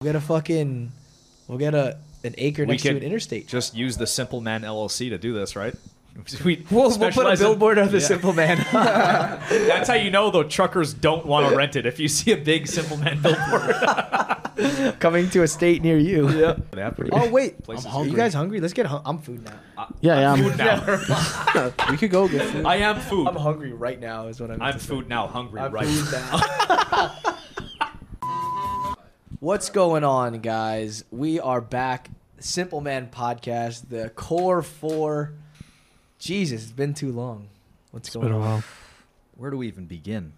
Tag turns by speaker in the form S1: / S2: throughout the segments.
S1: We'll get a fucking. We'll get a an acre next to an interstate.
S2: Just use the Simple Man LLC to do this, right? We
S1: We'll, we'll put a
S2: specialize in-
S1: billboard on the
S2: Yeah.
S1: simple man.
S2: That's how you know though truckers don't want to rent it if you see a big Simple Man billboard.
S1: coming to a state near you. Oh wait,
S2: Places
S1: I'm
S2: are
S1: hungry. you guys hungry? Let's get. Hun- I'm food now.
S3: Yeah, yeah.
S2: food
S3: I'm-
S2: now.
S3: we could go get food.
S2: I am food.
S1: I'm hungry right now. Is what I'm.
S2: I'm food now, hungry
S1: I'm
S2: right
S1: food now. What's going on, guys? We are back. Simple Man Podcast, the core four. Jesus, it's been too long. What's going on?
S2: Where do we even begin?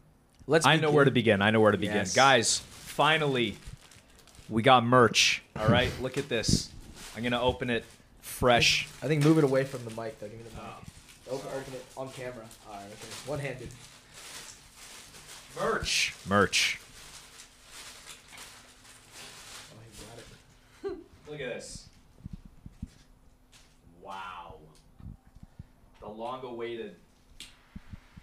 S1: Let's.
S2: I know where to begin. I know where to begin.
S1: Yes.
S2: Guys, finally, we got merch. All right, look at this. I'm going to open it fresh.
S1: I think move it away from the mic though. Give me the mic. Open, open it on camera. All right, okay. One-handed.
S2: Merch. Merch.
S1: Oh, he got it.
S2: Look at this. Wow. The long awaited.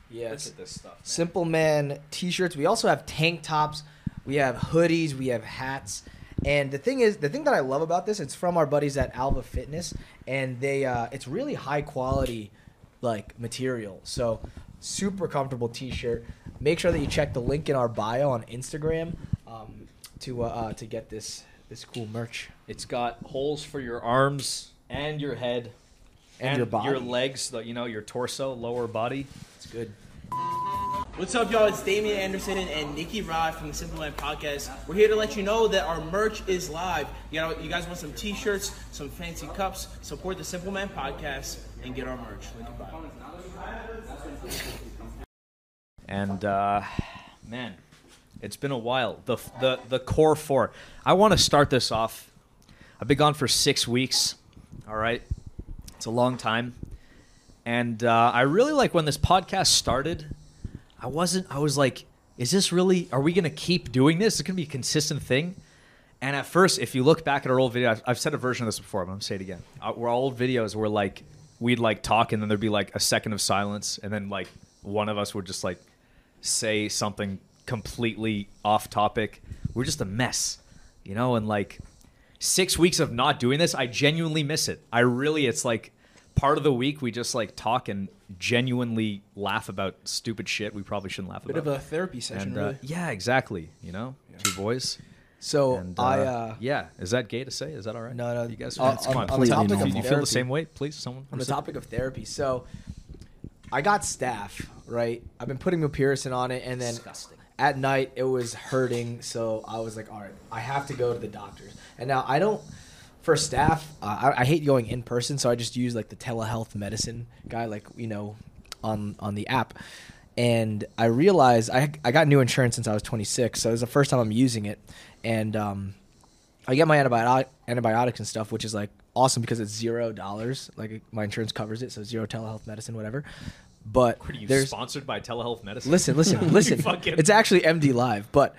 S1: Yes.
S2: Look at this stuff. man.
S1: Simple Man t-shirts. We also have tank tops. We have hoodies. We have hats. And the thing is, the thing that I love about this, it's from our buddies at Alva Fitness, and they, uh, it's really high quality, like material. So, super comfortable t-shirt. Make sure that you check the link in our bio on Instagram um, to uh, uh, to get this this cool merch.
S2: It's got holes for your arms and your head
S1: And your body.
S2: your legs, the, you know, your torso, lower body.
S1: It's good.
S4: What's up, y'all? It's Damian Anderson and Nikki Rod from the Simple Land Podcast. We're here to let you know that our merch is live. You, know, you guys want some t-shirts, some fancy cups? Support the Simple Man Podcast and get our merch. Link in bio.
S2: And uh, man, it's been a while. The the the core four. I want to start this off. I've been gone for six weeks. All right, it's a long time, and uh, I really like when this podcast started. I wasn't. I was like, is this really? Are we gonna keep doing this? Is it gonna be a consistent thing? And at first, if you look back at our old video, I've, I've said a version of this before, but I'm gonna say it again. Uh, Our old videos were like we'd like talk, and then there'd be like a second of silence, and then like one of us would just like say something completely off topic. We're just a mess, you know. And like six weeks of not doing this, I genuinely miss it. I really, it's like part of the week we just like talk and genuinely laugh about stupid shit we probably shouldn't laugh
S1: Bit
S2: about.
S1: of a therapy session,
S2: and uh,
S1: really.
S2: yeah, exactly. You know, two boys.
S1: So
S2: And,
S1: I, uh,
S2: yeah, is that gay to say? Is that all right?
S1: No, no,
S2: you guys.
S1: on- on-
S2: Come on,
S1: on
S3: the
S2: please.
S3: topic
S2: Do
S3: of
S2: you feel
S1: therapy.
S2: the same way? Please, someone.
S1: on the topic of therapy. So I got staff, right? I've been putting mupirocin on it and then
S2: Disgusting.
S1: at night it was hurting, so I was like, all right, I have to go to the doctors. And now I don't for staff, uh, I, I hate going in person, so I just use like the telehealth medicine guy like, you know, on on the app. And I realized I I got new insurance since I was 26, so it was the first time I'm using it and um I get my antibiotic antibiotics and stuff, which is like awesome because it's zero dollars. Like my insurance covers it, so zero telehealth medicine, whatever. But
S2: What are you
S1: there's
S2: sponsored by telehealth medicine?
S1: listen, listen, listen.
S2: fucking-
S1: It's actually MD Live, but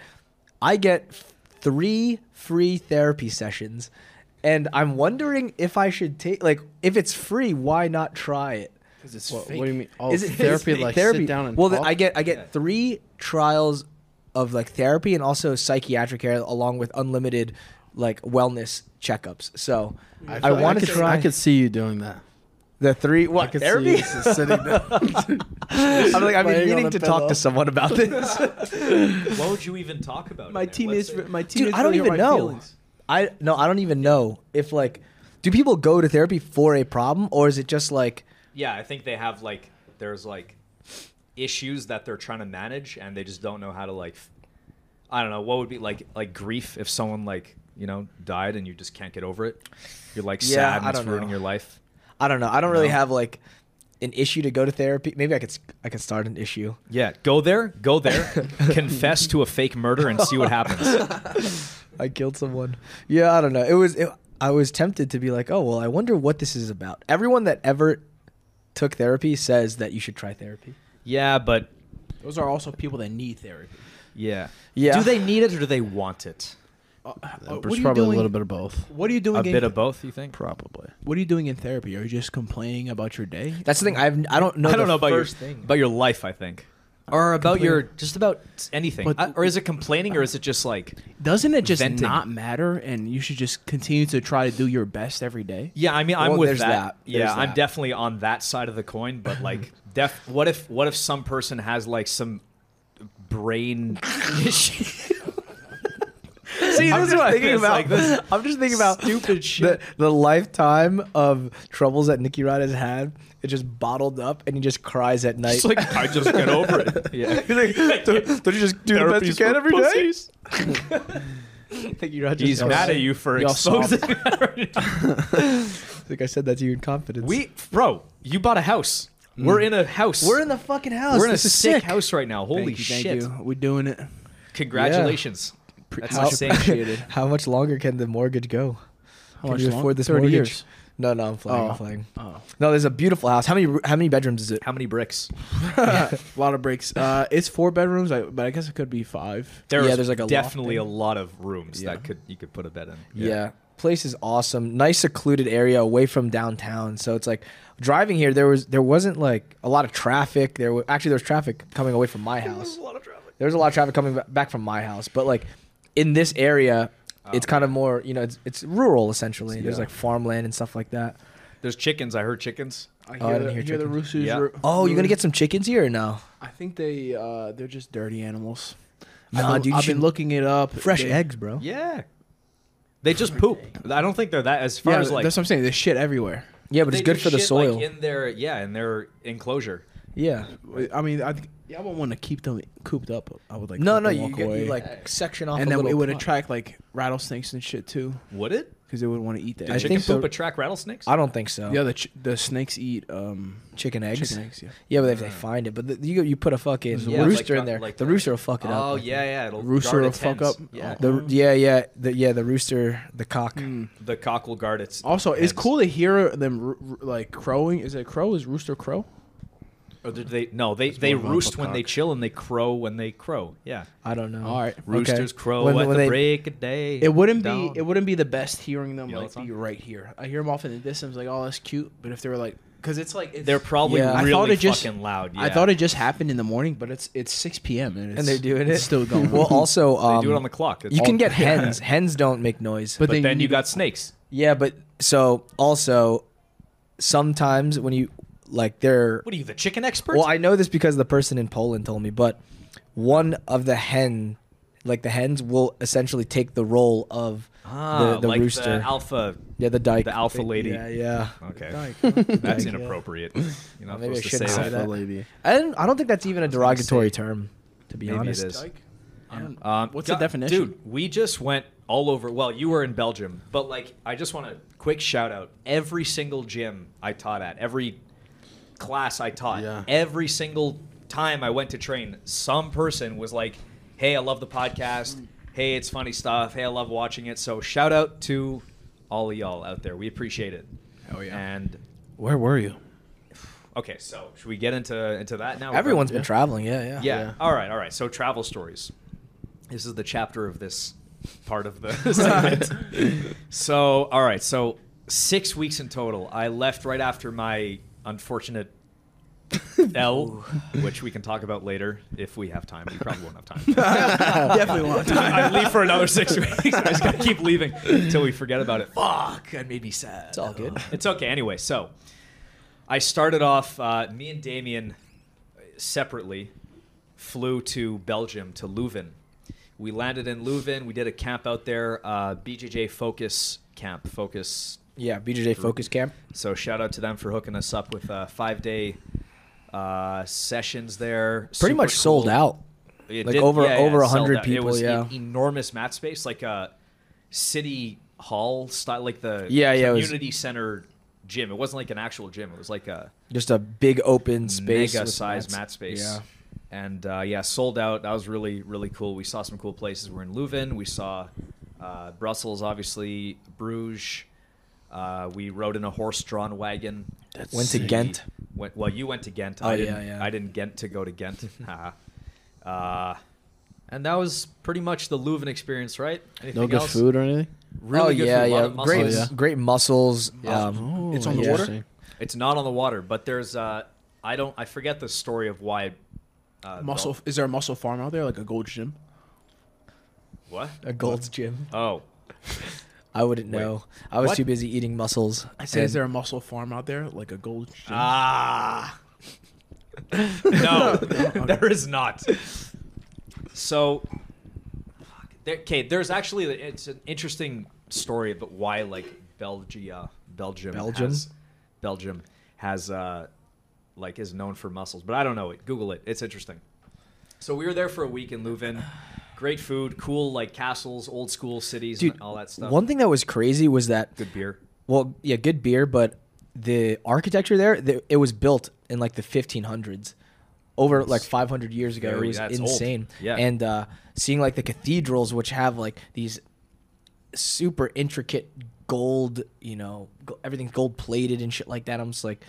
S1: I get f- three free therapy sessions, and I'm wondering if I should take like if it's free, why not try it?
S3: It's
S1: Well,
S3: what, what do you mean? Oh,
S1: is it
S3: therapy?
S1: is it
S3: like
S1: therapy?
S3: sit down and
S1: well, then
S3: talk?
S1: I get I get
S2: Yeah.
S1: three trials of like therapy and also psychiatric care along with unlimited like wellness checkups. So I,
S3: feel like
S1: want to
S3: could-
S1: try
S3: I could see you doing that.
S1: the three what
S3: I could
S1: therapy.
S3: see you just sitting down.
S1: I'm like I've been
S3: Laying on
S1: needing
S3: the
S1: to talk
S3: pillow.
S1: to someone about this.
S2: what would you even talk about?
S5: My
S2: in there?
S5: team
S2: Let's
S5: is
S2: say-
S5: my team
S1: Dude,
S5: is
S1: I don't
S5: really
S1: even
S5: hurt
S1: know.
S5: feelings.
S1: I no, I don't even know if like do people go to therapy for a problem or is it just like
S2: Yeah, I think they have like there's like issues that they're trying to manage, and they just don't know how to like. f- I don't know what would be like like grief if someone like you know died and you just can't get over it. You're like
S1: Yeah,
S2: sad
S1: I
S2: and it's
S1: don't
S2: ruining
S1: know.
S2: your life.
S1: I don't know. I don't really
S2: No.
S1: have like an issue to go to therapy. Maybe I could s- I could start an issue.
S2: Yeah, go there, go there, confess to a fake murder and see what happens.
S1: I killed someone. Yeah, I don't know. It was. It, I was tempted to be like, oh well, I wonder what this is about. Everyone that ever took therapy says that you should try therapy.
S2: Yeah, but
S5: Those are also people that need therapy.
S2: yeah,
S1: Yeah.
S2: Do they need it or do they want it?
S5: Uh,
S3: There's probably a little bit of both.
S5: What are you doing?
S2: A
S5: in,
S2: bit of both, you think?
S3: Probably.
S5: What are you doing in therapy? Are you just complaining about your day?
S1: That's the thing. I've. I don't know.
S2: I don't
S1: the
S2: know about your
S1: first thing.
S2: about your life. I think or about your just about anything,
S5: But-
S2: I- or is it complaining, or is it just like,
S5: Doesn't it just
S2: Venting.
S5: not matter? And you should just continue to try to do your best every day.
S2: yeah? I mean, I'm
S1: Well,
S2: with
S1: there's that.
S2: that. Yeah,
S1: There's
S2: I'm
S1: that.
S2: definitely on that side of the coin. But like, def, what if what if some person has like some brain issue? See,
S1: I'm just thinking about
S2: like this.
S1: I'm just thinking about
S2: stupid
S1: the,
S2: shit.
S1: the lifetime of troubles that Nicky Rod has had. It just bottled up, and he just cries at night.
S2: It's like I just get over it. Yeah.
S1: He's like, don't, don't you just do the best you
S2: Therapy's
S1: can
S2: for
S1: every day?
S2: pussies.
S1: Nicky Rod just
S2: He's
S1: goes,
S2: mad at you for
S1: Y'all
S2: exposing.
S1: I think I said that to you in confidence.
S2: we, bro, you bought a house. We're in a house.
S1: Mm. we're in the fucking house.
S2: We're in a
S1: This is
S2: sick, house right now. Holy
S5: Thank you,
S2: shit!
S5: thank you. We're doing it.
S2: Congratulations. That's
S1: How-
S2: what I'm saying.
S1: How much longer can the mortgage go?
S5: How
S1: can
S5: much
S1: you
S5: long-
S1: afford this
S5: 30
S1: mortgage?
S5: years.
S1: No, no, I'm playing.
S5: Oh.
S1: I'm playing.
S5: Oh.
S1: No, there's a beautiful house. How many how many bedrooms is it?
S2: How many bricks?
S5: a lot of breaks. Uh, it's four bedrooms, I, but I guess it could be five.
S2: There
S1: Yeah,
S2: is
S1: there's like a loft
S2: definitely
S1: in
S2: a lot of rooms
S5: Yeah.
S2: that could you could put a bed in.
S1: Yeah. Place is awesome. Nice secluded area away from downtown. So it's like driving here there was there wasn't like a lot of traffic. There was actually there was traffic coming away from my house.
S2: lot of traffic.
S1: There was a lot of traffic coming ba- back from my house, but like in this area it's kind of more, you know, it's it's rural essentially. There's
S2: Oh, Yeah.
S1: like farmland and stuff like that.
S2: There's chickens. I heard chickens.
S5: I
S1: Oh, I didn't hear chicken.
S5: roosters.
S2: Yeah.
S1: Oh, you're going to get some chickens here or no?
S5: I think they uh, they're just dirty animals.
S1: Nah,
S5: I've, been,
S1: dude, you
S5: I've been
S1: should-
S5: looking it up.
S1: Fresh
S5: They-
S1: eggs, bro.
S2: Yeah. They just poop. I don't think they're that as far
S5: Yeah,
S2: as like.
S5: that's what I'm saying. There's shit everywhere.
S1: Yeah, but
S2: they
S1: it's good
S2: just
S1: for the
S2: shit,
S1: soil.
S2: Like, in their yeah, in their enclosure.
S1: yeah.
S5: I mean, I think yeah, I would want to keep them cooped up. I would like
S1: No,
S5: let
S1: no,
S5: them
S1: you
S5: walk
S1: get you
S5: away.
S1: like section off
S5: and
S1: a
S5: then it
S1: little
S5: would
S1: plot.
S5: attract like rattlesnakes and shit too,
S2: Would it?
S5: because they would want to eat that.
S2: Did
S1: I
S2: chicken
S1: think so.
S2: poop attract rattlesnakes?
S1: I don't think so.
S5: Yeah, the ch- the snakes eat um
S1: chicken eggs.
S5: chicken eggs. Yeah,
S1: Yeah, but if they find it, but the, you you put a fucking
S2: Yeah, like
S1: rooster in
S2: got-
S1: there,
S2: like
S1: the
S2: the-
S1: rooster will fuck it up.
S2: Oh yeah, yeah. It'll
S5: Rooster
S2: guard
S5: will
S2: its
S5: fuck
S2: hens.
S5: up.
S2: Yeah.
S1: The yeah yeah the yeah the rooster the cock.
S2: The cock will guard its.
S5: Also, it's
S2: hens.
S5: cool to hear them ro- ro- like crowing. Is it crow? Is rooster crow?
S2: Or did they? No, they they
S3: more of a
S2: roost when they
S3: cock.
S2: chill and they crow when they crow. Yeah.
S1: I don't know.
S5: All right.
S2: Roosters crow
S1: When- when
S2: at the
S1: they-
S2: break of day.
S5: It wouldn't
S2: Down.
S5: be. It wouldn't be the best hearing them
S2: Yeah,
S5: like
S2: it's on.
S5: be right here. I hear them off in the distance, like oh that's cute. But if they were like, because it's like it's,
S2: They're probably
S1: Yeah. I
S2: really
S5: thought it just-
S2: fucking loud. Yeah.
S5: I thought it just happened in the morning, but it's it's 6 p.m. and, it's,
S1: and they're doing it
S5: it's still going.
S1: Well, also
S2: They
S1: um,
S2: do it on the clock. It's
S1: you
S2: all-
S1: can get hens. Hens don't make noise.
S5: But
S2: But
S5: they
S2: then you
S5: need-
S2: got snakes.
S1: yeah, but so also sometimes when you like they're
S2: What are you, the chicken expert?
S1: Well, I know this because the person in Poland told me, but one of the hen, like the hens, will essentially take the role of
S2: ah,
S1: the, the
S2: like
S1: rooster.
S2: the alpha.
S1: yeah, the dyke.
S2: the alpha lady.
S1: Yeah, yeah.
S2: Okay,
S1: Dyke.
S2: that's
S1: Yeah.
S2: inappropriate. You're not
S1: Maybe I
S2: supposed to say
S1: shouldn't say
S2: that.
S1: that.
S3: lady.
S1: I don't, I don't think that's even a
S2: gonna
S1: derogatory
S2: say-
S1: term, to be
S2: Maybe it
S1: honest.
S2: is.
S5: I don't-
S2: Um,
S5: what's
S2: God-
S5: the definition?
S2: Dude, we just went all over. Well, you were in Belgium, but like, I just want a quick shout out. Every single gym I taught at, every class I taught,
S3: Yeah.
S2: every single time I went to train, some person was like, hey, I love the podcast. Hey, it's funny stuff. Hey, I love watching it. So shout out to all of y'all out there. We appreciate it.
S5: Oh, yeah.
S2: And
S3: Where were you?
S2: okay, so should we get into into that now?
S1: Everyone's been
S3: Yeah.
S1: traveling. Yeah, yeah.
S2: yeah.
S3: Yeah.
S2: All right. All right. So travel stories. This is the chapter of this part of the segment. so all right. So six weeks in total. I left right after my unfortunate L, which we can talk about later if we have time. We probably won't have time.
S5: definitely want to.
S2: I leave for another six weeks. I just gotta keep leaving until we forget about it. Fuck. That made me sad.
S1: It's all good.
S2: It's okay. Anyway, so I started off, uh, me and Damien separately flew to Belgium, to Leuven. We landed in Leuven. We did a camp out there, uh, BJJ Focus Camp. Focus.
S1: Yeah, BJJ Focus Camp.
S2: So shout out to them for hooking us up with uh, five day uh, sessions there.
S1: Pretty
S2: Super
S1: much sold
S2: cool.
S1: out.
S2: It
S1: Like over- over
S2: it sold
S1: 100
S2: out. It
S1: people,
S2: was e-
S1: yeah.
S2: enormous mat space, like a city hall style, like the
S1: Yeah, yeah, it was-
S2: community center gym. It wasn't like an actual gym. It was like a
S1: Just a big open space.
S2: mega
S1: with
S2: size
S1: mats.
S2: mat space.
S1: Yeah.
S2: And uh, yeah, sold out. That was really really cool. We saw some cool places. We're in Leuven. We saw uh, Brussels, obviously Bruges. Uh, we rode in a horse-drawn wagon.
S3: That's
S1: Went to
S3: sick.
S1: Ghent.
S2: Went, well, you went to Ghent.
S1: Oh,
S2: I
S1: yeah,
S2: didn't,
S1: yeah.
S2: I didn't Ghent to go to Ghent. Haha. uh, and that was pretty much the Leuven experience, right? Anything
S3: No good
S2: else?
S3: food or anything.
S2: Really
S1: oh
S2: good
S1: yeah,
S2: food. A lot
S1: yeah.
S2: of
S1: Great,
S2: mussels.
S3: Oh, yeah.
S1: great muscles.
S2: Yeah. Oh,
S1: Um,
S5: It's on the
S1: yeah.
S5: water.
S2: It's not on the water, but there's uh, I don't I forget the story of why Uh,
S5: Muscle? Is there a muscle farm out there like a Gold's Gym?
S2: What?
S1: A Hmm? Gold's Gym.
S2: Oh,
S1: I wouldn't know. I was
S2: What?
S1: too busy eating mussels.
S5: I said, is
S1: and-
S5: there a muscle farm out there like a Gold's Gym?
S2: Ah. no, there is not. So, fuck, there- okay, there's actually it's an interesting story about why like Belgia, Belgium,
S1: Belgium?
S2: has, Belgium has uh, like is known for mussels, but I don't know it. Google it. It's interesting. So we were there for a week in Leuven. Great food, cool like castles, old school cities,
S1: dude,
S2: and all that stuff.
S1: One thing that was crazy was that
S2: good beer.
S1: Well, yeah, good beer, but the architecture there, the, it was built in like the 1500s, over like 500 years ago. it
S2: very-
S1: was
S2: that's old.
S1: insane.
S2: Yeah.
S1: And uh, seeing like the cathedrals, which have like these super intricate gold, you know, go- everything's gold plated and shit like that. I'm just like,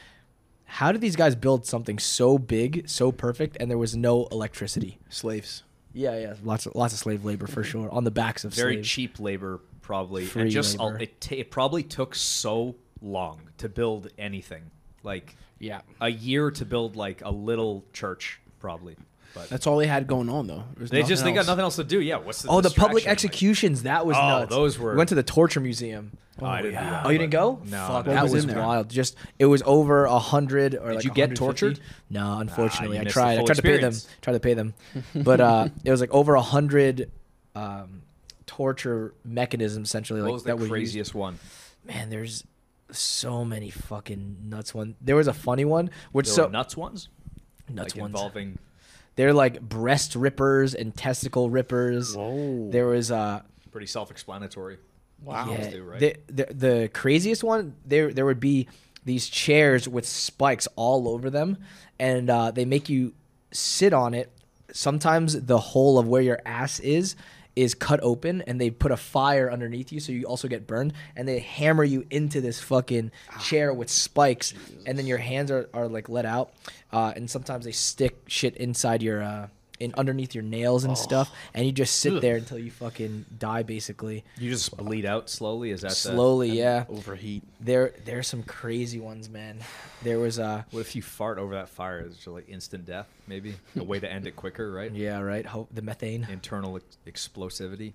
S1: how did these guys build something so big, so perfect, and there was no electricity?
S5: Slaves.
S1: Yeah, yeah, lots of lots of slave labor for sure on the backs of
S2: Mm-hmm. very
S1: slaves.
S2: cheap labor probably
S1: Free
S2: and just uh,
S1: labor.
S2: it, ta- it probably took so long to build anything like
S1: Yeah.
S2: a year to build like a little church probably but
S5: That's all they had going on though. There's
S2: they just they got
S5: else.
S2: nothing else to do yeah what's the
S1: Oh, the public
S2: distraction? Like,
S1: executions. that was
S2: Oh,
S1: nuts.
S2: those were-
S1: We went to the torture museum.
S2: oh, I didn't do that,
S1: Oh, you didn't
S2: but-
S1: go?
S2: no
S1: Fuck,
S2: no.
S1: that
S5: was
S1: was,
S5: in there?
S1: wild. Just it was over a hundred or
S2: Did
S1: like
S2: you get
S1: 150.
S2: tortured?
S1: No, unfortunately,
S2: you
S1: I
S2: missed the
S1: tried. I
S2: full
S1: tried
S2: experience.
S1: to pay them. Tried to pay them, but uh, it was like over a hundred um, torture mechanisms essentially.
S2: what
S1: Like
S2: was
S1: that
S2: the
S1: were used.
S2: craziest one
S1: Man, there's so many fucking nuts. One there was a funny one which
S2: there
S1: so
S2: were nuts ones
S1: nuts
S2: like
S1: ones.
S2: involving
S1: They're like breast rippers and testicle rippers. Whoa. There was uh
S2: pretty self-explanatory
S1: Yeah,
S2: They were right.
S1: the, the the craziest one there there would be these chairs with spikes all over them, and uh, they make you sit on it. Sometimes the hole of where your ass is is cut open, and they put a fire underneath you, so you also get burned. And they hammer you into this fucking chair with spikes, and then your hands are, are like let out. Uh, and sometimes they stick shit inside your. Uh, in underneath your nails and stuff, and you just sit there until you fucking die, basically
S2: you just bleed out slowly is that the-
S1: slowly yeah
S3: Overheat.
S1: there there's some crazy ones man there was uh
S2: what if you fart over that fire is it like instant death maybe a way to end it quicker right
S1: yeah right hope the methane
S2: internal ex- explosivity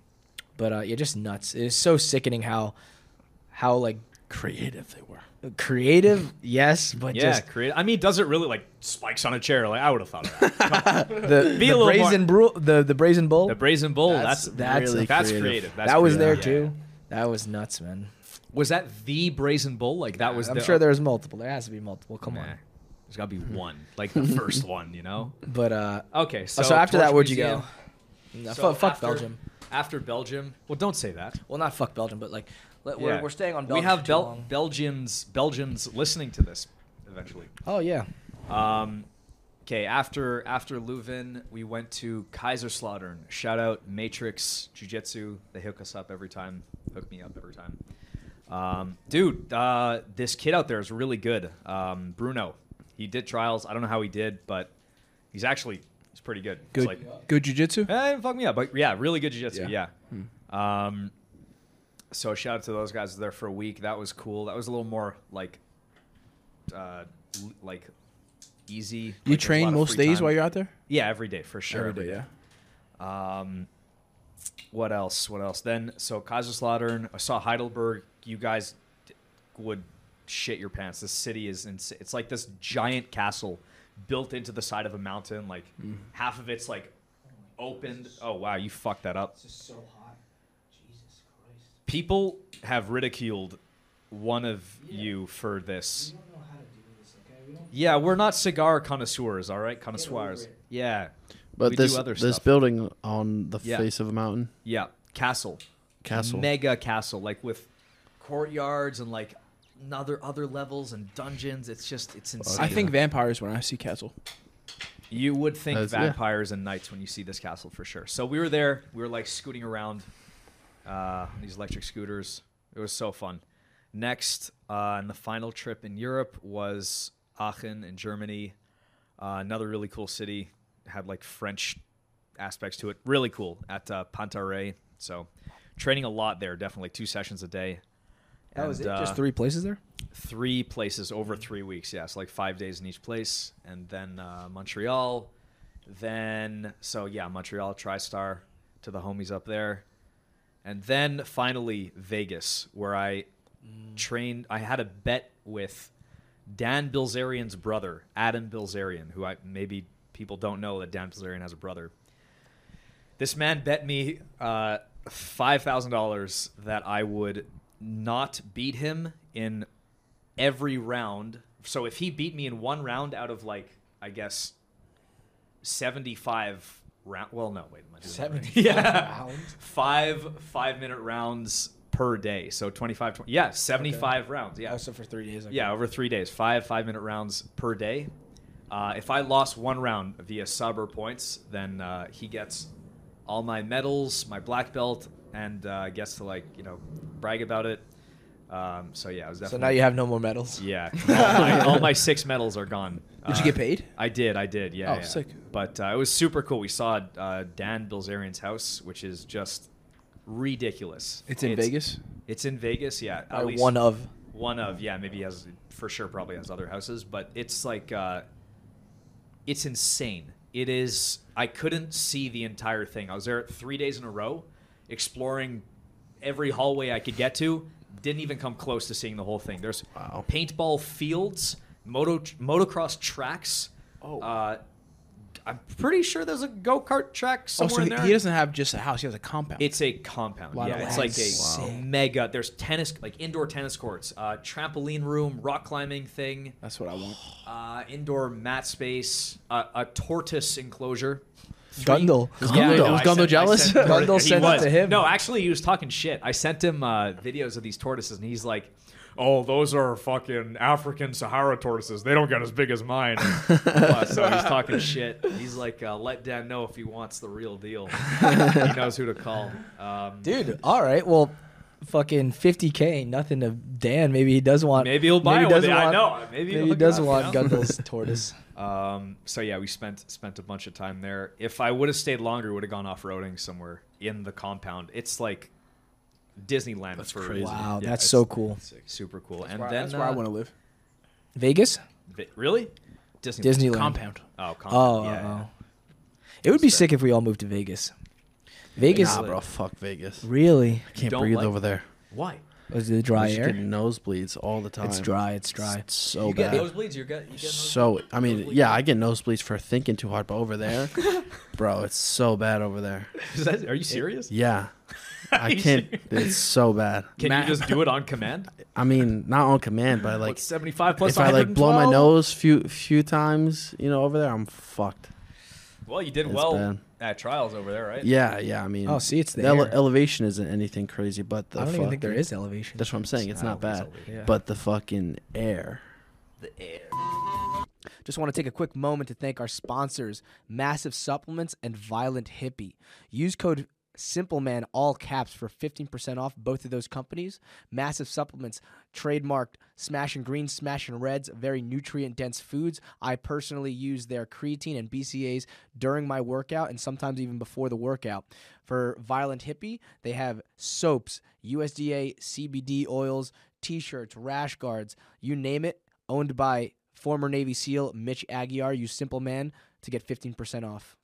S1: but uh yeah just nuts it is so sickening how how like
S5: creative they were.
S1: creative yes but
S2: Yeah,
S1: just
S2: create. I mean, does it really like spikes on a chair? Like I would have thought of that.
S1: the,
S2: Be a
S1: the
S2: little more-
S1: brazen bru- the the brazen bull
S2: the brazen bull. That's
S1: That's-
S2: that's
S1: that's
S2: that's,
S1: really
S2: creative.
S3: creative.
S2: That's
S1: that was there
S2: creative.
S1: too that was nuts man
S2: Was that the brazen bull? Like that was.
S1: i'm
S2: the,
S1: sure there was multiple there has to be multiple come
S2: Nah,
S1: on
S2: there's got to be one, like the first one. You know.
S1: but uh
S2: Okay, so,
S1: so, after that
S2: Torch
S1: where'd you go
S2: Museum.
S1: Nah,
S2: So
S1: fu- fuck
S2: after-
S1: belgium
S2: After Belgium, well, don't say that.
S1: well not fuck belgium but like let,
S2: Yeah.
S1: we're, we're staying on belgium
S2: We have
S1: for too
S2: Bel-
S1: long.
S2: Belgians Belgians listening to this eventually.
S1: oh yeah
S2: Um, okay, after after Leuven, we went to Kaiserslautern. Shout out Matrix Jiu Jitsu. They hook us up every time, hook me up every time. Um, dude, uh, this kid out there is really good. Um, Bruno, he did trials. I don't know how he did, but he's actually he's pretty good. It's
S5: Good,
S2: like-
S5: good jujitsu.
S2: Eh, fuck me up, but yeah, really good jiu-jitsu. Yeah.
S5: Yeah. Hmm.
S2: Um, so shout out to those guys there for a week. That was cool. That was a little more like, uh, l- like easy. Like,
S5: You
S2: there's a lot
S5: train
S2: of
S5: most
S2: free
S5: days
S2: time.
S5: while you're out there.
S2: Yeah, every day for sure.
S5: yeah.
S2: Um, what else? What else? Then so Kaiserslautern. I saw Heidelberg. You guys d- would shit your pants. This city is ins- it's like this giant castle built into the side of a mountain. Like half of it's like opened. Oh wow, you fucked that up.
S1: just so hot jesus christ
S2: People have ridiculed one of you for this.
S1: don't know how to do this, okay? We don't
S2: Yeah, we're not cigar connoisseurs, all right? Connoisseurs.
S1: it.
S2: Yeah.
S3: But
S2: We do
S3: this
S2: other
S3: this
S2: stuff.
S3: building on the
S2: Yeah.
S3: face of a mountain
S2: Yeah, castle.
S3: castle.
S2: mega castle, like with courtyards and like another other levels and dungeons. It's just it's insane.
S5: I think vampires when I see castle.
S2: you would think
S3: That's- yeah.
S2: vampires and knights when you see this castle for sure. So we were there. We were like scooting around uh, on these electric scooters. It was so fun. Next, uh, and the final trip in Europe was Aachen in Germany. Uh, another really cool city. Had like French aspects to it. Really cool at uh, Pantarei. So training a lot there. Definitely two sessions a day.
S1: That was it.
S2: And, uh,
S1: Just three places there.
S2: three places over three weeks. Yes, like five days in each place, and then uh, Montreal, Then so yeah, Montreal TriStar to the homies up there. And then finally Vegas where I trained I had a bet with Dan Bilzerian's brother, Adam Bilzerian, who I maybe people don't know that Dan Bilzerian has a brother. This man bet me uh, five thousand dollars that I would not beat him in every round. So if he beat me in one round out of like I guess seventy-five round. Well, no, wait, am I doing that right?
S1: 75
S2: yeah,
S1: rounds?
S2: five five-minute rounds per day. So 25, 20, yeah, seventy-five rounds. Yeah,
S1: Also for three days. okay.
S2: yeah, over three days, five five minute rounds per day. Uh, if I lost one round via sub or points, then uh, he gets all my medals, my black belt, and uh, gets to like you know brag about it. Um, so yeah, I was
S1: So
S2: definitely.
S1: now you have no more medals.
S2: yeah, all my, all my six medals are gone.
S5: Did you
S2: Uh,
S5: get paid?
S2: I did, I did. Yeah.
S5: Oh,
S2: yeah.
S5: sick.
S2: But uh, it was super cool. We saw uh, Dan Bilzerian's house, which is just ridiculous.
S3: It's in Vegas.
S2: It's in Vegas. Yeah, at
S1: Or
S2: least-
S1: one of.
S2: one of yeah maybe he has for sure probably has other houses but it's like uh it's insane it is i couldn't see the entire thing i was there three days in a row exploring every hallway i could get to didn't even come close to seeing the whole thing there's
S3: Wow.
S2: paintball fields moto motocross tracks oh uh i'm pretty sure there's a go-kart track
S5: Oh,
S2: somewhere
S5: so
S2: in
S5: he,
S2: there
S5: he doesn't have just a house; he has a compound.
S2: it's a compound.
S5: Wow,
S2: yeah, it's
S5: that's
S2: like a
S5: sick.
S2: mega. There's tennis, like indoor tennis courts, uh, trampoline room, rock climbing thing,
S5: that's what I want.
S2: uh, indoor mat space, uh, a tortoise enclosure.
S1: Gundle.
S2: I
S3: Gundle-
S2: know,
S3: was
S2: I
S3: Gundle
S2: sent- I
S3: jealous?
S2: sent-
S1: Gundle
S2: he
S1: sent it
S2: was.
S1: to him.
S2: No, actually, he was talking shit. I sent him uh, videos of these tortoises, and he's like, "Oh, those are fucking African Sahara tortoises. They don't get as big as mine." Uh, so he's talking shit. He's like, uh, "Let Dan know if he wants the real deal. he knows who to call." Um,
S1: Dude, all right. Well, fucking 50K, ain't nothing to Dan. Maybe he does want.
S2: Maybe he'll buy one.
S1: doesn't
S2: I
S1: want-
S2: know. Maybe
S1: Maybe
S2: he'll
S1: he
S2: hook it
S1: does
S2: up, you
S1: want
S2: know?
S1: Gundle's tortoise.
S2: Um, so yeah, we spent spent a bunch of time there. If I would have stayed longer, would have gone off roading somewhere in the compound. It's like Disneyland for
S3: crazy.
S1: Wow,
S2: Yeah,
S1: that's
S2: it's
S1: so cool.
S2: super cool. and
S5: Wow,
S2: then
S5: that's where I
S2: uh,
S5: want to live.
S1: Vegas?
S2: vi- really Disneyland.
S1: Disneyland.
S5: Compound.
S2: Oh, compound.
S1: Oh,
S2: yeah,
S1: uh-oh.
S2: yeah.
S1: It would be sick if we all moved to Vegas. Vegas,
S3: Nah, bro. Fuck Vegas.
S1: really?
S3: I can't
S2: don't
S3: breathe
S2: like-
S3: over there.
S2: Why?
S1: Was it dry
S3: Just
S1: air?
S3: getting nosebleeds all the time.
S1: It's dry. It's dry.
S3: It's so
S2: you
S3: bad.
S2: get nosebleeds. You get you get nosebleeds.
S3: so I mean, yeah, I get nosebleeds for thinking too hard, but over there, bro, it's so bad over there.
S2: Is that- are you serious?
S3: Yeah, I
S2: you
S3: can't. It's so bad.
S2: Can
S5: Matt-
S2: you just do it on command?
S3: I mean, not on command, but
S2: Like
S3: like
S2: seventy five plus.
S3: if I like blow my
S2: 112?
S3: nose few few times, you know, over there, I'm fucked.
S2: Well, you did
S3: It's
S2: well
S3: bad.
S2: at trials over there, right?
S3: Yeah, yeah. I mean,
S1: Oh, see, it's the
S3: ele-
S1: air.
S3: elevation isn't anything crazy, but the
S1: I don't even
S3: fuck-
S1: think there is elevation.
S3: That's what I'm saying. It's
S2: I
S3: not
S2: don't
S3: bad,
S2: think so,
S1: yeah.
S3: but the fucking air.
S2: The air.
S1: Just want to take a quick moment to thank our sponsors, Massive Supplements and Violent Hippie. Use code SimpleMan, all caps, for 15% off both of those companies. Massive Supplements, trademarked Smashing Greens, Smashing Reds, very nutrient dense foods. I personally use their creatine and BCAs during my workout and sometimes even before the workout. For Violent Hippie, they have soaps, USDA, CBD oils, t shirts, rash guards, you name it, owned by former Navy SEAL Mitch Aguiar, you simple man, to get 15% off.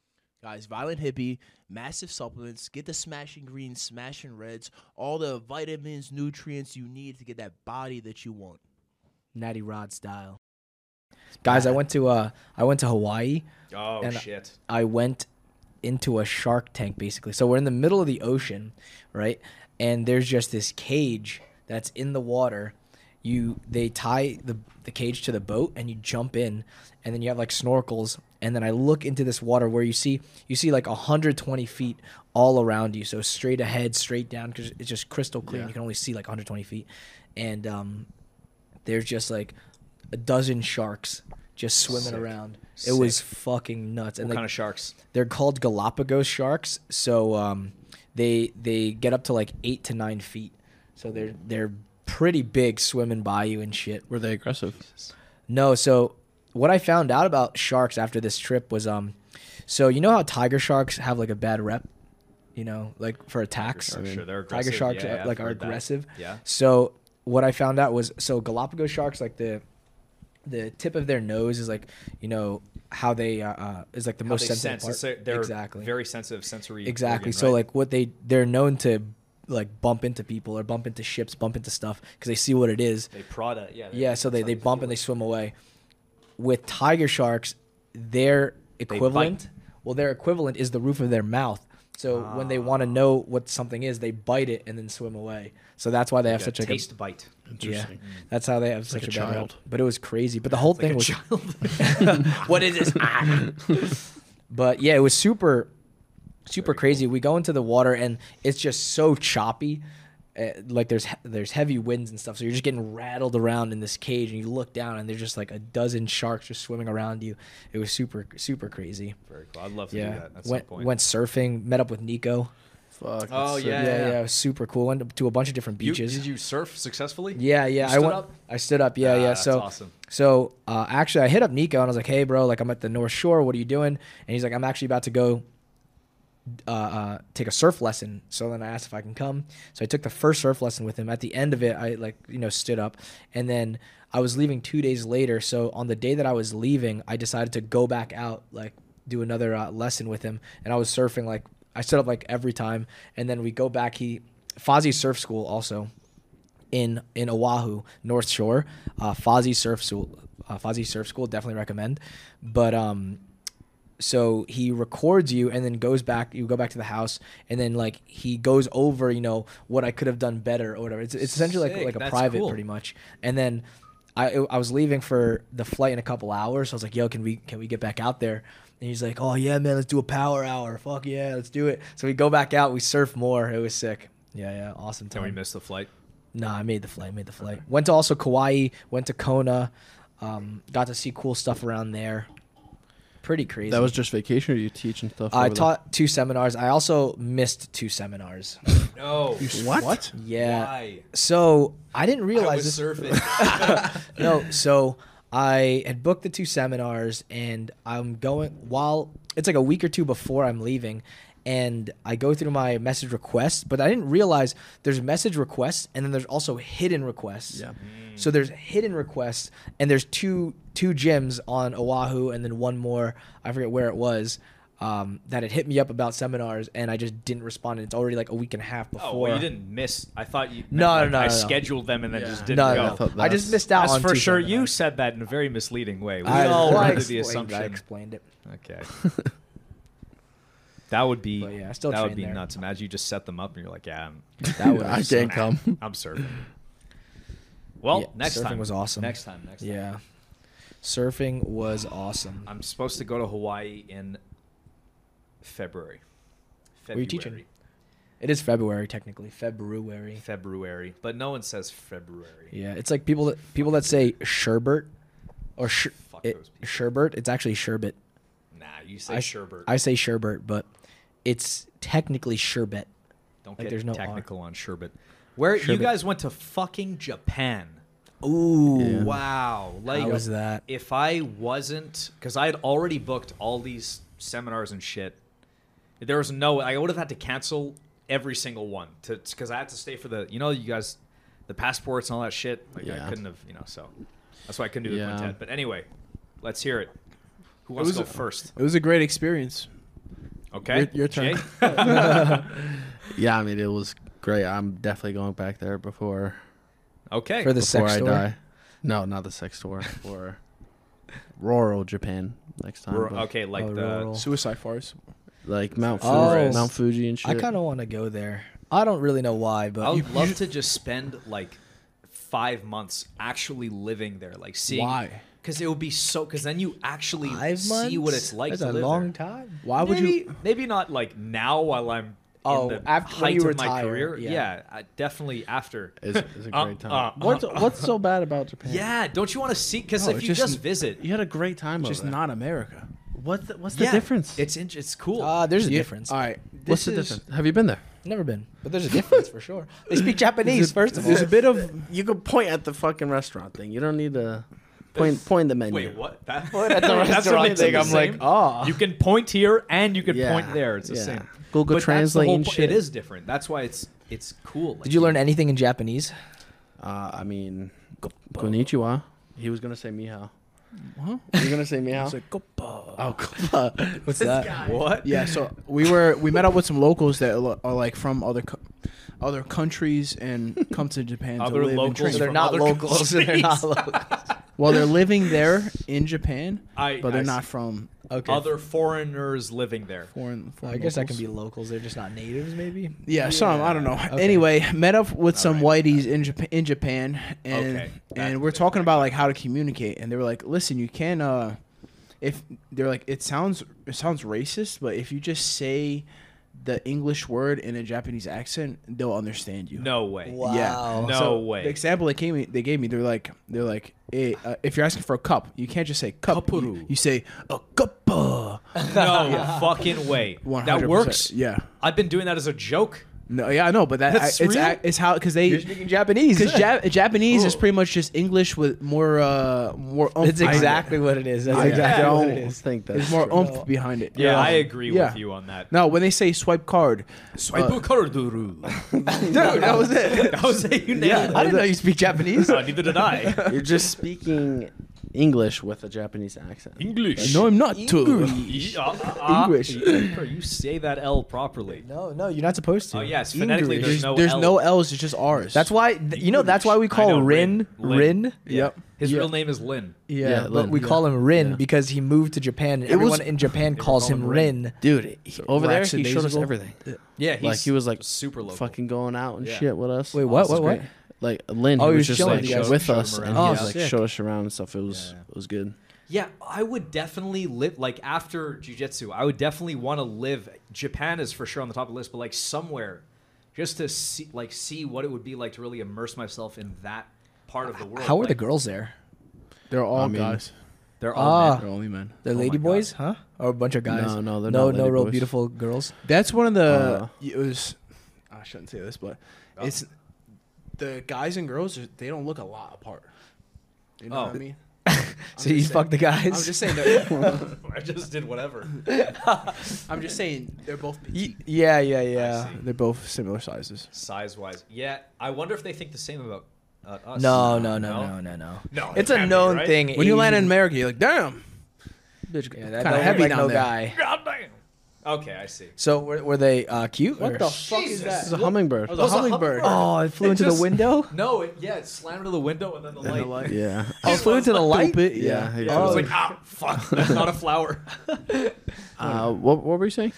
S4: Guys, Violent Hippie, massive supplements. Get the Smashing Greens, Smashing Reds, all the vitamins, nutrients you need to get that body that you want.
S1: Natty Rod style. Guys, I went to uh I went to Hawaii.
S2: Oh
S1: And-
S2: shit.
S1: I went into a shark tank basically. So we're in the middle of the ocean, right? And there's just this cage that's in the water. You they tie the the cage to the boat and you jump in and then you have like snorkels and then I look into this water where you see you see like 120 feet all around you. So straight ahead, straight down cuz it's just crystal clear. and You can only see like 120 feet. And um there's just like a dozen sharks just swimming around. It was fucking nuts. And
S2: What
S1: like,
S2: kind of sharks?
S1: they're called Galapagos sharks. So um, they they get up to like eight to nine feet. So they're they're pretty big swimming by you and shit.
S3: Were they aggressive?
S1: No, so what I found out about sharks after this trip was um, so you know how tiger sharks have like a bad rep, you know, like for attacks.
S2: sharks, sure, they're
S1: tiger
S2: aggressive.
S1: sharks
S2: Yeah,
S1: are,
S2: yeah, I've
S1: like are
S2: heard that.
S1: aggressive.
S2: Yeah.
S1: So what I found out was so Galapagos sharks like the the tip of their nose is like you know how they uh, uh, is like the
S2: How
S1: most
S2: they
S1: sensitive
S2: sense.
S1: part.
S2: It's their- They're
S1: exactly.
S2: very sensitive sensory.
S1: exactly.
S2: organ,
S1: so
S2: right?
S1: like what they they're known to like bump into people or bump into ships, bump into stuff because they see what it is.
S2: they prod it. Yeah.
S1: Yeah, so they,
S2: that's
S1: they
S2: how
S1: bump
S2: feel
S1: and
S2: it.
S1: they swim away. With tiger sharks, their equivalent, well, their equivalent is the roof of their mouth. So when they
S2: Ah.
S1: want to know what something is, they bite it and then swim away. So that's why they have
S2: Like a
S1: such like,
S2: taste bite.
S1: a yeah. Mm. That's how they have such
S3: a
S1: a, bad rep.
S3: child.
S1: But it was crazy. But the whole thing
S2: a
S1: was what is this? Ah. but yeah, it was super, super crazy. We go into the water and it's just so choppy. Uh, like there's he- there's heavy winds and stuff, so you're just getting rattled around in this cage, and you look down and there's just like a dozen sharks just swimming around you. It was super super crazy.
S2: Very cool. I'd love to do
S1: Yeah,
S2: that. That's
S1: went
S2: the point.
S1: went surfing, met up with Nico.
S3: Fuck.
S2: Oh,
S3: that's
S2: yeah.
S1: Yeah, yeah, it was super cool. Went to a bunch of different
S2: You-
S1: beaches.
S2: did you surf successfully?
S1: Yeah, yeah. I
S2: You stood
S1: went.
S2: up?
S1: I stood up. Yeah,
S2: Ah,
S1: yeah.
S2: that's
S1: so
S2: awesome.
S1: So uh, actually, I hit up Nico and I was like, "Hey, bro, like I'm at the North Shore. What are you doing?" And he's like, "I'm actually about to go uh, uh, take a surf lesson." So then I asked if I can come. So I took the first surf lesson with him. At the end of it, I like you know stood up, and then I was leaving two days later. So on the day that I was leaving, I decided to go back out like do another uh, lesson with him, and I was surfing like I stood up like every time, and then we go back. He Fozzie Surf School also in in Oahu, North Shore, uh, Fozzie Surf School. Uh, Fozzie Surf School definitely recommend. But um, so he records you and then goes back. You go back to the house and then like he goes over, you know, what I could have done better or whatever. It's, it's essentially
S2: Sick,
S1: like like a
S2: that's
S1: private
S2: cool.
S1: pretty much. And then I I was leaving for the flight in a couple hours. So I was like, yo, can we can we get back out there? And he's like, oh yeah, man, let's do a power hour. Fuck yeah, let's do it. So we go back out. We surf more. It was sick. Yeah, yeah, awesome time.
S2: And we missed the flight.
S1: No, I made the flight. Made the flight. Went to also Kauai. Went to Kona. Um, got to see cool stuff around there. Pretty crazy.
S3: That was just vacation, or you teach and stuff.
S1: I
S3: over there?
S1: taught two seminars. I also missed two seminars.
S2: No.
S3: What?
S1: yeah.
S2: Why?
S1: So I didn't
S2: I
S1: realize
S2: was
S1: this.
S2: surfing.
S1: no, so I had booked the two seminars and I'm going while it's like a week or two before I'm leaving and I go through my message requests, but I didn't realize there's message requests and then there's also hidden requests.
S3: Yeah.
S2: Mm.
S1: So there's hidden requests and there's two two gyms on Oahu and then one more I forget where it was. Um, that had hit me up about seminars and I just didn't respond. And it's already like a week and a half before.
S2: oh, well, you didn't miss. I thought you. meant,
S1: No,
S2: like,
S1: no,
S2: I
S1: no, no.
S2: scheduled them and then
S3: Yeah.
S2: just didn't
S1: No,
S2: go.
S1: no,
S3: I thought
S1: no. I just
S3: that's-
S1: missed out
S2: That's
S1: on
S2: for
S1: two
S2: sure. You
S1: seminars.
S2: said that in a very misleading way. We
S1: I,
S2: all
S1: well, I
S2: were under
S1: explained-
S2: the
S1: I
S2: assumption.
S1: explained it.
S2: Okay. That would be
S1: But yeah, I still
S2: that would
S1: train
S2: be
S1: there.
S2: nuts. Imagine you just set them up and you're like, yeah, I'm,
S1: That would
S3: I
S1: have
S3: can't
S1: sucked.
S3: come.
S2: I'm surfing. Well,
S1: Yeah,
S2: next
S1: surfing
S2: time
S1: was awesome.
S2: Next time, next time.
S1: Yeah. Surfing was awesome.
S2: I'm supposed to go to Hawaii in February. February.
S1: Were you teaching? It is February technically. February.
S2: February, but no one says February.
S1: Yeah, it's like people that people that say sherbert or sh-
S2: Fuck
S1: it,
S2: those people.
S1: sherbet. It's actually sherbet.
S2: Nah, you say
S1: I,
S2: sherbert.
S1: I say sherbet, but it's technically sherbet.
S2: Don't
S1: like,
S2: get
S1: there's no R.
S2: technical on sherbet. Where you
S1: Sherbet.
S2: guys went to fucking Japan?
S1: Ooh.
S2: Wow. Like
S1: How was that?
S2: If I wasn't cuz I had already booked all these seminars and shit. There was no I would have had to cancel every single one to cuz I had to stay for the you know you guys the passports and all that shit. Like I
S3: Yeah.
S2: couldn't have, you know, so. That's why I couldn't do the
S3: Yeah.
S2: quintet. But anyway, let's hear it. Who wants to
S5: was
S2: go
S5: a-
S2: first?
S5: It was a great experience.
S2: Okay.
S5: your- your turn.
S2: Jay?
S3: Yeah, I mean it was great. I'm definitely going back there before
S2: Okay.
S1: For the
S3: before
S1: sex
S3: I
S1: store.
S3: die. No, not the sex store. For rural Japan next time.
S2: We're-
S3: but,
S2: okay, like
S1: Oh,
S2: the
S1: rural.
S5: Suicide forest.
S3: Like Mount Fuji,
S1: Oh.
S3: Mount Fuji and shit.
S1: I kind of want to go there. I don't really know why, but
S2: I would love to just spend like five months actually living there, like seeing
S5: Why?
S2: Because it would be so. Because then you actually
S1: five
S2: see
S1: months.
S2: what it's like
S1: That's
S2: to
S1: a
S2: live
S1: long
S2: there.
S1: time.
S5: Why would
S2: maybe,
S5: you?
S2: Maybe not like now while I'm.
S1: Oh,
S2: in the
S1: after- when
S2: height
S1: you
S2: of my
S1: retire,
S2: career,
S1: yeah.
S2: I, definitely after.
S3: It's, it's a
S2: Uh,
S3: great time.
S2: uh,
S3: what's what's so bad about Japan?
S2: yeah, don't you want to see? Because
S5: No,
S2: if
S5: it's
S2: you just,
S5: just-
S2: visit,
S3: you had a great time.
S5: Just
S3: over there.
S5: not America.
S3: What the, what's
S2: yeah,
S3: the difference?
S2: It's in, it's cool.
S1: Uh, there's a difference.
S5: All right. this
S3: what's the
S5: is-
S3: difference? Have you been there?
S1: Never been, but there's a difference for sure. They speak Japanese first of all.
S5: There's a bit of
S3: You can point at the fucking restaurant thing. You don't need to point point the menu.
S2: Wait, what? That,
S1: at the
S2: that's what
S1: restaurant
S2: I
S1: thing,
S2: the
S1: I'm like,
S2: same.
S1: ah.
S2: You can point here and you can
S3: Yeah,
S2: point there. It's the
S3: yeah.
S2: same.
S3: Google
S2: that's the
S3: Translate
S2: whole
S3: and
S2: po-
S3: shit.
S2: It is different. That's why it's it's cool. Like,
S1: Did you learn anything in Japanese?
S3: Uh, I mean, konnichiwa. He was gonna say mihao. You're gonna say meow?
S5: It's like, "Gopa."
S3: oh, come on.
S1: What's
S5: This
S1: that?
S2: What?
S5: Yeah, so we were we met up with some locals that are, are like from other co- other countries and come to Japan
S2: Other
S5: to live
S2: locals
S1: So they're
S5: and train.
S2: from
S1: not
S2: other
S1: locals. They're not locals.
S5: Well, they're living there in Japan,
S2: I-
S5: but they're
S2: I
S5: not
S2: see.
S5: from
S1: Okay.
S2: Other foreigners living there.
S5: foreign.
S1: I
S5: foreign
S1: guess that
S5: locals.
S1: can be locals. They're just not natives, maybe.
S5: Yeah, some I don't know.
S1: Okay.
S5: Anyway, met up with some
S2: right.
S5: whiteys in Japan, in Japan, and
S2: Okay, that-
S5: and we're talking about like how to communicate, and they were like, "Listen, you can uh, if they're like, it sounds it sounds racist, but if you just say the English word in a Japanese accent, they'll understand you."
S2: No way.
S1: Wow.
S5: Yeah,
S2: No
S5: So,
S2: way.
S5: The example they gave me, they gave me, they're like, they're like, eh, uh, if you're asking for a cup, you can't just say cup. You,
S2: Kapuru.
S5: you say a uh, cuppa.
S2: No fucking way. That
S5: 100%.
S2: works.
S5: Yeah.
S2: I've been doing that as a joke.
S5: No, yeah, I know, but that
S2: That's
S5: I, it's
S2: real?
S5: ac- it's how because they
S1: You're speaking Japanese.
S5: Because Jap- Japanese is
S2: Ooh.
S5: pretty much just English with more uh more oomph.
S1: That's exactly what it is. That's
S5: I
S1: exactly what it
S3: don't
S1: is.
S3: think that's
S5: There's more
S3: true.
S5: oomph behind it.
S2: Yeah, I agree
S5: Yeah.
S2: with you on that.
S5: No, when they say swipe card,
S2: Swipe a card, Duru.
S5: dude, that was it.
S2: That was it. You nailed
S1: I
S2: it.
S1: didn't know you speak Japanese.
S2: Uh, neither did I.
S3: You're just speaking English with a Japanese accent.
S2: English.
S5: No, I'm not
S1: English.
S5: too.
S2: Yeah, uh, uh,
S5: English.
S2: You you say that L properly.
S1: no, no, you're not supposed to.
S2: Oh yes, phonetically
S5: There's,
S2: there's no
S5: there's
S2: L.
S5: no L's, it's just R's.
S1: That's why th- you know. That's why we
S2: I
S1: call
S2: know,
S1: Rin
S2: Rin. Lin.
S1: Rin.
S5: Yep.
S2: His
S5: Yeah.
S2: real name is Lin.
S1: Yeah,
S3: Yeah,
S1: but
S3: Lin,
S1: we
S3: yeah.
S1: call him Rin
S3: Yeah.
S1: because he moved to Japan. And everyone
S5: was-
S1: in Japan calls
S2: call
S1: him
S2: him
S1: Rin.
S2: Rin.
S3: Dude, he- over there,
S5: racks
S3: he
S5: of
S3: showed us
S5: days ago?
S3: everything.
S2: Yeah, he's
S3: like he was like
S2: super local.
S3: fucking going out and
S2: Yeah.
S3: shit with us.
S1: Wait,
S3: Oh,
S1: what,
S3: this
S1: what,
S3: is
S1: what?
S3: great. Like Lynn,
S1: Oh,
S3: he
S1: he
S3: was
S1: was
S3: just
S1: chilling
S3: like
S1: with you guys.
S3: with
S2: Showed
S3: us,
S2: him
S3: and he
S2: around.
S1: Oh,
S3: like
S1: sick.
S3: showed us around and stuff. It was
S2: Yeah.
S3: it was good.
S2: Yeah, I would definitely live like after jujitsu. I would definitely want to live. Japan is for sure on the top of the list, but like somewhere, just to see like see what it would be like to really immerse myself in that part of the world.
S1: How are
S2: like,
S1: the girls there?
S5: They're all
S3: I mean,
S5: guys.
S2: They're all
S1: Ah.
S2: men.
S5: They're only men.
S1: They're
S2: Oh my
S1: lady boys, huh? Or a bunch of guys?
S3: No, no, they're
S1: no,
S3: not
S1: no, real
S3: ladyboys.
S1: beautiful girls.
S5: That's one of the
S3: Uh,
S5: it was I shouldn't say this, but it's the guys and girls are- they don't look a lot apart. You know
S2: Oh.
S5: what I mean?
S1: So you
S5: just
S1: fuck the guys.
S5: I'm just saying they're,
S2: I just did whatever.
S5: I'm just saying they're both
S1: Y- yeah, yeah, yeah.
S2: I see.
S5: they're both similar sizes.
S2: Size wise, yeah. I wonder if they think the same about uh, us.
S1: No, no, no, no, no, no.
S2: No, it
S1: It's a
S2: can't be,
S1: known
S2: right?
S1: thing.
S5: When you land in
S1: Asian-
S5: America, you're like, damn. Bitch,
S1: yeah,
S5: kinda
S1: that don't
S5: heavy
S1: look like
S5: down
S1: no
S5: there.
S1: guy.
S2: God damn. Okay, I see.
S1: So were, were they uh, cute? or-
S5: What the fuck is
S2: Jesus.
S5: that?
S3: This is a hummingbird.
S5: That was a hummingbird.
S1: Oh, it flew
S2: It
S1: into
S2: just-
S1: the window.
S2: No, it, yeah, it slammed into the window and then the light.
S3: Yeah,
S1: Oh, it flew into the light.
S5: Stupid,
S3: yeah.
S5: yeah.
S3: yeah.
S2: I
S1: Oh.
S2: was like, ah, fuck, that's not a flower.
S3: uh, what what were you saying?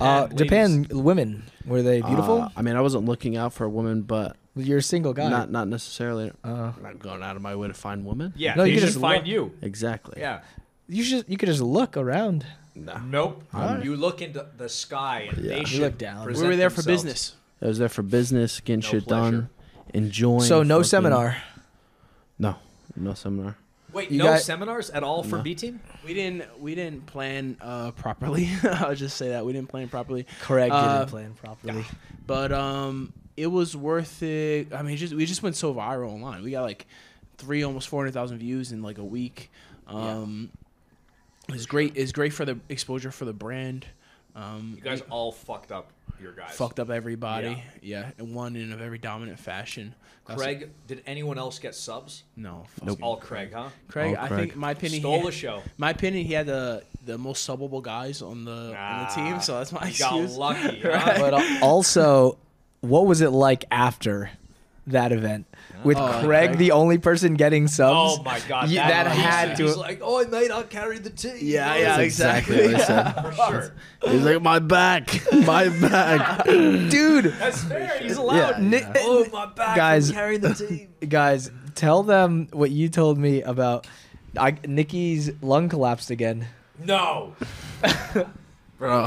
S1: Uh,
S2: Japan,
S1: Japan women were they beautiful?
S3: Uh, I mean, I wasn't looking out for a woman, but
S1: You're a single guy.
S3: not not necessarily.
S1: uh,
S3: I'm not going out of my way to find women.
S2: Yeah,
S1: No,
S2: they
S1: you can
S2: should
S1: just
S2: find
S1: look.
S2: you.
S3: exactly.
S2: Yeah.
S1: you should you could just look around.
S2: Nope. You look into the sky and
S3: Yeah.
S2: they
S3: You
S2: should
S1: look down. We
S5: We
S2: present
S5: were there for
S2: themselves.
S5: business.
S3: I was there for business, getting
S2: No
S3: shit
S2: pleasure.
S3: done, enjoying.
S1: So no
S3: fucking-
S1: seminar.
S3: No, no seminar.
S2: Wait,
S1: You
S2: no
S1: got-
S2: seminars at all for
S3: No.
S2: B team?
S5: We didn't we didn't plan uh, properly. I'll just say that we didn't plan properly.
S1: Correct. you
S5: Uh,
S1: didn't plan properly.
S5: But um, it was worth it. I mean, just we just went so viral online. We got like three, almost four hundred thousand views in like a week. Um, it's great. It's great for the exposure for the brand. Um,
S2: You guys all fucked up your guys.
S5: fucked up everybody. Yeah, and won in a very dominant fashion. That's-
S2: Craig, did anyone else get subs?
S5: no, fuck
S3: Nope.
S5: you.
S2: All Craig, huh?
S5: Craig,
S3: Oh,
S5: I
S3: Craig.
S5: think my opinion he
S2: Stole
S5: had-
S2: the show.
S5: My opinion, he had the the most subbable guys on the on the
S2: Ah,
S5: team, so that's my
S2: you got
S5: excuse.
S2: lucky.
S5: Right.
S2: Huh?
S1: but al- also, what was it like after that event with
S5: Oh,
S1: Craig,
S5: Craig.
S1: the only person getting subs?
S2: Oh my god,
S1: You- that
S2: was-
S1: had
S2: He's
S1: to-
S2: like, oh, I might not carry the team.
S5: Yeah,
S2: You know,
S5: yeah,
S2: it's
S5: exactly.
S3: what I said.
S2: like, For sure.
S3: He's like, my back, my back.
S1: dude,
S2: That's fair. He's allowed.
S1: Ni-
S2: Oh my back,
S1: Guys-
S2: guys, carry the team.
S1: guys, tell them what you told me about. I, Nikki's lung collapsed again.
S2: No,
S3: Bro.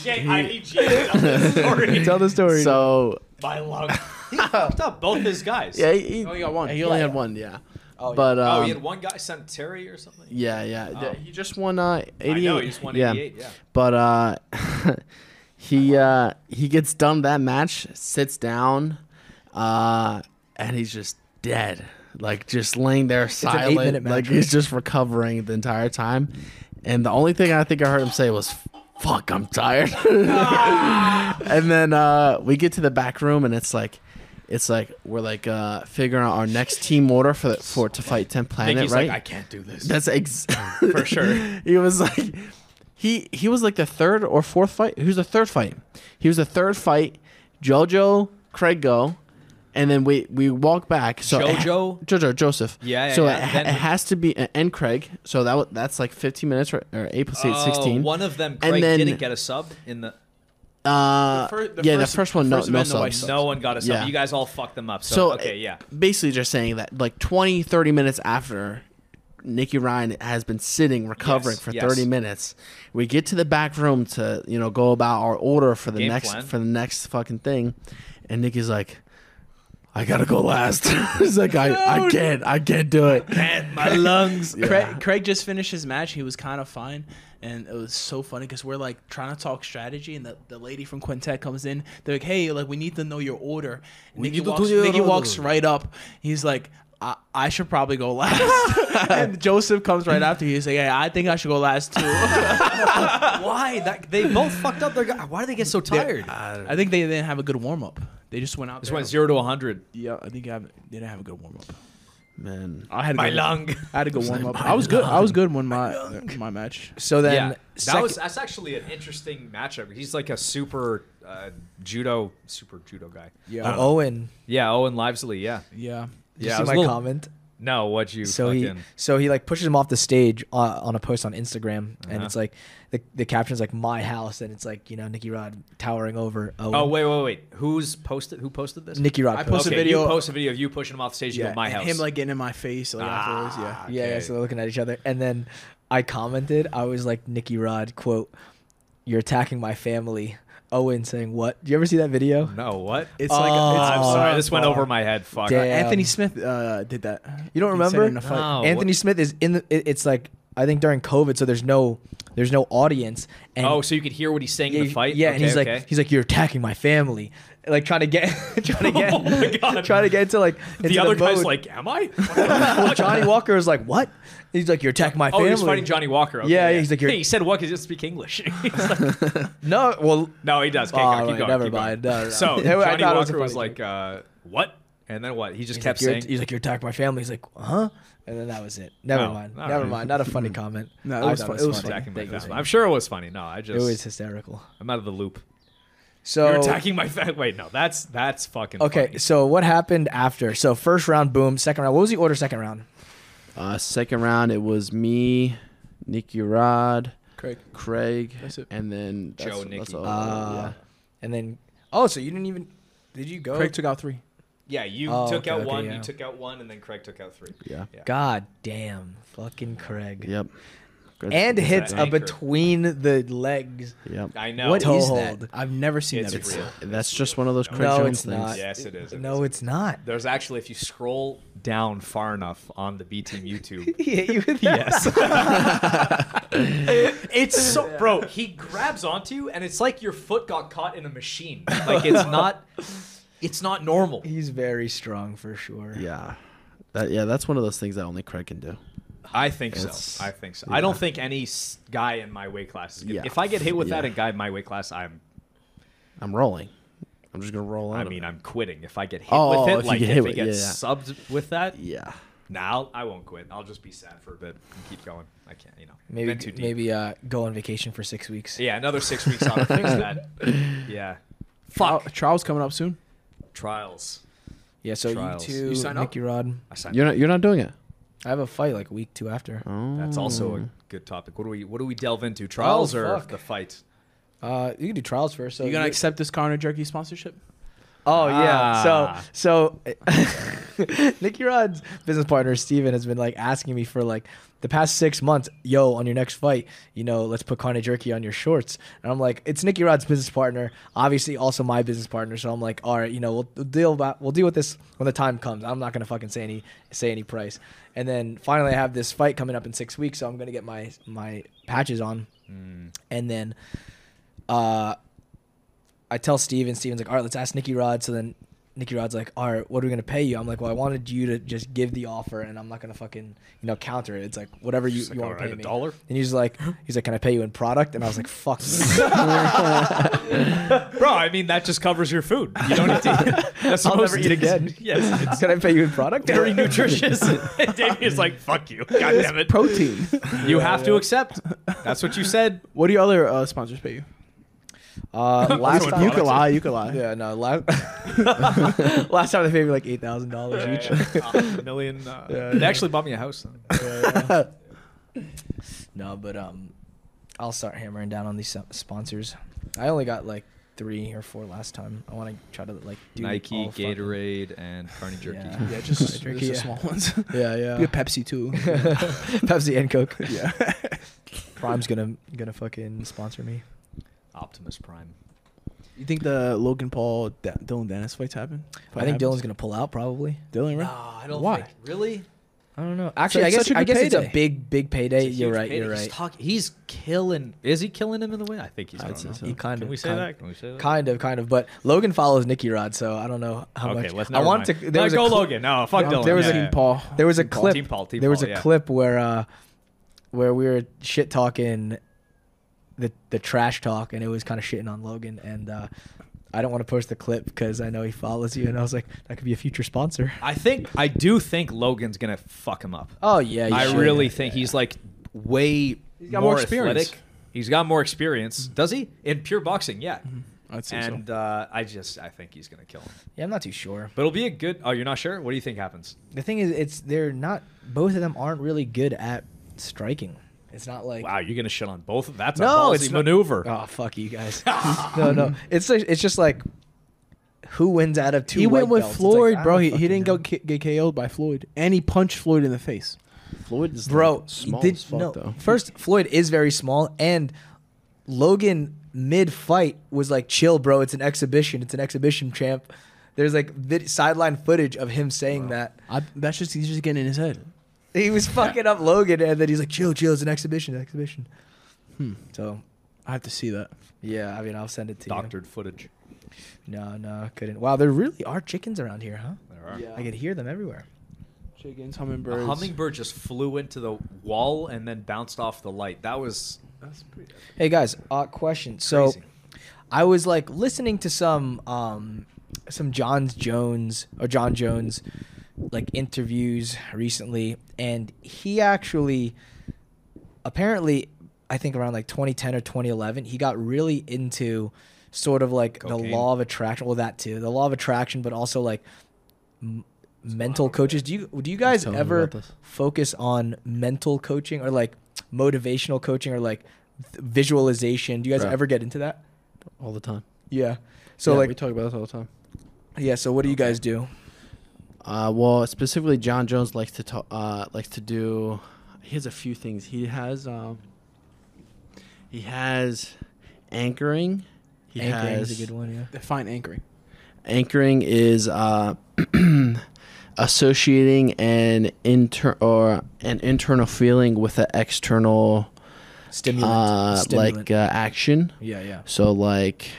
S2: Jake, I need Jake. to Tell this story.
S1: Tell the story.
S3: So
S2: My lung. He fucked up both his guys.
S3: yeah, he, he
S5: only got one.
S3: He only
S1: Yeah,
S3: had
S1: yeah.
S3: one. Yeah.
S1: Oh,
S3: but um,
S2: oh, he had one guy sent Terry or something.
S3: yeah, yeah. th-
S2: Oh.
S3: He just won uh,
S2: I
S3: eighty-eight.
S2: know he's one eighty-eight. Yeah.
S3: But uh, he uh, he gets done that match, sits down, uh, and he's just dead, like just laying there
S1: an
S3: silent,
S1: eight-minute match,
S3: like
S1: right?
S3: he's just recovering the entire time. And the only thing I think I heard him say was. Fuck, I'm tired. and then uh, we get to the back room, and it's like, it's like we're like uh figuring out our next team order for the, for to fight Ten Planet,
S2: Nikki's
S3: right?
S2: like, I can't do this.
S3: That's ex-
S2: For sure.
S3: he was like, he he was like the third or fourth fight. Who's the third fight? He was the third fight. JoJo, Craig go, and then we we walk back. So it ha-
S2: Jojo?
S3: JoJo, Joseph.
S2: Yeah, yeah,
S3: so
S2: yeah.
S3: It, ha-
S2: Then-
S3: it has to be and Craig. So that wa- that's like 15 minutes or, or eight plus eight,
S2: Oh,
S3: 16.
S2: One of them,
S3: And
S2: Craig,
S3: then-
S2: didn't get a sub in the.
S3: Uh,
S5: The fir- the
S3: yeah,
S5: first-
S3: the first one,
S5: the
S3: no,
S5: first
S3: no
S5: event, no
S3: subs.
S5: ice.
S2: No one got a sub.
S3: Yeah.
S2: You guys all fucked them up. So,
S3: So
S2: okay,
S3: it-
S2: yeah.
S3: Basically, just saying that like 20, 30 minutes after Nikki Ryan has been sitting recovering
S2: Yes,
S3: for
S2: yes.
S3: 30 minutes, we get to the back room to you know go about our order for the
S2: Game
S3: next
S2: plan.
S3: for the next fucking thing, and Nikki's like. I gotta go last. He's like, I, I can't, I can't do it.
S2: My lungs.
S5: Craig, Craig just finished his match. He was kind of fine, and it was so funny because we're like trying to talk strategy, and the, the lady from Quintet comes in. They're like, "Hey, like we need to know your order." And Nikki
S1: need to
S5: walks,
S1: do your
S5: Nikki walks
S1: order.
S5: right up. He's like, "I, I should probably go last." and Joseph comes right after. He's like, "Hey, I think I should go last too."
S2: Why? That, they both fucked up their guy. Why do they get so tired?
S5: I think they didn't have a good warm up. They just went out.
S2: Just
S5: there.
S2: went zero to 100.
S5: Yeah, I think I have, they didn't have a good warm up.
S3: Man,
S5: I had a
S2: My
S5: good-
S2: lung.
S5: I had a good warm up. I was good. I was good when my my match.
S1: So then,
S2: yeah,
S1: second,
S2: that was that's actually an interesting matchup. He's like a super uh, judo, super judo guy.
S5: Yeah.
S1: uh, Owen.
S2: Yeah, Owen Livesley. Yeah,
S5: Yeah.
S1: Did
S2: yeah. I
S1: you
S2: was
S1: see
S2: a
S1: my
S2: little-
S1: comment?
S2: No, what you
S1: so he
S2: fucking
S1: so he like pushes him off the stage uh, on a post on Instagram, and
S2: Uh-huh.
S1: it's like the the caption's like "my house," and it's like you know Nikki Rod towering over. Owen.
S2: Oh wait, wait, wait. Who's posted? Who posted this?
S1: Nikki Rod.
S5: I
S1: post.
S5: posted-
S2: okay,
S5: a video-
S2: You post a video of you pushing him off the stage to
S5: Yeah,
S2: go, my
S5: and
S2: house.
S5: Him like getting in my face like afterwards.
S2: Ah.
S5: Yeah.
S1: Yeah, yeah.
S2: okay.
S1: So they're looking at each other, and then I commented. I was like Nikki Rod quote, "You're attacking my family." Owen saying what? Do you ever see that video?
S2: no, what?
S5: It's like a- it's,
S2: I'm
S1: Oh,
S2: sorry, this went
S1: fuck.
S2: over my head. Fuck.
S1: Damn.
S5: Anthony Smith uh, did that.
S1: You don't
S5: He said it
S1: remember?
S5: in a fight.
S2: No. Oh,
S1: Anthony
S2: what-
S1: Smith is in the. it- it's like I think during COVID, so there's no there's no audience. And
S2: Oh, so you could hear what he's saying
S1: yeah,
S2: in the fight.
S1: yeah, and
S2: Okay,
S1: he's
S2: okay.
S1: like he's like you're attacking my family, like trying to get trying to get
S2: Oh my God.
S1: trying to get to like into
S2: the other guy's
S1: mode.
S2: like, am I?
S1: well, Johnny Walker is like what? He's like you're attacking my
S2: Oh,
S1: family.
S2: he's fighting Johnny Walker. Okay,
S1: Yeah, he's like, you're-
S2: hey, he said what? Because he doesn't speak English. He's like-
S1: No, well,
S2: no, he does. Okay,
S1: Oh,
S2: go- keep
S1: right,
S2: going.
S1: never
S2: keep going.
S1: mind. No, no.
S2: So
S1: I
S2: Johnny
S1: thought it
S2: Walker
S1: was a
S2: was,
S1: funny
S2: like, uh, what? And then what? He just
S1: he's
S2: kept
S1: like, you're,
S2: saying.
S1: he's like you're attacking my family. He's like huh? And then that was it. Never
S2: Oh,
S1: mind.
S2: all
S1: Never
S2: right.
S1: mind. Not a funny comment.
S5: No, it
S1: I
S5: was
S1: thought
S5: fun- it was
S1: funny.
S2: attacking my
S1: Thank you.
S2: family. I'm sure it was funny. No, I
S1: It
S2: just
S1: was hysterical.
S2: I'm out of the loop.
S1: So
S2: You're attacking my fa- wait. No, that's that's fucking
S1: Okay,
S2: funny.
S1: so what happened after? So first round, boom. Second round, what was the order? Second round.
S3: uh, second round it was me, Nikki Rod,
S5: Craig.
S3: Craig,
S5: That's it.
S3: and then that's,
S2: Joe,
S3: that's
S2: Nikki.
S3: all-
S1: Uh, And then, oh, so you didn't even? Did you go?
S5: Craig took out three.
S2: Yeah, you
S1: Oh,
S2: took
S1: okay,
S2: out
S1: okay,
S2: one,
S1: yeah.
S2: you took out one, and then Craig took out three.
S3: yeah,
S2: Yeah.
S1: God damn, fucking Craig.
S3: yeah, yep. Good-
S1: And
S3: good
S1: hits
S2: an
S1: a
S2: anchor.
S1: between the legs.
S3: Yep.
S2: I know.
S1: What
S5: Toe
S1: is
S5: hold.
S1: that?
S5: I've never seen
S2: It's
S5: that. before.
S2: real.
S3: That's just one of those Craig
S1: no,
S3: Jones
S1: it's
S3: things.
S1: not.
S2: Yes, it is. It
S1: Uh, no,
S2: is.
S1: it's not.
S2: There's actually, if you scroll down far enough on the B Team YouTube,
S1: He hit you with that.
S2: yes, it's so bro. He grabs onto you, and it's like your foot got caught in a machine. Like it's not, it's not normal.
S1: He's very strong for sure.
S3: Yeah. That, yeah, that's one of those things that only Craig can do.
S2: I think
S3: It's-
S2: so. I think so. I don't think any s- guy in my weight class. Is gonna,
S3: Yeah.
S2: If I get hit with that
S3: Yeah.
S2: in guy in my weight class, I'm.
S3: I'm rolling. I'm just gonna roll out.
S2: I
S3: of
S2: mean,
S3: it.
S2: I'm quitting. If I get hit
S3: Oh,
S2: with
S3: if
S2: it,
S3: you
S2: like
S3: get
S2: if
S3: hit
S2: it
S3: with-
S2: gets
S3: yeah,
S2: subbed with that,
S3: yeah.
S2: Now I won't quit. I'll just be sad for a bit and keep going. I can't, you know.
S1: Maybe
S2: been too deep.
S1: maybe uh, go on vacation for six weeks.
S2: Yeah, another six weeks on to fix that. Yeah.
S5: Trial-
S2: Fuck
S5: Trials coming up soon.
S2: trials.
S1: Yeah. So
S2: Trials.
S1: you two,
S5: You sign up?
S1: Nicky Rod.
S2: I signed
S3: You're not. You're not doing it.
S1: I have a fight like week two after.
S2: That's also a good topic. What do we what do we delve into? Trials or
S1: fuck.
S2: the fight?
S1: Uh, you can do trials first. So
S5: you gonna
S1: you-
S5: accept this Connor Jerky sponsorship?
S1: Oh yeah.
S2: Ah.
S1: So so Nicky Rod's business partner Steven has been like asking me for like the past six months, yo, on your next fight, you know, let's put carne jerky on your shorts. And I'm like, it's Nicky Rod's business partner, obviously also my business partner. So I'm like, all right, you know, we'll, we'll deal about we'll deal with this when the time comes. I'm not gonna fucking say any say any price. And then finally, I have this fight coming up in six weeks, so I'm gonna get my my patches on, and then uh, I tell Steven, Steven's like, all right, let's ask Nikki Rod. So then Nikki Rod's like, all right, what are we gonna pay you? I'm like, well, I wanted you to just give the offer, and I'm not gonna fucking you know counter it. It's like whatever you,
S2: She's like,
S1: you want
S2: "All
S1: to
S2: right,
S1: pay
S2: a
S1: me.
S2: dollar?
S1: And he's like, he's like, can I pay you in product? And I was like, fuck. you."
S2: Bro, I mean that just covers your food. You don't need to. That's the
S1: I'll
S2: most
S1: never eat again.
S2: Yes, it's
S1: can I pay you in product?
S2: very nutritious. and Damien's like, "Fuck you, God damn it."
S5: Protein.
S2: You have to accept. That's what you said.
S5: what do your other uh, sponsors pay you?
S1: Uh, last time,
S3: You could lie. You could lie.
S1: Yeah, no. Last, last time they paid me like eight thousand dollars each.
S2: A million. Uh, They actually bought me a house. Then.
S1: No, but um, I'll start hammering down on these sp- sponsors. I only got like three or four last time. I want to try to like do all
S2: Nike,
S1: fucking-
S2: Gatorade, and Carney Jerky.
S1: Yeah.
S5: Yeah, just, just
S1: Jerky,
S5: the
S1: yeah.
S5: small ones. Uh,
S1: Yeah,
S5: Be
S1: yeah.
S5: a Pepsi too.
S1: Pepsi and Coke.
S5: yeah.
S1: Prime's gonna gonna fucking sponsor me.
S2: Optimus Prime.
S5: You think the Logan Paul D- Dylan Dennis fights happen?
S1: I think Dylan's gonna pull out probably.
S5: Dylan, right?
S2: I
S1: don't Why? think-
S2: really.
S1: I don't know. Actually, I
S5: it's
S1: guess
S5: such a
S1: I
S5: good
S1: guess it's a
S5: payday.
S1: big big payday. you're right. You're
S2: He's,
S1: right.
S2: talk, he's killing. Is he killing him in the way? I think he's.
S5: I
S2: killing
S5: don't know.
S2: him.
S5: So,
S1: He kind
S2: Can
S1: of
S2: we say
S1: kind,
S2: that? Can we say that?
S1: Kind of, kind of, but Logan follows Nicky Rod, so I don't know how
S2: okay,
S1: much.
S2: let's.
S1: I
S2: Never
S1: want
S2: mind.
S1: to. There
S2: No,
S1: was a
S2: go
S1: cli-
S2: Logan. No, fuck Dylan.
S1: there was
S2: yeah,
S1: a-
S2: yeah.
S5: Paul.
S1: There was a clip.
S2: Team Paul, team
S1: there was
S2: Paul,
S1: a
S2: yeah.
S1: clip where uh, where we were shit talking the the trash talk, and it was kind of shitting on Logan. And uh, I don't want to post the clip because I know he follows you, and I was like, that could be a future sponsor.
S2: I think I do think Logan's gonna fuck him up.
S1: Oh yeah, you
S2: I
S1: should.
S2: really think he's like way
S5: got
S2: more,
S5: more experience.
S2: athletic. He's got more experience. Does he in pure boxing? Yeah.
S5: Mm-hmm. I'd say
S2: And
S5: so.
S2: uh, I just I think he's gonna kill him.
S1: Yeah, I'm not too sure.
S2: But it'll be a good. Oh, you're not sure? What do you think happens?
S1: The thing is, it's they're not. Both of them aren't really good at striking. It's not like
S2: Wow, you're gonna shit on both. of That's a
S1: No,
S2: ballsy
S1: it's not-
S2: maneuver.
S1: Oh fuck you guys! no, no, it's like, it's just like who wins out of two.
S5: He went
S1: white
S5: with
S1: belts? It's like,
S5: Floyd,
S1: I
S5: bro.
S1: don't
S5: He, he
S1: fucking
S5: didn't
S1: know.
S5: go k- get KO'd by Floyd, and he punched Floyd in the face.
S3: Floyd is
S1: bro.
S3: like, small
S1: did,
S3: as fuck
S1: no,
S3: though.
S1: First, Floyd is very small, and Logan mid fight was like, "Chill, bro. It's an exhibition. It's an exhibition, champ." There's like vid- sideline footage of him saying that
S5: I, that's just he's just getting in his head.
S1: he was fucking up Logan, and then he's like, "Chill, chill. It's an exhibition. Exhibition."
S3: Hmm.
S1: So
S5: I have to see that.
S1: yeah, I mean, I'll send it to you.
S2: Doctored footage.
S1: No, no, couldn't. Wow, there really are chickens around here, huh?
S2: There are.
S1: I could hear them everywhere.
S5: Chickens, hummingbirds.
S2: A hummingbird just flew into the wall and then bounced off the light. That was
S5: That's pretty.
S1: Hey guys, uh, question. So,
S2: Crazy.
S1: I was like listening to some um, some John Jones or John Jones like interviews recently, and he actually apparently I think around like 2010 or 2011 he got really into sort of like
S2: Cocaine.
S1: the law of attraction. Well, that too, the law of attraction, but also like m- mental coaches. Do you do you guys
S3: telling me
S1: ever
S3: about this.
S1: focus on mental coaching or like motivational coaching or like th- visualization? Do you guys
S3: Right.
S1: ever get into that?
S3: all the time.
S1: Yeah. So
S3: Yeah,
S1: like
S3: we talk about this all the time.
S1: yeah, so what do you guys do?
S3: Uh, well, specifically, John Jones likes to talk, uh, likes to do. He has a few things. He has um, he has anchoring. He
S1: Anchoring is
S3: has-
S1: a good one, yeah.
S5: Define anchoring.
S3: Anchoring is uh, associating an inter or an internal feeling with an external
S1: Stimulant.
S3: uh,
S1: Stimulant.
S3: like uh, action.
S1: yeah, yeah.
S3: So like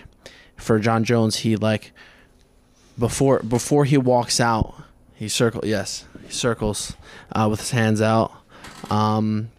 S3: for John Jones, he like before before he walks out, he circle yes, he circles uh, with his hands out. Um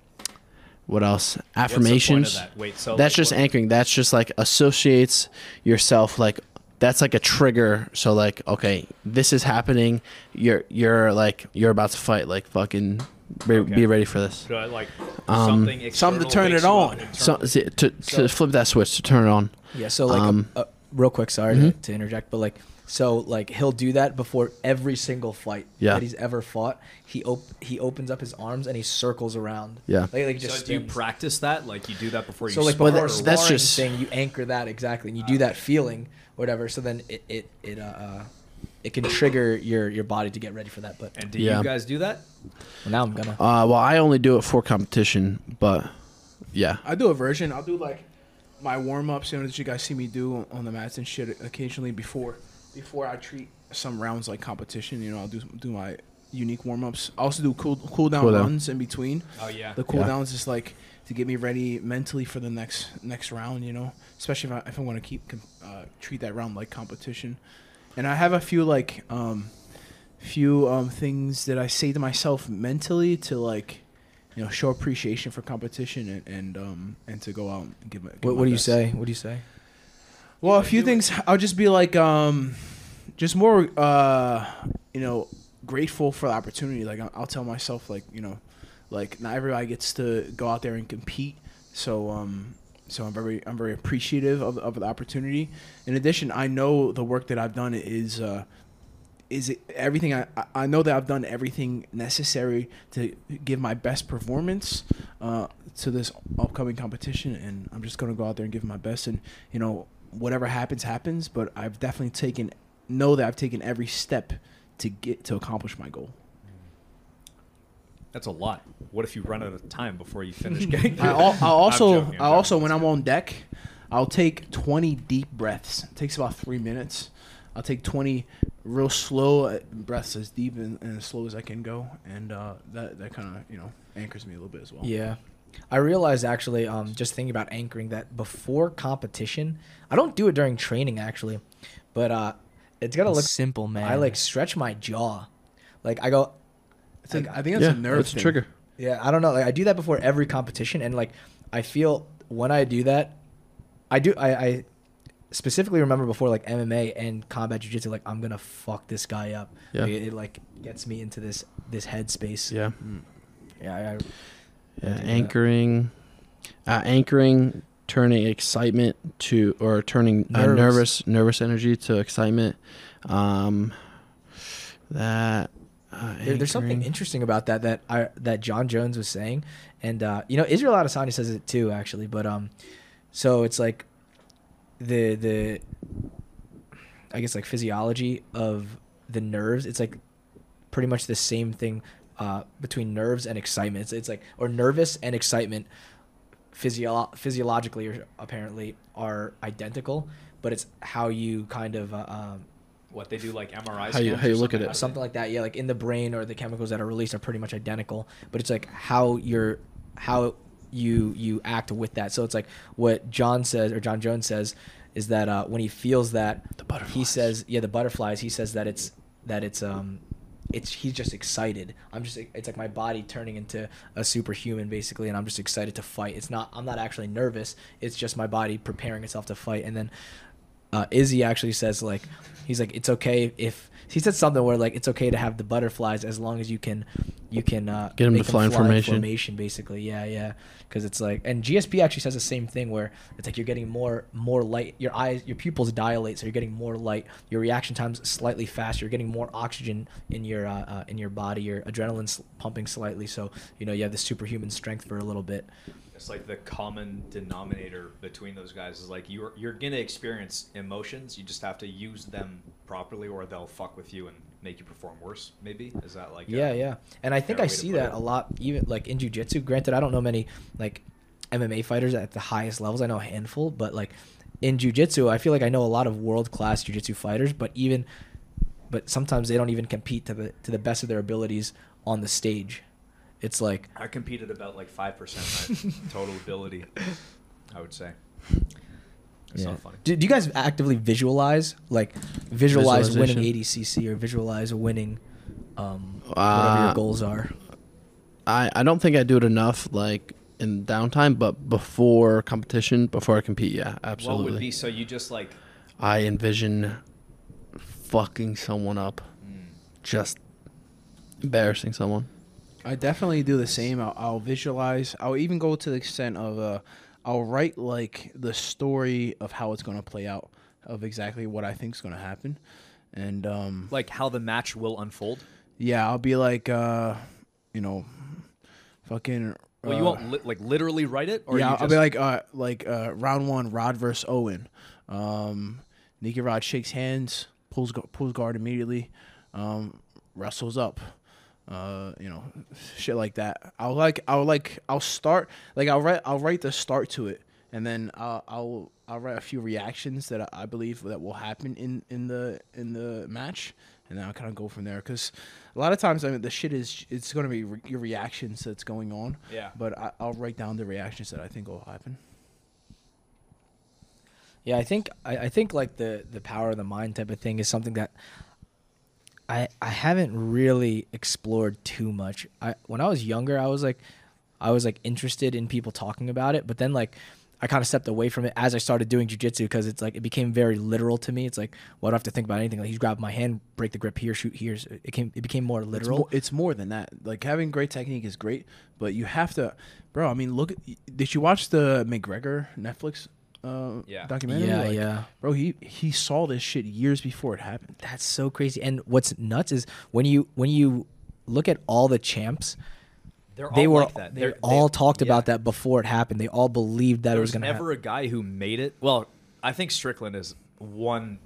S3: what
S2: what's
S3: else?
S2: the point of
S3: Affirmations.
S2: that? Wait, so
S3: that's
S2: like,
S3: just
S2: what-
S3: anchoring. That's just like associates yourself like that's like a trigger. So like, okay, this is happening. You're you're like you're about to fight. Like fucking be,
S2: Okay.
S3: be ready for this.
S2: So, like
S3: Um,
S2: something
S5: something to
S2: external
S5: turn
S2: wakes
S5: it
S2: you up
S5: on.
S2: internally.
S3: So to, to
S1: So-
S3: flip that switch to turn it on.
S1: Yeah, so like
S3: um, mm-hmm.
S1: uh, real quick, sorry to, to interject, but like so like he'll do that before every single fight
S3: Yeah.
S1: that he's ever fought. He op- he opens up his arms and he circles around.
S3: Yeah.
S1: Like, like
S2: So
S1: just
S2: do you
S1: spins.
S2: practice that? Like you do that before you
S1: so like
S2: spar?
S1: before
S3: Well,
S1: a sparring
S3: that's- that's just-
S1: thing, you anchor that exactly, and you do that feeling, whatever. So then it it it uh, uh it can trigger your your body to get ready for that. But
S2: and do
S3: Yeah.
S2: you guys do that?
S1: now I'm gonna.
S3: Uh, well, I only do it for competition, but yeah,
S5: I do a version. I'll do like my warm ups, you know, that you guys see me do on the mats and shit occasionally before before I treat some rounds like competition. You know, I'll do do my unique warm ups. I also do cool cool down
S3: Cool down.
S5: runs in between.
S2: Oh, yeah.
S5: the cool downs is like to get me ready mentally for the next next round. You know, especially if I if I want to keep com- uh, treat that round like competition. and I have a few like um, few um, things that I say to myself mentally to like, you know, show appreciation for competition and and, um, and to go out and give. my- give
S1: What,
S5: my
S1: what do you
S5: best.
S1: say? What do you say?
S5: Well, a few things. I'll just be like, um, just more, uh, you know, grateful for the opportunity. Like I'll, I'll tell myself, like you know, like not everybody gets to go out there and compete. So, um, so I'm very, I'm very appreciative of, of the opportunity. In addition, I know the work that I've done is, uh, is it everything I, I- I know that I've done everything necessary to give my best performance uh, to this upcoming competition and I'm just gonna go out there and give my best and you know whatever happens happens but I've definitely taken know that I've taken every step to get to accomplish my goal.
S2: That's a lot. What if you run out of time before you finish getting? through?
S5: I, al- I
S2: I'm
S5: also
S2: joking, I'm
S5: I also
S2: joking.
S5: when I'm on deck, I'll take 20 deep breaths. It takes about three minutes. I'll take 20 real slow uh, breaths, as deep and, and as slow as I can go, and uh, that that kind of you know anchors me a little bit as well.
S1: Yeah. I realized actually, um, just thinking about anchoring that before competition, I don't do it during training actually, but uh, it's gotta look
S6: simple, man.
S1: I like stretch my jaw, like I go,
S5: It's a-
S1: Like,
S5: I think that's a nerve
S3: it's a
S5: thing.
S3: trigger.
S1: yeah, I don't know, like I do that before every competition, and like I feel when I do that, I do I, I specifically remember before like MMA and combat jujitsu, like I'm gonna fuck this guy up.
S3: Yeah.
S1: Like, it, it, like gets me into this this headspace.
S3: Yeah.
S1: yeah, I, I,
S3: Yeah,
S1: do that.
S3: anchoring, uh, anchoring, turning excitement to or turning nervous, uh,
S1: Nervous.
S3: nervous, nervous energy to excitement. Um, that uh,
S1: There, there's something
S3: anchoring.
S1: interesting about that that I that John Jones was saying, and uh, you know Israel Adesanya says it too actually. But um, so it's like the the I guess like physiology of the nerves. It's like pretty much the same thing uh, between nerves and excitement. It's, it's like or nervous and excitement physio- physiologically or apparently are identical, but it's how you kind of uh, um,
S2: What they do like MRI.
S3: How you-
S2: scans
S3: how you
S2: or
S3: look
S2: something?
S3: at it.
S2: How do
S1: something like that yeah like in the brain or the chemicals that are released are pretty much identical but it's like how you're how you you act with that so it's like what john says or john jones says is that uh, when he feels that the he
S3: butterflies.
S1: says yeah the butterflies he says that it's that it's um it's he's just excited i'm just it's like my body turning into a superhuman basically and i'm just excited to fight it's not i'm not actually nervous it's just my body preparing itself to fight and then uh, Izzy actually says like he's like it's okay if he said something where like it's okay to have the butterflies as long as you can you can uh,
S3: Get 'em
S1: make
S3: to fly in formation.
S1: basically yeah yeah because it's like and GSP actually says the same thing where it's like you're getting more more light your eyes your pupils dilate so you're getting more light your reaction times slightly faster you're getting more oxygen in your uh, uh, in your body your adrenaline's pumping slightly so you know you have this superhuman strength for a little bit
S2: It's like the common denominator between those guys is like you're you're gonna experience emotions. You just have to use them properly, or they'll fuck with you and make you perform worse. Maybe is that like a-
S1: yeah yeah and i think
S2: fair
S1: i
S2: way to
S1: see
S2: put
S1: that
S2: it.
S1: a lot even like in jiu-jitsu granted i don't know many like mma fighters at the highest levels i know a handful but like in jiu-jitsu i feel like i know a lot of world-class jiu-jitsu fighters but even but sometimes they don't even compete to the to the best of their abilities on the stage it's like
S2: I competed about like five percent my total ability. I would say. It's
S1: yeah.
S2: not funny.
S1: Do, do you guys actively visualize like visualize winning
S3: Visualization.
S1: 80cc or visualize winning um whatever
S3: Uh,
S1: your goals are
S3: I, I don't think I do it enough, like in downtime, but before competition, before I compete, yeah, absolutely.
S2: What would be so you just like
S3: I envision fucking someone up,
S2: mm.
S3: just embarrassing someone.
S5: I definitely do the same. I'll, I'll visualize. I'll even go to the extent of uh, I'll write like the story of how it's going to play out, of exactly what I think is going to happen, and um,
S2: like how the match will unfold?
S5: yeah, I'll be like, uh, you know, fucking.
S2: Well, you
S5: uh,
S2: won't li- like literally write it, or
S5: yeah,
S2: you
S5: I'll
S2: just,
S5: be like, uh, like uh, round one, Rod versus Owen. Um, Nicky Rod shakes hands, pulls gu- pulls guard immediately, um, wrestles up. Uh, you know, shit like that. I'll like, I'll like, I'll start like I'll write, I'll write the start to it, and then I'll I'll, I'll write a few reactions that I, I believe that will happen in in the in the match, and then I'll kind of go from there. Cause a lot of times, I mean, the shit is it's gonna be re- your reactions that's going on.
S2: Yeah.
S5: But I, I'll write down the reactions that I think will happen.
S1: Yeah, I think I, I think like the the power of the mind type of thing is something that I I haven't really explored too much. I when I was younger, I was like I was like interested in people talking about it, but then like I kind of stepped away from it as I started doing jujitsu because it's like it became very literal to me. It's like well, I don't have to think about anything. Like he's grabbed my hand, break the grip here, shoot here. So It came it became more
S5: It's
S1: literal.
S5: more, it's more than that. Like having great technique is great, but you have to, bro. I mean, look. At, did you watch the McGregor Netflix uh,
S2: Yeah.
S5: documentary?
S1: Yeah,
S5: Like,
S1: yeah.
S5: Bro, he he saw this shit years before it happened.
S1: That's so crazy. And what's nuts is when you when you look at all the champs,
S2: They're
S1: they
S2: all
S1: were
S2: like that.
S1: they
S2: They're-
S1: all
S2: they-
S1: talked
S2: yeah.
S1: about that before it happened. They all believed that
S2: There
S1: it
S2: was
S1: was going to
S2: never
S1: happen.
S2: a guy who made it. Well, I think Strickland is one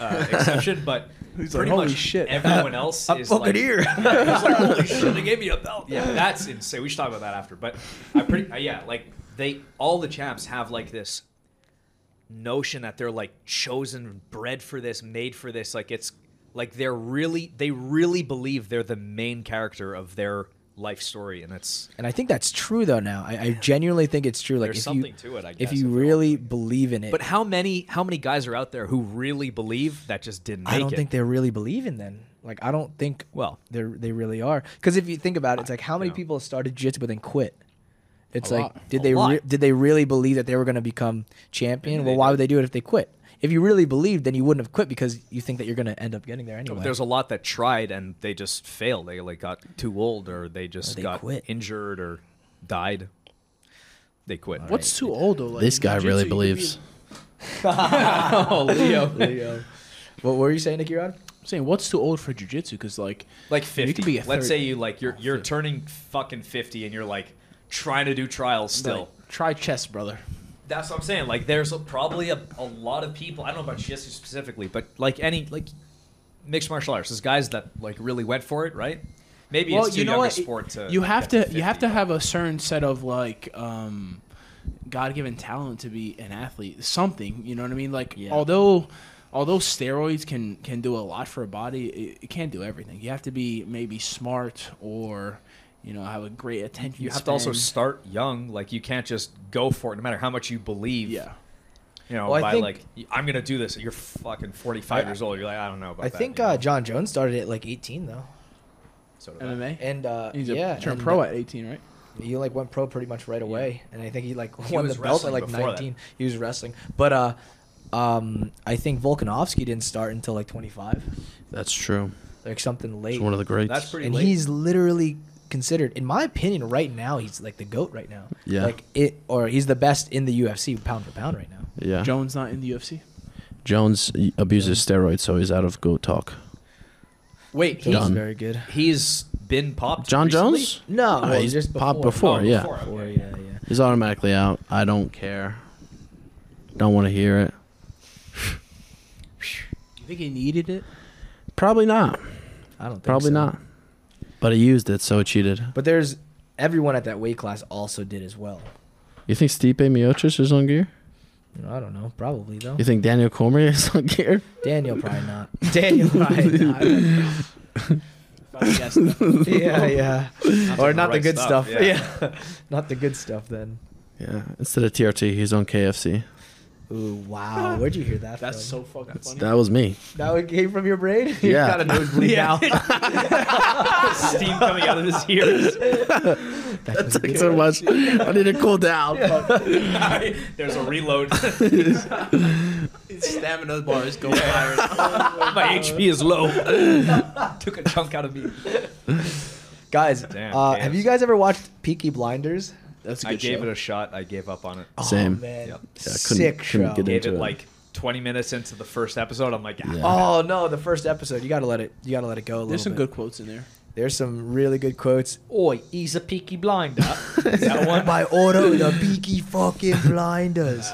S2: uh, exception, but
S5: He's like,
S2: pretty
S5: "Holy
S2: much
S5: shit."
S2: everyone else is like,
S1: here.
S2: He's like, holy shit, they gave me a belt. Yeah, that's insane. We should talk about that after. But I pretty, uh, yeah, like they, all the champs have like this notion that they're like chosen, bred for this, made for this. Like it's like they're really, they really believe they're the main character of their life story, and it's
S1: And I think that's true though. Now I, I genuinely think it's true. Like
S2: There's
S1: if
S2: something
S1: you,
S2: to it, I guess,
S1: if
S2: if
S1: you
S2: they're all
S1: really believe in it,
S2: But how many how many guys are out there who really believe that just didn't make
S1: I don't
S2: it?
S1: think they really believe in then. Like I don't think
S2: Well-
S1: they they really are. Because if you think about it, it's like how many
S2: know.
S1: people started jiu-jitsu but then quit. It's
S5: A
S1: like
S5: lot.
S1: did
S2: A
S1: they re-
S2: lot.
S1: did they really believe that they were going to become champion?
S2: Maybe
S1: well,
S2: they
S1: why
S2: did.
S1: would they do it if they quit? If you really believed, then you wouldn't have quit because you think that you're going to end up getting there anyway.
S2: There's a lot that tried and they just failed. They like got too old or they just
S1: they
S2: got
S1: quit.
S2: injured or died. They quit.
S5: What's too old though? Like,
S3: This
S5: in
S3: guy
S5: jiu-jitsu,
S3: really
S5: you could be-
S3: believes.
S1: oh, Leo, Leo. What were you saying, Nicky Rod?
S5: I'm saying what's too old for jujitsu? Because like,
S2: like
S5: you
S2: fifty?
S5: could be a
S2: Let's
S5: third-
S2: say you like you're you're turning fucking fifty and you're like trying to do trials still.
S5: Like, try chess, brother.
S2: That's what I'm saying. Like, there's a, probably a, a lot of people. I don't know about jiu specifically, but like any like mixed martial arts, there's guys that like really went for it, right? Maybe it's too young a sport to.
S5: you have
S2: get
S5: to
S2: 50,
S5: you have to
S2: but-
S5: have a certain set of like um, God given talent to be an athlete. Something you know what I mean. Like
S1: Yeah.
S5: although although steroids can can do a lot for a body, it, it can't do everything. You have to be maybe smart or you know have a great attention.
S2: You have to also
S5: span.
S2: start young. Like you can't just go for it, no matter how much you believe.
S5: yeah.
S2: You know,
S1: Well, I
S2: by
S1: think-
S2: like I'm gonna do this. You're fucking 45
S1: I-
S2: years old. You're like I don't know about
S1: I
S2: that.
S1: think
S2: you know?
S1: uh, John Jones started at like 18 though,
S2: So did I.
S5: MMA.
S1: and uh,
S5: He's a
S1: yeah,
S5: yeah, turned
S1: and,
S5: pro
S1: uh,
S5: at 18, right?
S1: He like went pro pretty much right away, and I think he like
S2: He
S1: won
S2: was
S1: the belt at
S2: wrestling
S1: like
S2: before that.
S1: 19. He was wrestling, but uh, um, I think Volkanovski didn't start until like 25,
S3: That's true.
S1: like something late.
S3: He's one of the greats.
S2: That's pretty
S1: and
S2: late.
S1: he's literally considered, in my opinion, right now he's like the goat right now.
S3: Yeah.
S1: like it, or he's the best in the UFC pound for pound right now.
S3: yeah.
S5: Jones not in the UFC.
S3: Jones abuses steroids, so he's out of goat talk.
S2: Wait,
S1: He's
S2: he,
S3: Done.
S1: very good.
S2: he's been popped.
S3: John
S2: recently?
S3: Jones?
S1: No,
S3: Oh,
S1: well,
S3: he's
S1: just
S3: popped
S2: Oh,
S3: before, yeah.
S2: before,
S1: Before,
S2: okay.
S1: yeah, yeah.
S3: He's automatically out. I don't care. Don't want to hear it.
S5: You think he needed it?
S3: Probably not.
S1: I don't think
S3: Probably
S1: so.
S3: not. But he used it, so he cheated.
S1: But there's everyone at that weight class also did as well.
S3: You think Stipe Miocic is on gear?
S1: You know, I don't know. Probably though.
S3: You think Daniel Cormier is on gear?
S1: Daniel probably not. Daniel probably not.
S5: Yes, definitely.
S1: yeah, yeah. or
S2: the
S1: not the
S2: right
S1: good
S2: stuff,
S1: stuff.
S2: yeah.
S1: Yeah. not the good stuff then.
S3: Yeah. Instead of TRT, he's on KFC.
S1: Ooh, wow. Where'd you hear that?
S5: That's
S1: from?
S5: so fucking funny.
S3: That was me.
S1: That one came from your brain? you
S3: Yeah.
S1: got a nosebleed now.
S2: Steam coming out of his ears.
S3: That took so much. I need to cool down.
S2: There's a reload.
S5: His stamina bar is going higher.
S2: My HP is low. Took a chunk out of me.
S1: guys,
S2: Damn,
S1: uh,
S2: yes.
S1: have you guys ever watched Peaky Blinders?
S5: That's a good
S2: I gave
S5: show.
S2: it a shot. I gave up on it.
S3: Same.
S1: Oh, man.
S2: Yeah, I
S1: Sick
S3: couldn't
S1: show.
S3: get
S2: Gave it
S3: into it.
S2: like 20 minutes into the first episode. I'm like, ah,
S3: Yeah.
S1: Oh no, the first episode. You gotta let it. You gotta let it go a little
S5: There's some
S1: bit.
S5: good quotes in there.
S1: There's some really good quotes.
S2: Oi, he's a peaky blinder. Is that one?
S1: By order, the Peaky fucking blinders.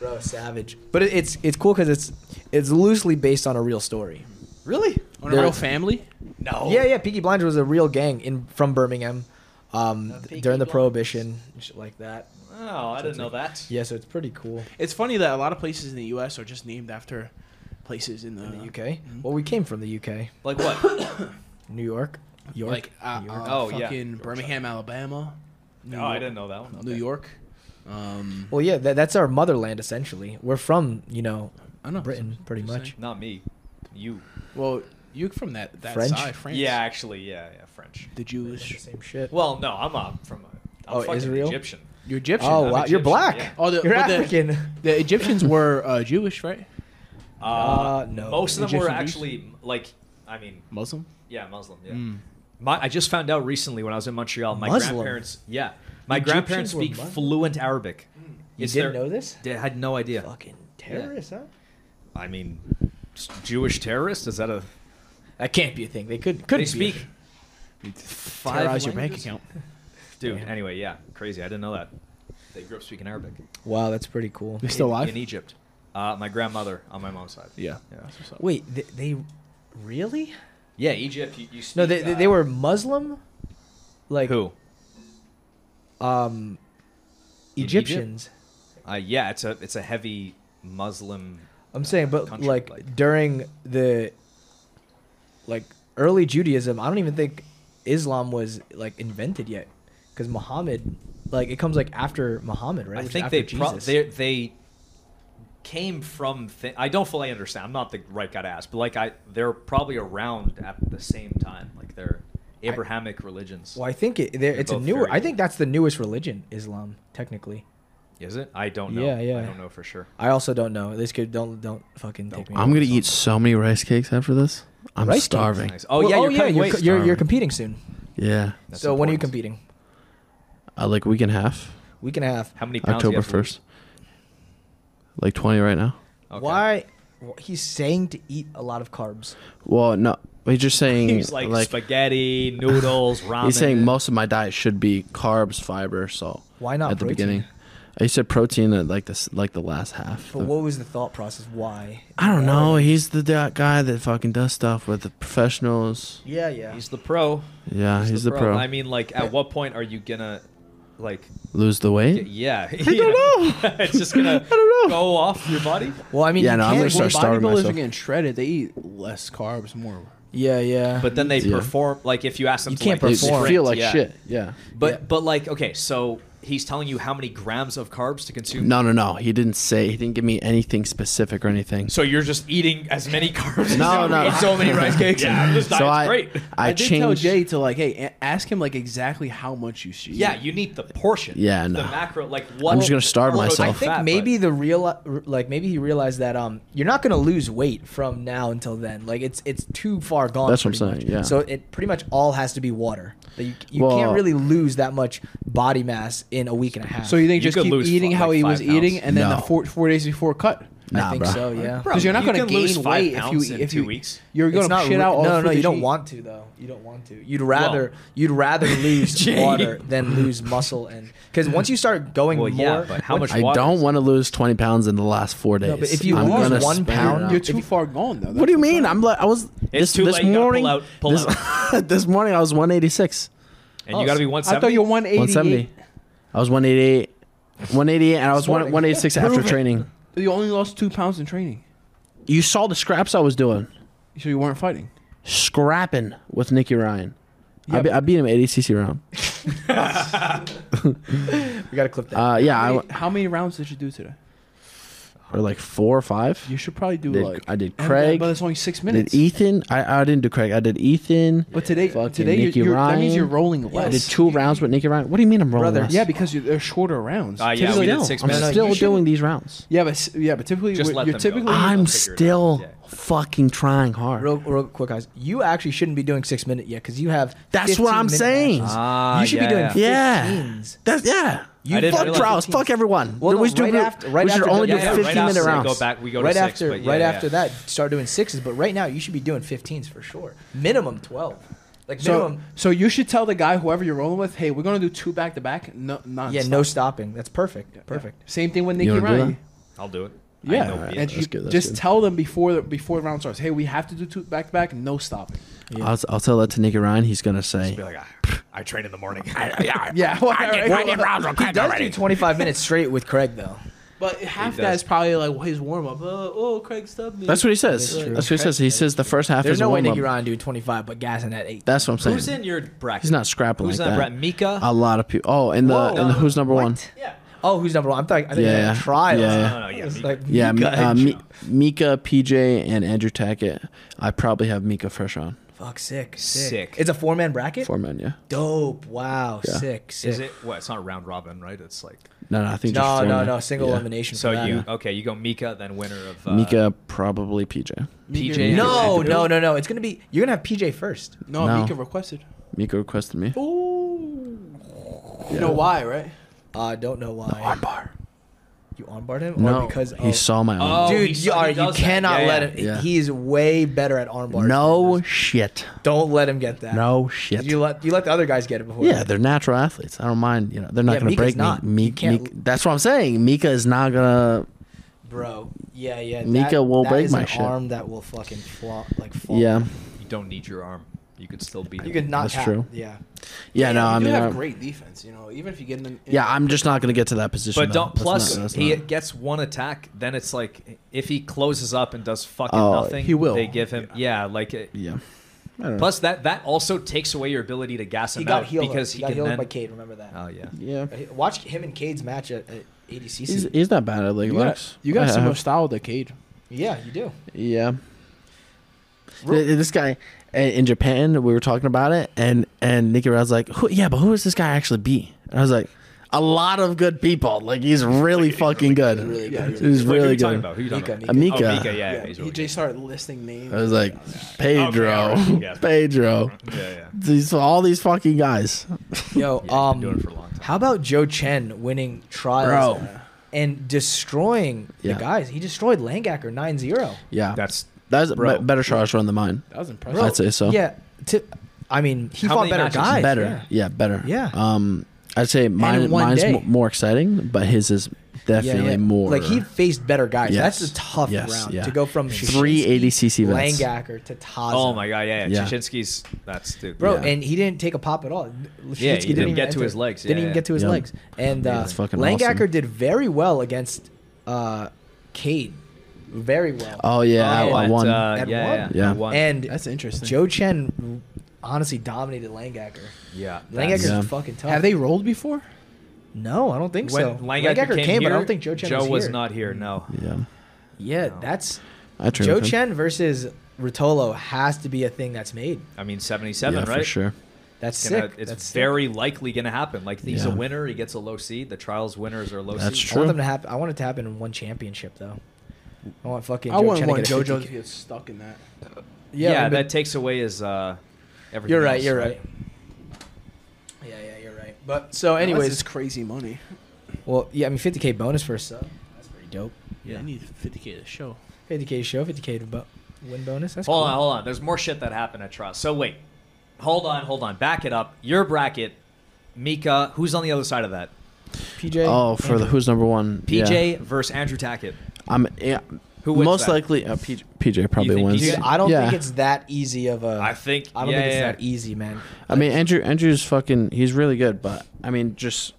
S1: Bro, savage. But it, it's it's cool because it's it's loosely based on a real story.
S2: Really?
S5: On
S1: There-
S5: a real family? Oh.
S2: No.
S1: Yeah, yeah. Peaky Blinders was a real gang in from Birmingham um, th-
S5: Uh, Peaky
S1: during the
S5: Blinders.
S1: Prohibition, and shit like that.
S2: Oh, I didn't know that.
S1: Yeah, so it's pretty cool
S5: It's funny that a lot of places in the U.S. are just named after places in the,
S1: in the UK. Well, we came from the UK,
S2: Like what?
S1: New York, York.
S5: Like uh,
S1: New
S5: uh,
S1: York.
S2: Oh, yeah.
S5: fucking Birmingham, Alabama. New
S2: No, I Oh, didn't know that one.
S5: New
S2: Okay.
S5: York. Um,
S1: Well, yeah, that, that's our motherland essentially. We're from you know
S5: I know,
S1: Britain, pretty
S5: just
S1: much.
S5: saying.
S2: Not me. You.
S5: Well, you from that that
S1: French?
S5: side, France?
S2: Yeah, actually, yeah, yeah, French.
S5: the
S1: It's the
S5: Jewish.
S1: same shit.
S2: Well, no, I'm uh, from. A, I'm
S1: Oh,
S2: fucking
S1: Israel?
S2: Egyptian.
S5: You're Egyptian.
S1: oh
S2: I'm
S1: wow, you're
S2: Egyptian,
S1: black.
S2: yeah.
S5: Oh, the-
S1: you're
S5: but the-
S1: African.
S5: The Egyptians were uh, Jewish, right?
S2: Uh,
S1: Uh, no.
S2: Most of them were
S5: Egyptian Jews?
S2: actually like, I mean,
S5: Muslim.
S2: yeah, Muslim. Yeah. My, I just found out recently when I was in Montreal. My
S1: Hmm. Muslim?
S2: grandparents, yeah, my
S1: Egyptians
S2: grandparents
S1: were
S2: speak
S1: Muslim? Hmm.
S2: fluent Arabic.
S1: you
S2: It's
S1: didn't
S2: their-
S1: know this?
S2: They had no idea.
S1: Fucking terrorists, huh?
S2: I mean, s- Jewish terrorist? Is that a?
S1: That can't be a thing. They could could
S2: they speak five
S5: Terrorize your bank
S2: languages?
S5: account.
S2: Dude, anyway, yeah, crazy. I didn't know that. They grew up speaking Arabic.
S1: Wow, that's pretty cool.
S5: They still
S2: in,
S5: alive?
S2: in Egypt. Uh, my grandmother on my mom's side.
S5: Yeah.
S2: yeah,
S1: Wait, they, they really?
S2: yeah. Egypt. You, you speak,
S1: No, they, they, they
S2: uh,
S1: were Muslim, like
S2: who?
S1: um,
S2: In
S1: Egyptians.
S2: Uh, yeah, it's a it's a heavy Muslim.
S1: I'm saying, but
S2: country,
S1: like,
S2: like-
S1: during the like early Judaism, I don't even think Islam was like invented yet, because Muhammad, like, it comes like after Muhammad, right?
S2: I
S1: Which is
S2: think
S1: after
S2: they pro-
S1: Jesus.
S2: they they came from. Th- I don't fully understand. I'm not the right guy to ask, but like I, they're probably around at the same time. Like they're Abrahamic religions.
S1: Well, I think it, they're-
S2: They're
S1: it's a
S2: both
S1: newer.
S2: very
S1: I think
S2: old.
S1: that's the newest religion, Islam, technically.
S2: Is it? I don't know.
S1: Yeah, yeah.
S2: I don't know for sure.
S1: I also don't know. This could don't don't fucking take me.
S3: I'm gonna eat so many rice cakes after this. I'm
S1: Rice cakes?
S3: starving.
S2: Nice. Oh yeah,
S1: Well,
S2: you're cutting
S1: you're,
S2: weight.
S1: co- you're, you're
S3: Starving.
S1: competing soon.
S3: Yeah,
S2: That's
S1: so when are you
S2: important.
S1: competing?
S3: uh, like week and a half.
S1: Week and a half.
S2: How many pounds? do you
S3: October
S2: have to lose?
S3: first. Like twenty right now.
S2: Okay.
S1: Why? wh- He's saying to eat a lot of carbs.
S3: Well, no, he's just saying
S2: He's like, spaghetti, noodles, ramen.
S3: He's saying most of my diet should be carbs, fiber, salt.
S1: Why not
S3: at the
S1: protein?
S3: beginning? He said protein at like this, like the last half.
S1: But
S3: The-
S1: what was the thought process? Why?
S3: I don't know. He's the da- guy that fucking does stuff with the professionals.
S1: Yeah, yeah.
S2: He's the pro.
S3: Yeah, he's, the, pro.
S2: I mean, like, at what point are you gonna, like,
S3: Lose the weight.
S2: yeah? I
S3: don't know.
S2: it's just gonna
S3: don't know.
S2: go off your body.
S1: well, I mean,
S3: Yeah,
S1: you
S3: no, I'm
S1: can't-
S3: gonna start
S1: well,
S3: starving
S5: Bodybuilders are
S3: myself.
S5: getting shredded. They eat less carbs, more.
S1: Yeah, yeah.
S2: But then they
S3: Yeah.
S2: perform. Like, if you ask them,
S1: You
S2: to,
S1: can't
S2: like,
S3: You
S1: perform.
S2: sprint,
S3: feel like
S2: yeah.
S3: shit. Yeah.
S2: But but like, okay, so he's telling you how many grams of carbs to consume.
S3: No, no, no. He didn't say. He didn't give me anything specific or anything.
S2: So you're just eating as many carbs. as
S3: No,
S2: you
S3: no.
S2: eat so many rice cakes. Yeah, this
S3: So
S2: diet's
S3: I,
S2: great.
S3: I,
S5: I, did tell
S3: changed.
S5: Jay to like, hey, a- ask him like exactly how much you should.
S2: Yeah,
S5: eat.
S2: you need the portion.
S3: Yeah,
S2: the
S3: no.
S2: macro. Like what?
S3: just gonna starve
S2: what-
S3: myself.
S1: I think
S2: fat, but-
S1: maybe the real like maybe he realized that um you're not gonna lose weight from now until then like it's it's too far gone.
S3: That's what I'm
S1: pretty
S3: saying,
S1: much.
S3: yeah.
S1: So it pretty much all has to be water. That you you
S3: Well-
S1: can't really lose that much body mass in a week and a half.
S5: So you think
S2: You
S5: just
S2: could
S5: keep
S2: lose
S5: eating
S2: like
S5: how he
S2: five
S5: was
S2: pounds.
S5: eating, and then
S3: No.
S5: the four four days before cut.
S1: I
S3: Nah,
S1: think
S3: bro.
S1: so. Yeah.
S2: Bro,
S5: Because you're not
S2: you
S5: going to
S2: can
S5: gain
S2: lose five
S5: weight if you
S2: pounds in
S5: if
S2: two
S5: you
S2: weeks.
S5: you're
S1: It's
S5: going to
S1: not
S5: shit
S1: re-
S5: out all
S1: no
S5: the
S1: no you
S5: food that
S1: don't
S5: eat.
S1: want to though you don't want to you'd rather you'd rather lose
S2: Gee.
S1: water than lose muscle and because once you start going
S2: Well,
S1: more
S2: yeah, but how
S1: once-
S2: much
S3: I
S2: water?
S3: don't want to lose 20 pounds in the last four days.
S1: No, but if you
S3: I'm
S1: lose
S3: gonna
S1: one
S3: spend it
S1: pound,
S3: out.
S5: You're
S1: If
S5: too
S1: you-
S5: far gone though.
S3: what do you mean? I'm like I was this
S2: too
S3: this
S2: late, you gotta pull
S3: morning.
S2: out- pull
S3: this, this morning I was 186,
S2: and you got to be
S5: I thought
S2: 170.
S5: you were 180.
S3: 170. I was 188, 188, and I was one,
S1: morning.
S3: 186 after
S5: Prove it.
S3: training.
S5: You only lost two pounds in training,
S3: You saw the scraps I was doing,
S5: so you weren't fighting.
S3: scrapping with Nicky Ryan. I,
S5: Yeah,
S3: be,
S5: but-
S3: I beat him 80 cc round.
S1: we gotta clip that
S3: Uh, yeah, I,
S5: How
S3: w-
S5: many- how many rounds did you do today?
S3: or like four or five.
S5: You should probably do
S3: Did-
S5: like
S3: I did
S5: and-
S3: Craig,
S5: but it's only six
S3: did
S5: minutes.
S3: Ethan? I, I didn't do Craig. I did Ethan.
S5: But today,
S3: Fucking
S5: today you're,
S3: Nicky
S5: you're, that means
S3: Ryan.
S5: you're rolling
S3: I
S5: less.
S3: did two rounds with Nicky Ryan. What do you mean I'm rolling?
S1: Brother,
S3: less?
S5: Yeah, because you, they're shorter rounds.
S2: Ah, yeah, we
S5: Typically-
S2: did
S3: No,
S2: six
S3: I'm
S2: minutes.
S3: still
S2: You should-
S3: doing these rounds.
S5: Yeah, but s- yeah, but typically
S2: Just
S5: we're-
S2: let
S5: you're
S2: them go.
S5: typically
S2: Ah.
S3: I'm
S2: I'll figure it out.
S3: still
S2: Yeah.
S3: fucking trying hard.
S1: Real, real quick, guys. You actually shouldn't be doing six minute yet because you have.
S3: That's what
S1: 15
S3: I'm
S1: minute
S3: saying.
S1: matches.
S2: Ah,
S1: you should
S2: yeah,
S1: be doing.
S2: yeah.
S1: 15s.
S3: yeah, that's yeah.
S2: I didn't
S3: fuck
S2: realize
S3: Browse,
S1: 15s.
S3: fuck everyone.
S1: Well, no,
S3: we should,
S1: right
S3: do-
S1: after- right
S3: we should
S1: after
S3: only
S1: the-
S3: do
S1: Yeah, yeah,
S3: 15
S2: right
S3: minute
S2: after
S3: rounds.
S2: They go back. We go to
S1: Right
S2: six,
S1: after,
S2: but yeah,
S1: right
S2: yeah.
S1: after that, start doing sixes. But right now, you should be doing 15s for sure. Minimum 12. Like
S5: So,
S1: minimum.
S5: so you should tell the guy, whoever you're rolling with, hey, we're gonna do two back to back, no, non.
S1: yeah, no stopping. That's perfect. Perfect.
S5: Same thing with Nicky
S3: wanna do
S5: Ryan.
S2: I'll do it. I
S5: Yeah,
S2: know me.
S5: and
S3: that's
S5: you
S3: good, that's
S5: just
S3: good.
S5: tell them before the, before the round starts. Hey, we have to do two back to back, no stopping.
S3: I'll, I'll tell that to Nicky Ryan. He's gonna say,
S2: Be like, "Ah, I train in the morning. yeah,
S5: Yeah, well, right.
S3: rounds with
S1: He does do 25 minutes straight with Craig though.
S5: but
S2: He
S5: half that
S2: does.
S5: is probably like his warm up. Uh, oh, Craig stubbed me.
S3: That's what he says.
S1: That's
S3: That's,
S1: true.
S3: what he says. He says the first half
S1: There's
S3: is
S1: no way
S3: warm
S1: Nicky
S3: up.
S1: Ryan do 25, but gassing at eight.
S3: That's what I'm saying.
S2: Who's in your bracket?
S3: He's not scrapping
S2: Who's
S3: like
S2: in
S3: that.
S2: bracket? Mika.
S3: A lot of people. Oh, and the
S1: Whoa.
S3: and the who's number
S1: What?
S3: one?
S2: yeah.
S1: Oh, who's number one? I'm talking. I think yeah.
S3: Yeah.
S1: like trials.
S3: Yeah.
S2: Oh, No, no, yeah,
S1: I was
S2: Mika.
S1: like,
S3: Yeah, Mi-
S1: Mika.
S3: uh, Mi- Mika, PJ, and Andrew Tackett. I probably have Mika fresh on
S1: Fuck, sick, sick.
S2: Sick.
S1: It's a four man bracket.
S3: four men. Yeah,
S1: Dope. Wow,
S3: Yeah.
S1: sick, sick.
S2: Is it? What? It's not round robin, right? It's like
S3: no, no, I think just
S1: No,
S3: four
S1: no,
S3: men.
S1: no. Single
S3: Yeah.
S1: elimination.
S2: so.
S1: for that.
S2: You okay? You go Mika, then winner of uh,
S3: Mika probably PJ.
S2: PJ.
S1: No, no, no, no. It's gonna be. You're gonna have PJ first.
S5: No,
S3: No.
S5: Mika requested.
S3: Mika requested me.
S5: You know why, right?
S1: Uh, I don't know why.
S3: bar.
S1: You armbarred him,
S3: No,
S1: or because of,
S3: he saw my arm.
S2: Oh,
S1: Dude,
S2: he
S1: you,
S2: saw- he
S1: all right, you
S2: does that.
S1: cannot
S2: Yeah,
S1: let
S2: yeah.
S1: him.
S3: Yeah.
S1: He is way better at armbars.
S3: no shit.
S1: don't let him get that.
S3: No shit.
S1: you let you let the other guys get it before.
S3: Yeah,
S1: you.
S3: they're natural athletes. I don't mind. You know, they're not
S1: Yeah,
S3: going to
S1: Mika's
S3: break
S1: not.
S3: me.
S1: You
S3: Mika,
S1: can't-
S3: Mika, that's what I'm saying. Mika is not going to.
S1: bro. Yeah, yeah. that-
S3: Mika will
S1: that
S3: break
S1: is
S3: my
S1: an
S3: shit.
S1: arm that will fucking flop, like fall.
S3: Yeah,
S2: You don't need your arm. You could still beat.
S1: you
S2: him.
S1: could not.
S3: That's
S1: tap.
S3: true.
S1: Yeah,
S3: yeah. No, I
S5: you
S3: mean,
S5: have
S3: I'm-
S5: great defense. You know, even if you get in. the-
S3: yeah, I'm just not going to get to that position.
S2: But
S3: though.
S2: don't.
S3: That's
S2: Plus,
S3: not- that's
S2: he
S3: not-
S2: gets one attack. Then it's like if he closes up and does fucking
S3: Oh,
S2: nothing,
S5: he will.
S2: They give him. Yeah, like. It,
S3: yeah. I don't know.
S2: Plus that that also takes away your ability to gas him
S1: he got
S2: out
S1: healed
S2: because he,
S1: got
S2: can
S1: healed
S2: then.
S1: by Cade. Remember that.
S2: Oh yeah.
S3: yeah,
S1: Uh, Watch him and Cade's match at, at ADCC.
S3: he's, he's not bad at leg
S5: You
S3: locks.
S5: got, you got
S3: I
S5: some
S3: have-
S5: more style with Cade.
S1: yeah, you do.
S3: Yeah. Th- This guy i- in Japan, we were talking about it, and and Nicky was like, who, "Yeah, but who does this guy actually be?" And I was like, "A lot of good people. Like he's really fucking good.
S5: really good.
S3: He's
S2: Wait, who are
S3: really
S2: you talking
S3: good."
S2: about? Who you talking
S1: Mika,
S2: about?
S3: Mika.
S2: Oh, Mika. Yeah, yeah.
S5: He
S2: he's really
S5: just started listing names.
S3: I was like, Pedro,
S2: Okay, alright, yeah.
S3: Pedro.
S2: good. Yeah, yeah.
S3: These all these fucking guys.
S1: Yo,
S2: Yeah, he's
S1: um,
S2: been doing it for a long time.
S1: how about Joe Chen winning trials
S3: Bro.
S1: and destroying
S3: Yeah.
S1: the guys? He destroyed Langacker 9-0.
S3: Yeah,
S2: That's
S3: that's a
S2: bro.
S3: be- better charge run than mine.
S5: that was impressive.
S1: Bro,
S3: I'd say so.
S1: Yeah, to, I mean, he
S2: How
S1: fought
S2: many
S1: better
S2: matches?
S1: guys.
S3: better.
S1: Yeah.
S3: Yeah, better.
S1: Yeah.
S3: Um, I'd say
S1: in
S3: mine.
S1: one
S3: Mine's
S1: day.
S3: mo- more exciting, but his is
S1: Yeah,
S3: definitely
S1: yeah.
S3: more.
S1: Like he faced better guys.
S3: Yes.
S1: That's a tough
S3: Yes,
S1: round
S3: yeah.
S1: to go from
S3: Three
S1: Shishinsky,
S3: ADCC vets.
S1: Langacker to Taza.
S2: Oh my god, yeah, yeah.
S3: Yeah.
S2: Chichinsky's that's dude.
S1: Bro,
S3: Yeah.
S1: and he didn't take a pop at all.
S2: he
S1: Shishinsky
S2: didn't
S1: even
S2: get to
S1: enter.
S2: his legs.
S1: Didn't
S2: Yeah,
S1: even
S2: yeah.
S1: get to his
S3: Yeah.
S1: legs. And uh,
S3: That's fucking
S1: Langacker
S3: awesome.
S1: did very well against uh, Cade. Very well.
S3: Oh yeah,
S1: Oh,
S3: I
S1: at,
S3: won.
S2: Uh,
S1: At
S2: yeah,
S1: one.
S2: yeah,
S3: Yeah.
S2: at one.
S1: and
S5: That's interesting.
S1: Joe Chen honestly dominated Langacker.
S2: yeah, that's-
S1: Langacker's
S3: Yeah.
S1: fucking tough.
S5: have they rolled before?
S1: No, I don't think so.
S2: when Langacker, came,
S1: but I
S2: here,
S1: don't think Joe Chen
S2: Joe
S1: was,
S2: was
S1: here.
S2: not here. No,
S3: yeah,
S1: Yeah,
S2: No.
S1: that's
S3: I turned
S1: Joe
S3: with him.
S1: Chen versus Rotolo has to be a thing that's made.
S2: I mean seventy-seven,
S3: yeah,
S2: right?
S3: for sure.
S1: That's
S2: It's, gonna,
S1: sick.
S2: it's
S1: that's sick.
S2: very likely going to happen. Like he's a
S3: Yeah.
S2: winner, he gets a low seed. The trials winners are low
S3: That's
S2: seed.
S1: I want
S3: True.
S1: them to happen. I want it to happen in one championship though. I want fucking.
S5: I
S1: Joe
S5: wouldn't
S1: Chen
S5: want
S1: to get a
S5: JoJo to
S1: 50K.
S5: get stuck in that.
S2: Yeah,
S1: Yeah, I mean,
S2: that takes away his uh, everything.
S1: you're right.
S2: else,
S1: You're right. Yeah, yeah, you're right. But so,
S5: Anyways,
S1: anyways,
S5: it's crazy money.
S1: well, yeah, I mean, 50k bonus for a sub. That's pretty dope.
S5: Yeah, I need 50k to show.
S1: 50k show, 50k to bo- win bonus. That's
S2: Hold
S1: cool.
S2: on, hold on. There's more shit that happened at trials. So wait, hold on, hold on. Back it up. Your bracket, Mika. Who's on the other side of that?
S1: PJ.
S3: Oh, for the
S1: Andrew.
S3: who's number one?
S2: PJ
S3: Yeah.
S2: versus Andrew Tackett.
S3: I'm yeah.
S2: Who wins
S3: most
S2: that?
S3: likely uh, PJ, PJ probably
S2: think
S3: wins.
S2: PJ?
S1: Dude, I don't
S3: Yeah.
S1: think it's that easy of a.
S2: I think-
S1: I don't
S2: yeah,
S1: think it's
S2: yeah,
S1: that
S2: yeah.
S1: easy, man.
S3: I mean, Andrew Andrew's fucking. He's really good, but I mean, just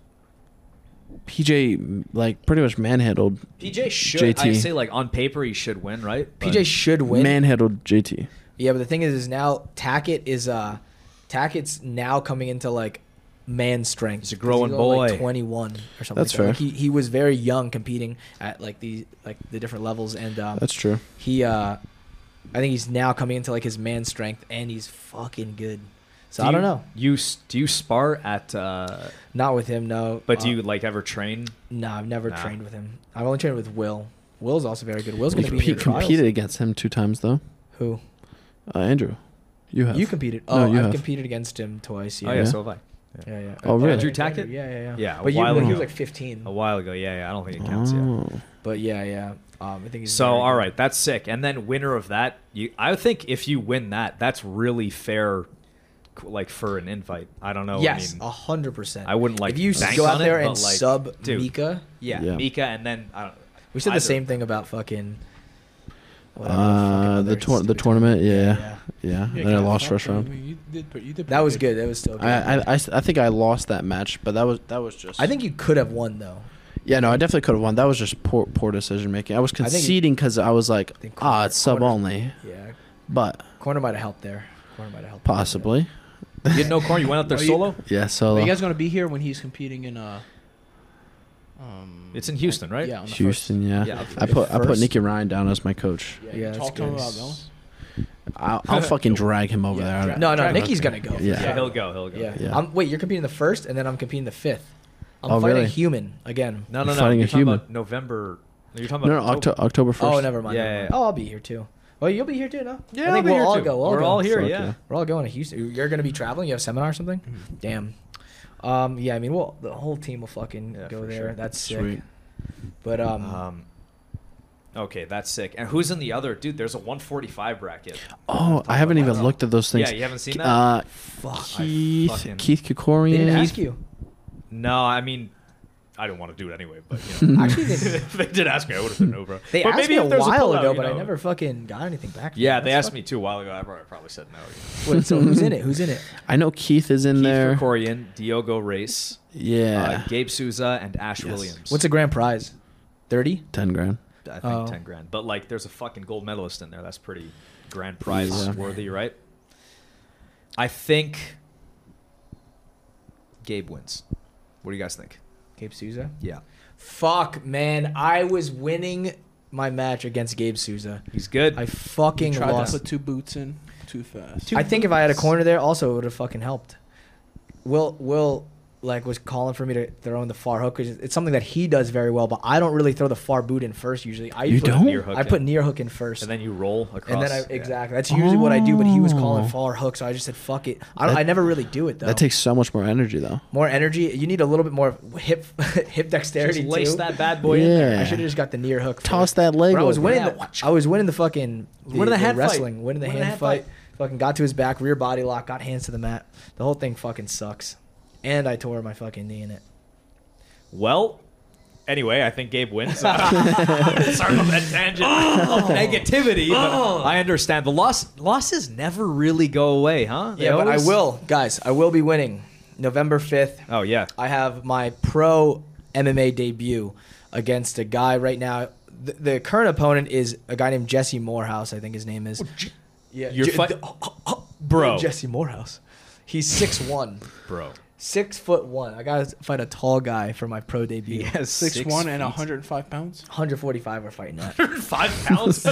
S3: PJ like pretty much manhandled
S2: PJ should. I
S3: JT.
S2: say like on paper he should win, right? But-
S1: PJ should win.
S3: manhandled JT.
S1: Yeah, but the thing is, is now Tackett is uh, Tackett's now coming into like man strength. He's
S2: a growing boy.
S1: twenty one or something.
S3: That's
S1: like that. Like,
S3: fair.
S1: he he was very young competing at like the like the different levels, and um,
S3: That's true.
S1: he uh, I think he's now coming into like his man strength, and he's fucking good. So
S2: Do
S1: I don't
S2: you-
S1: know.
S2: You s- do you spar at? Uh,
S1: Not with him, no.
S2: but
S1: Uh,
S2: do you like ever train?
S1: No, I've never
S2: Nah.
S1: trained with him. I've only trained with Will. Will's also very good. Will's
S3: We
S1: going to be in
S3: compete,
S1: the trials.
S3: competed against him two times though.
S1: Who?
S3: Uh, Andrew, you have
S1: You competed.
S3: No,
S1: Oh,
S3: you
S1: I've
S3: have.
S1: competed against him twice. Yeah.
S2: Oh yeah,
S3: Yeah.
S2: so have I.
S1: yeah, yeah.
S3: Oh, really?
S2: Andrew Tackett?
S1: Yeah, yeah, yeah.
S2: Yeah, a
S1: but you,
S2: while
S1: when he was
S2: ago.
S1: like 15.
S2: A while ago, yeah, yeah. I don't think it counts. Yeah.
S3: Oh.
S1: But yeah, yeah. Um, I think he's
S2: So
S1: very
S2: all
S1: good.
S2: right, that's sick. And then winner of that, you, I think if you win that, that's really fair, c- like for an invite. I don't know.
S1: Yes,
S2: I mean,
S1: a hundred percent.
S2: I wouldn't, like,
S1: if you
S2: bank
S1: go
S2: on
S1: out
S2: it,
S1: there and
S2: but, like,
S1: sub
S2: dude.
S1: Mika.
S2: yeah,
S3: Yeah.
S2: Mika, and then I don't.
S1: We said
S2: either-
S1: the same thing about fucking. whatever fucking
S3: Uh,
S1: other
S3: the tour- the
S1: stupid
S3: tournament, yeah,
S1: Yeah.
S3: yeah. And Then I lost first round.
S5: You did, pre- you did
S1: That was
S5: pretty
S1: good. That was still good.
S3: I, I, I, I think I lost that match, but that was that was just.
S1: I think you could have won though.
S3: Yeah, no, I definitely could have won. That was just poor poor decision making. I was
S1: think-
S3: conceding because I was like,
S1: think
S3: ah,
S1: corner-
S3: it's sub
S1: corner-
S3: only,
S1: Yeah,
S3: but
S1: corner might have helped there. Corner might have helped. there.
S3: possibly.
S2: You had no corn. You went out there
S5: Oh, you-
S2: solo.
S3: Yeah,
S5: Are
S3: so
S5: you guys gonna be here when he's competing in uh Um,
S2: It's in Houston, right?
S5: yeah, on the
S3: Houston, yeah.
S2: Yeah,
S3: I put I put
S2: first.
S3: Nicky Ryan down as my coach.
S5: First. Yeah, talk to him about going.
S3: I'll, I'll fucking drag him over there. I don't-
S1: No, no,
S5: Dragon
S1: Nicky's
S3: Hunter.
S1: gonna go.
S3: Yeah.
S2: Yeah, he'll go. He'll go.
S1: Yeah.
S3: Yeah.
S1: I'm, wait, you're competing the first, and then I'm competing the fifth. I'm
S3: Oh,
S1: fighting
S3: really?
S1: a human again.
S2: No, no,
S3: You're
S2: no.
S3: fighting
S2: You're
S3: a
S2: talking
S3: human.
S2: about November. You're talking
S3: no, no,
S2: about
S3: Octo- October first.
S1: Oh, never mind.
S2: Yeah,
S1: never
S2: yeah,
S1: mind.
S2: yeah.
S1: Oh, I'll be here too. Well, you'll be here too, no?
S2: Yeah,
S1: I
S2: I'll
S1: think
S2: be
S1: we'll
S2: here
S1: all
S2: too.
S1: go. We'll
S2: We're
S1: go.
S2: all here.
S3: Fuck
S2: yeah.
S3: yeah.
S1: We're all going to Houston. You're gonna be traveling. You have a seminar or something? Damn. Um, yeah, I mean, well, the whole team will fucking
S2: Yeah,
S1: go
S2: for
S1: there.
S2: sure.
S1: That's sick.
S3: Sweet.
S1: But um,
S2: Um, okay, that's sick. And who's in the other? Dude, there's a 145 bracket.
S3: Oh, I haven't even looked at those things.
S2: Yeah, you haven't seen that?
S3: Uh,
S1: fuck.
S3: Keith,
S2: fucking-
S3: Keith Kikorian.
S1: They didn't ask you.
S2: No, I mean, I didn't want to do it anyway, but you know.
S1: Actually, they,
S2: if they did ask me, I would have said no, bro.
S1: they
S2: but
S1: asked
S2: maybe
S1: me
S2: if
S1: a
S2: there's
S1: while
S2: pullout,
S1: ago,
S2: you
S1: but I
S2: know.
S1: never fucking got anything back. from
S2: Yeah,
S1: them.
S2: they
S1: That's
S2: asked me too a while ago. I probably probably said no. you
S1: fuck- Wait, so who's in it? Who's in it?
S3: I know Keith is in
S2: know.
S3: there.
S2: Keith Krikorian, Diogo Race,
S3: yeah,
S2: uh, Gabe Souza, and Ash Williams.
S1: What's a grand prize? Thirty.
S3: ten grand.
S2: I think
S1: Oh.
S2: ten grand. But like, there's a fucking gold medalist in there. That's pretty grand prize
S3: Yeah.
S2: worthy, right? I think Gabe wins. What do you guys think?
S1: Gabe Souza.
S2: Yeah,
S1: Fuck, man. I was winning my match against Gabe Souza.
S2: he's good.
S1: I fucking
S5: Tried
S1: lost.
S5: to put two boots in too fast.
S1: I think if I had a corner there, also it would have fucking helped. Will Will like was calling for me to throw in the far hook, which is, it's something that he does very well. But I don't really throw the far boot in first usually. I
S3: You
S1: put,
S3: don't?
S2: Near hook
S1: I put
S2: in.
S1: near hook in first,
S2: and then you roll across.
S1: And then I,
S2: Yeah.
S1: exactly that's usually what I do. But he was calling
S3: Oh.
S1: far hook, so I just said fuck it. I, don't,
S3: That-
S1: I never really do it though.
S3: That takes so much more energy though.
S1: more energy. You need a little bit more hip hip dexterity.
S2: Just lace
S1: too.
S2: that bad boy in
S3: Yeah.
S2: there.
S1: I should have just got the near hook.
S3: Toss
S1: first.
S3: that leg.
S1: But I was
S3: over.
S1: winning.
S2: Yeah,
S1: The,
S2: watch.
S1: I was winning the fucking
S2: Winning the hand fight.
S1: wrestling, winning the
S2: Winning
S1: hand fight. Fucking got to his back, rear body lock, got hands to the mat. The whole thing fucking sucks. And I tore my fucking knee in it.
S2: Well, anyway, I think Gabe wins. Sorry about that tangent of
S1: Oh.
S2: negativity, but I understand. The loss losses never really go away, huh? They
S1: yeah, but I
S2: always-
S1: will, guys. I will be winning. November fifth,
S2: Oh yeah,
S1: I have my pro MMA debut against a guy right now. The, the current opponent is a guy named Jesse Morehouse. I think his name is. yeah,
S2: Oh, You're
S1: Je-
S2: fight-
S1: the- oh,
S2: Bro.
S1: Jesse Morehouse. He's six one.
S2: bro.
S1: six foot one. I gotta fight a tall guy for my pro debut.
S2: Yes,
S5: Six, one and 105 pounds.
S1: 145 we're fighting at.
S2: five pounds.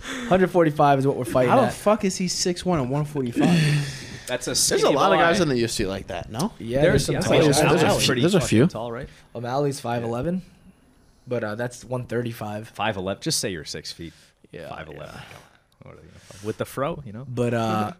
S1: 145 is what we're fighting
S5: How the
S1: at.
S5: fuck is he six one and 145?
S2: That's a.
S3: There's a lot of guys in the UFC like that. No.
S1: Yeah, there's,
S2: There's,
S1: some
S2: yeah,
S1: tall
S3: there's-
S1: guys.
S3: there's a
S2: O'Malley's
S3: few-
S2: pretty
S3: there's a
S2: fucking
S3: few.
S2: Tall, right?
S1: O'Malley's 5'11, but uh, that's 135.
S2: Five eleven. Just say you're six feet.
S1: Yeah,
S2: Five eleven. With the fro, you know.
S1: But uh,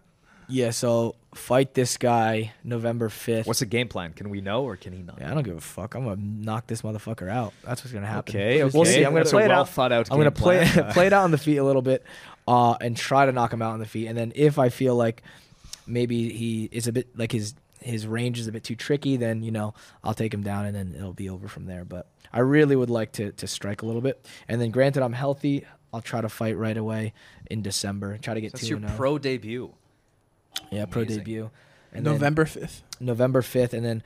S1: yeah, so fight this guy November 5th.
S2: What's the game plan? Can we know or can he not?
S1: Yeah, I don't give a fuck. I'm gonna knock this motherfucker out. That's what's gonna happen.
S2: Okay,
S1: We'll
S2: okay.
S1: see. I'm gonna
S2: That's a
S1: play it
S2: well
S1: out.
S2: thought out
S1: I'm gonna
S2: game
S1: play
S2: plan.
S1: play it out on the feet a little bit, uh, and try to knock him out on the feet. And then if I feel like maybe he is a bit like his his range is a bit too tricky, then you know I'll take him down, and then it'll be over from there. But I really would like to to strike a little bit. And then granted, I'm healthy. I'll try to fight right away in December. Try to get
S2: That's
S1: two
S2: your
S1: and oh.
S2: pro debut.
S1: yeah pro
S2: amazing.
S1: debut. And then-
S5: November 5th.
S1: November 5th, and then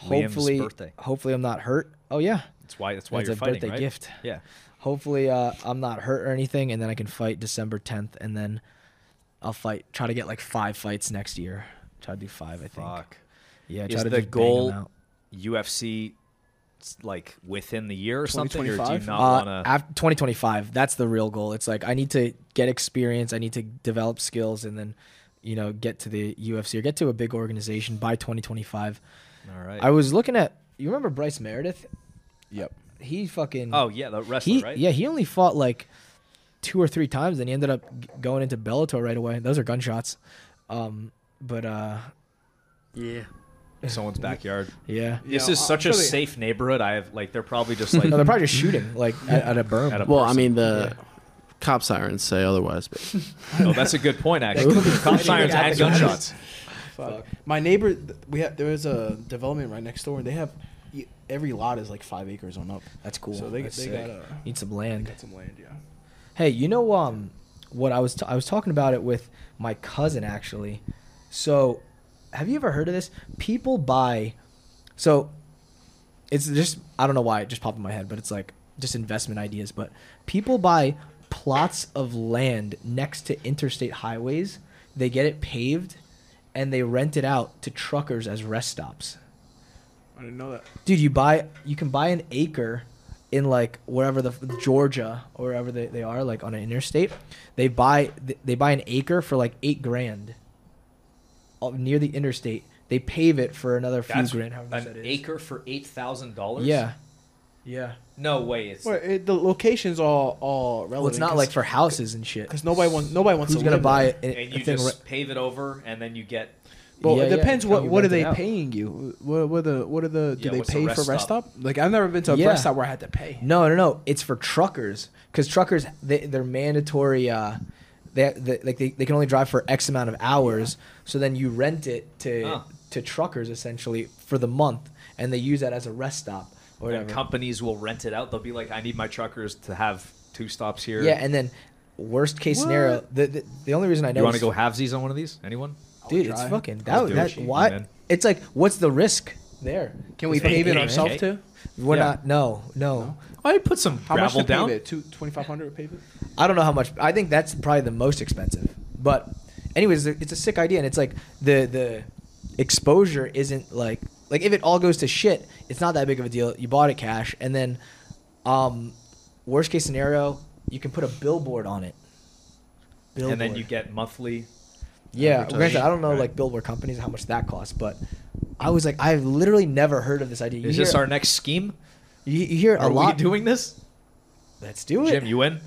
S2: Liam's
S1: hopefully,
S2: birthday.
S1: hopefully I'm not hurt. Oh yeah,
S2: That's why. That's why
S1: That's
S2: you're
S1: a
S2: fighting,
S1: birthday
S2: right?
S1: gift.
S2: Yeah.
S1: hopefully uh, I'm not hurt or anything, and then I can fight December 10th, and then I'll fight. Try to get like five fights next year. Try to do five, I think.
S2: Fuck.
S1: Yeah,
S2: Is
S1: try to
S2: the
S1: just bang 'em
S2: goal
S1: out.
S2: UFC s- like within the year or something, or do you
S5: 2025?
S2: not
S1: Uh,
S2: want to?
S1: af 2025, that's the real goal. It's like I need to get experience, I need to develop skills, and then you know get to the UFC or get to a big organization by 2025.
S2: All right.
S1: I was looking at. You remember Bryce Meredith?
S5: Yep.
S1: He fucking.
S2: oh yeah, the wrestler,
S1: he
S2: right?
S1: yeah he only fought like two or three times and he ended up g- going into Bellator right away. Those are gunshots. Um, but uh,
S2: Someone's backyard.
S1: yeah,
S2: This
S5: Yeah,
S2: is
S5: I'm
S2: such
S5: sure
S2: a
S5: they-
S2: safe neighborhood. I have like they're probably just like
S1: no, they're probably just shooting like at, at a berm.
S2: At a-
S3: Well, I
S2: person.
S3: mean the cop sirens say otherwise, but
S2: Oh, that's a good point, actually. Cop sirens
S1: At
S2: and
S1: the guns.
S2: gunshots.
S5: Fuck. My neighbor, th- we had there was a development right next door, and they have y- every lot is like five acres on up.
S1: That's cool.
S5: So they,
S1: That's
S5: they
S1: sick.
S5: got, uh,
S1: need some land.
S5: got some land, yeah.
S1: Hey, you know um what I was t- I was talking about it with my cousin actually. So, have you ever heard of this? People buy so it's just I don't know why it just popped in my head, but it's like just investment ideas, but people buy plots of land next to interstate highways. They get it paved and they rent it out to truckers as rest stops.
S5: I didn't know that.
S1: dude you buy you can buy an acre in like wherever the georgia or wherever they, they are like on an interstate they buy they buy an acre for like eight grand Up near the interstate they pave it for another few
S2: That's
S1: grand however much
S2: an
S1: that is
S2: acre for eight thousand dollars.
S1: yeah yeah
S2: No way. It's
S5: Well, it, the location's all all relevant.
S1: well it's not like for houses and shit
S5: Oh, because nobody wants nobody wants
S1: who's
S5: to
S1: gonna
S5: live
S1: buy
S5: there.
S1: it a,
S2: and
S1: a
S2: you
S1: thing
S2: just
S1: ri-
S2: pave it over, and then you get
S5: But
S1: Yeah,
S5: it
S1: yeah,
S5: depends
S1: how
S5: what
S1: you
S5: what are
S1: rent it
S5: they
S1: out.
S5: paying you? What what the what are the do
S2: Yeah,
S5: they
S2: what's a
S5: pay for
S2: rest
S5: rest
S2: stop?
S5: stop? Like I've never been to a
S1: Yeah.
S5: rest stop where I had to pay.
S1: No, no, no. It's for truckers because truckers they they're mandatory. Uh, they, they like they, they can only drive for X amount of hours. So then you rent it to
S2: Oh.
S1: to truckers essentially for the month, and they use that as a rest stop or
S2: then
S1: whatever.
S2: companies will rent it out. They'll be like, I need my truckers to have two stops here.
S1: yeah, and then worst case scenario, the, the the only reason I know
S2: you want to
S1: is-
S2: go halvesies on one of these? Anyone?
S1: dude,
S5: I'll
S1: it's
S5: try.
S1: fucking
S2: I'll
S1: that,
S2: do
S1: that
S2: it.
S1: what?
S2: Man.
S1: It's like what's the risk there?
S5: Can we
S2: It's like
S5: pave it
S2: eight
S5: ourselves
S2: K.
S5: too?
S1: We're
S2: Yeah.
S1: not. No, no.
S2: I put some
S5: How much
S2: gravel
S5: to
S2: down.
S5: pave it? Two twenty five hundred to pave it.
S1: I don't know how much. I think that's probably the most expensive. But, anyways, it's a sick idea, and it's like the the exposure isn't like like if it all goes to shit, it's not that big of a deal. You bought it cash, and then, um, worst case scenario, you can put a billboard on it. Billboard.
S2: and then you get monthly.
S1: yeah.
S2: advertising.
S1: Granted, I don't know
S2: Right.
S1: like billboard companies how much that costs, but I was like, I've literally never heard of this idea. You
S2: Is this
S1: hear-
S2: our next scheme?
S1: You, you hear
S2: Are
S1: a lot.
S2: we doing this?
S1: Let's do it.
S2: Jim, you in?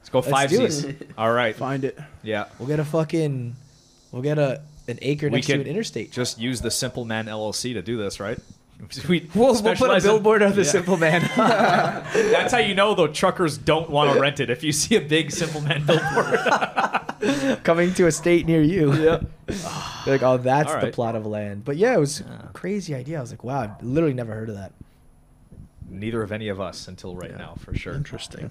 S2: Let's go five
S1: Let's do
S2: Z's. All right.
S5: Find it.
S2: Yeah.
S1: we'll get a fucking. We'll get a an acre
S2: We
S1: next to
S2: could
S1: an interstate.
S2: Just use the Simple Man LLC to do this, right? We
S1: We'll, we'll put a
S2: specialize in-
S1: billboard of the
S2: Yeah.
S1: simple man.
S2: That's how you know though truckers don't want to rent it if you see a big Simple Man billboard.
S1: coming to a state near you. Yeah. like, oh, that's
S2: All
S1: the
S2: right.
S1: plot of land. But yeah, it was
S2: Yeah.
S1: a crazy idea. I was like, wow, I've literally never heard of that.
S2: Neither of any of us until right now, for sure.
S3: Interesting.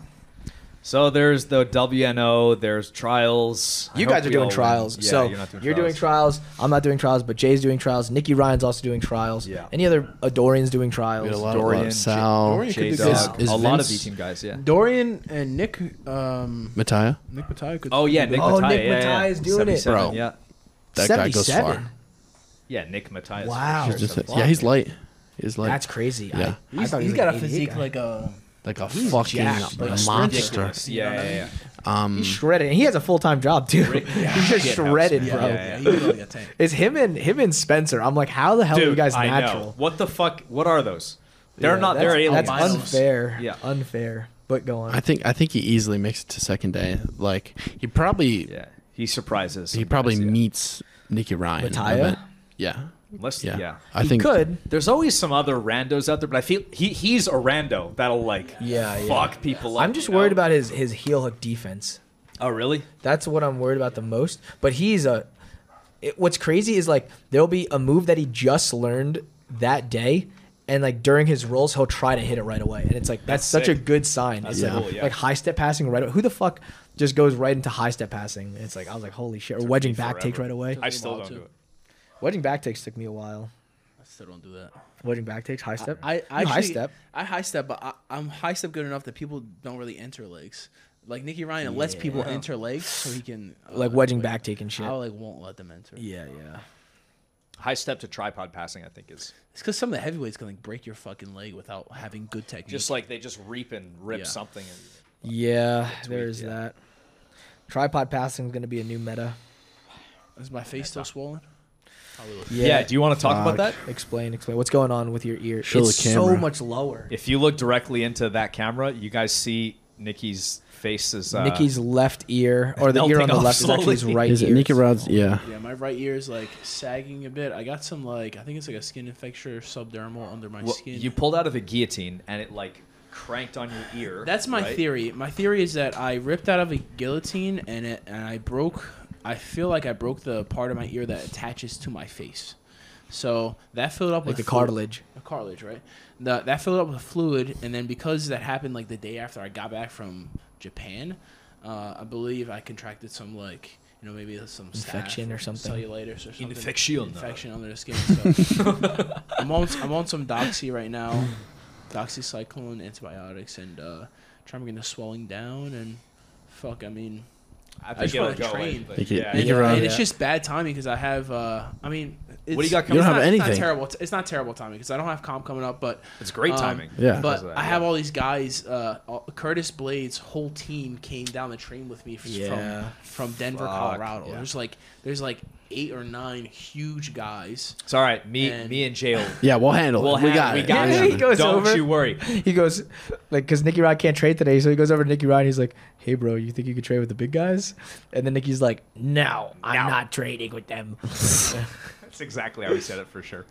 S2: So there's the WNO, there's trials. I
S1: You
S2: hope
S1: guys are
S2: we all
S1: doing
S2: win.
S1: trials,
S2: Yeah,
S1: so
S2: you're,
S1: you're,
S2: not doing,
S1: doing trials. I'm not doing trials, but Jay's doing trials. Nikki Ryan's also doing trials.
S2: Yeah.
S1: Any other Adorians doing trials?
S3: We had a lot,
S2: Dorian,
S3: of
S2: J-
S3: Sal,
S5: Dorian could do
S2: J-Dog,
S3: this. Is
S2: a lot of
S3: Vince-
S2: E team guys, yeah.
S5: Dorian and Nick um
S3: Mattia.
S5: Nick Pataya could.
S2: Oh yeah, Nick
S1: Oh,
S2: Matai,
S1: Nick
S2: yeah, yeah.
S1: Matai is doing it.
S2: 77,
S3: Bro.
S2: Yeah,
S3: That guy goes
S1: 77?
S3: far.
S2: yeah, Nick Matai. is
S1: Wow.
S2: for
S3: He's
S2: sure
S3: just-
S2: something.
S3: yeah, he's light. He's light.
S1: That's crazy. I-
S3: Yeah.
S1: I, thought he was
S5: he's
S1: like
S5: got
S1: an
S5: a
S1: 88
S5: physique
S1: guy.
S5: like a.
S3: like a fucking
S1: jacked, like a
S3: monster.
S2: ridiculous. Yeah, yeah, yeah.
S3: Um,
S1: He's shredded. And he has a full time job too.
S2: Rick-
S1: He's just
S2: Shit house.
S1: shredded,
S2: Yeah,
S1: bro.
S2: yeah, yeah.
S5: he could go like a tank.
S1: It's him and him and Spencer. I'm like, how the hell are you
S2: Dude,
S1: guys
S2: I
S1: natural?
S2: know. What the fuck? What are those? They're
S1: Yeah,
S2: not. They're aliens.
S1: that's,
S5: alien.
S1: that's unfair.
S2: Yeah.
S1: unfair. But go on.
S3: I think I think he easily makes it to second day. Like he probably
S2: yeah, he surprises.
S3: he probably
S2: sometimes, yeah.
S3: meets Nikki Ryan. in the
S1: Mattia?
S3: event. Yeah.
S2: Unless,
S3: Yeah.
S2: yeah.
S3: I
S1: he
S3: think
S1: could.
S2: There's always some other randos out there, but I feel he he's a rando that'll like
S1: Yeah, yeah.
S2: fuck people up.
S1: I'm just
S2: you know?
S1: worried about his his heel hook defense.
S2: Oh really?
S1: That's what I'm worried about the most. But he's a. It, what's crazy is like there'll be a move that he just learned that day, and like during his rolls he'll try to hit it right away, and it's like that's,
S2: That's
S1: such a
S2: sick.
S1: good sign. It's
S2: That's
S1: like,
S2: cool, yeah.
S1: like high step passing right. away. Who the fuck just goes right into high step passing? It's like I was like holy shit. Or wedging back takes
S2: Forever.
S1: right away.
S2: I still don't
S5: too.
S2: do it.
S1: wedging back takes took me a while.
S5: I still don't do that.
S1: Wedging back takes high step.
S5: I, I
S1: You
S5: actually,
S1: high step.
S5: I high step, but I, I'm high step good enough that people don't really enter legs. Like Nicky Ryan lets people enter legs so he can uh,
S1: Like wedging back take and shit.
S5: I like won't let them enter.
S1: Yeah, yeah.
S2: High step to tripod passing, I think, is
S5: It's because some of the heavyweights can like break your fucking leg without having good technique.
S2: just like they just reap and rip
S5: Yeah.
S2: something. And,
S1: Yeah, there's
S2: yeah.
S1: that. Tripod passing is going to be a new meta.
S5: is my face still swollen?
S2: yeah. Do you want to talk about that?
S1: you- explain? Explain what's going on with your ear?
S3: Show the
S1: it's so
S3: camera.
S1: much lower.
S2: If you look directly into that camera, you guys see Nikki's face is uh,
S1: Nikki's left ear, or the ear
S2: melting
S1: on the
S2: off
S1: left is actually his
S2: slowly.
S1: right
S3: is it
S1: ear.
S3: Nikki Rod's? Yeah.
S5: Yeah, my right ear is like sagging a bit. I got some like I think it's like a skin infection or subdermal under my
S2: Well,
S5: skin.
S2: you pulled out of a guillotine and it like cranked on your ear.
S5: That's my
S2: right?
S5: theory. My theory is that I ripped out of a guillotine and it and I broke. I feel like I broke the part of my ear that attaches to my face. So that filled up
S1: like
S5: with
S1: the
S5: fluid-
S1: cartilage.
S5: a cartilage, right? The, that filled up with fluid, and then because that happened like the day after I got back from Japan, uh, I believe I contracted some like you know maybe some staph
S1: Infection or something.
S5: cellulitis or something,
S2: Infection.
S5: infection under the skin. So I'm on I'm on some doxy right now, doxycycline, antibiotics, and uh, trying to get the swelling down. And fuck, I mean,
S2: I think
S5: just
S2: it'll
S5: wanna
S2: go away,
S5: train.
S2: but
S3: Nikki,
S2: yeah,
S3: Nikki
S5: and
S3: Rod.
S5: it's just bad timing because I have uh, I mean it's,
S2: What do you got
S5: it's
S2: coming
S5: not,
S2: up?
S3: have
S5: it's not
S3: anything.
S5: terrible. It's not terrible timing because I don't have comp coming up, but
S2: It's great timing
S3: yeah.
S5: Um, but
S2: because of that,
S5: I
S2: yeah.
S5: have all these guys. Uh, all- Curtis Blades' whole team came down the train with me from
S1: Yeah.
S5: from, from Denver,
S2: Fuck,
S5: Colorado.
S2: yeah.
S5: There's like there's like eight or nine huge guys.
S2: It's all right. Me,
S5: And-
S2: me and Jay. will-
S3: Yeah, we'll handle
S2: We'll
S3: it. We
S2: handle
S3: got
S2: it.
S3: it.
S2: We got
S1: Yeah,
S2: it.
S1: he goes
S2: Don't
S1: over.
S2: you worry.
S1: He goes, like, because Nicky Rod can't trade today, so he goes over to Nicky Rod and he's like, "Hey, bro, you think you could trade with the big guys?" And then Nicky's like, "No, I'm not trading with them."
S2: That's exactly how he said it for sure.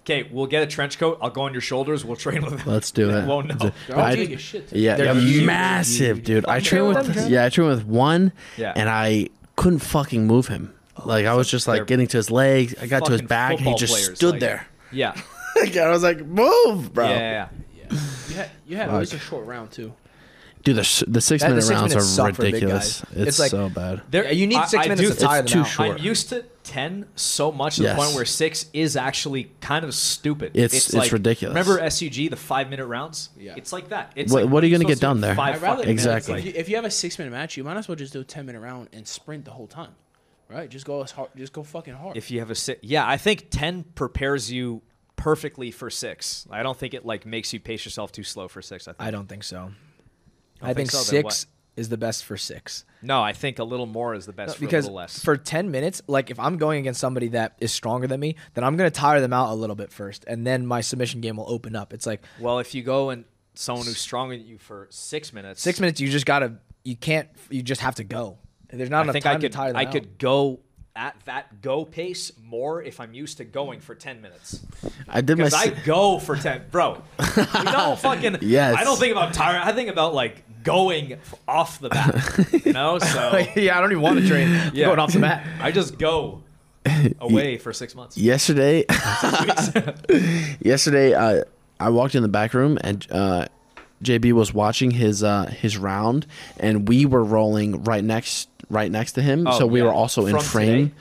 S2: Okay, we'll get a trench coat. I'll go on your shoulders. We'll train with him.
S3: Let's do it.
S2: Won't know.
S5: They're all
S3: I-
S5: big as shit.
S3: Yeah,
S1: They're
S3: they're
S1: huge.
S3: massive, dude. I trained
S1: train
S3: with
S1: with them,
S3: yeah, I trained with one,
S2: Yeah.
S3: and I couldn't fucking move him. Like I was just
S2: they're
S3: like getting to his legs. I got to his
S2: Fucking
S3: back, and he
S2: football
S3: just
S2: players,
S3: stood
S2: like-
S3: there.
S2: Yeah.
S3: Like, I was like, "Move, bro!"
S2: Yeah, yeah,
S5: You had, you had it was a short round too.
S3: Dude, the, s- the six
S1: That- the
S3: minute
S1: six
S3: rounds
S1: minutes
S3: are
S1: suck for big
S3: ridiculous.
S1: guys.
S3: It's,
S1: It's like-
S3: so bad.
S2: There,
S1: Yeah, you need six minutes
S2: do
S1: to tie
S3: It's
S1: them
S3: too
S1: out.
S3: short.
S2: I'm used to 10 so much to
S3: Yes.
S2: the point where 6 is actually kind of stupid.
S3: It's- it's ridiculous.
S2: Remember SUG, the five minute rounds?
S5: Yeah.
S2: It's like that. It's
S3: What-
S2: like,
S3: what are you gonna
S2: supposed
S3: get done
S2: do
S3: there?
S2: five
S5: I'd rather
S2: fucking minutes,
S3: Exactly.
S5: If
S2: like-
S5: you, if you have a six minute match, you might as well just do a ten minute round and sprint the whole time, right? Just go as hard, just go fucking hard.
S2: if you have a six. Yeah, I think 10 prepares you perfectly for 6. I don't think it like makes you pace yourself too slow for 6. I think.
S1: I don't think so. I
S2: think
S1: think,
S2: so, then
S1: six is the best for six
S2: no, I think a little more is the best for a
S1: because
S2: little less.
S1: for ten minutes, like if I'm going against somebody that is stronger than me, then I'm gonna tire them out a little bit first, and then my submission game will open up. It's like
S2: well, if you go and someone who's stronger than you for 6 minutes.
S1: six minutes, you just gotta, you can't, you just have to go. There's not
S2: I
S1: enough
S2: think
S1: time
S2: I could
S1: to tire them
S2: I
S1: out.
S2: could go at that go pace more if I'm used to going for 10 minutes.
S3: I did my.
S2: Because I
S3: si
S2: go for 10. Bro, we don't fucking.
S3: Yes.
S2: I don't think about tiring. I think about like going f- off the bat. You know? So
S1: yeah, I don't even want to train.
S2: Yeah.
S1: Going off the bat.
S2: I just go away for six months.
S3: yesterday, yesterday, uh, I walked in the back room and uh, JB was watching his uh, his round, and we were rolling right next right next to him,
S2: Oh,
S3: so we
S2: yeah.
S3: were also in
S2: From
S3: frame.
S2: today?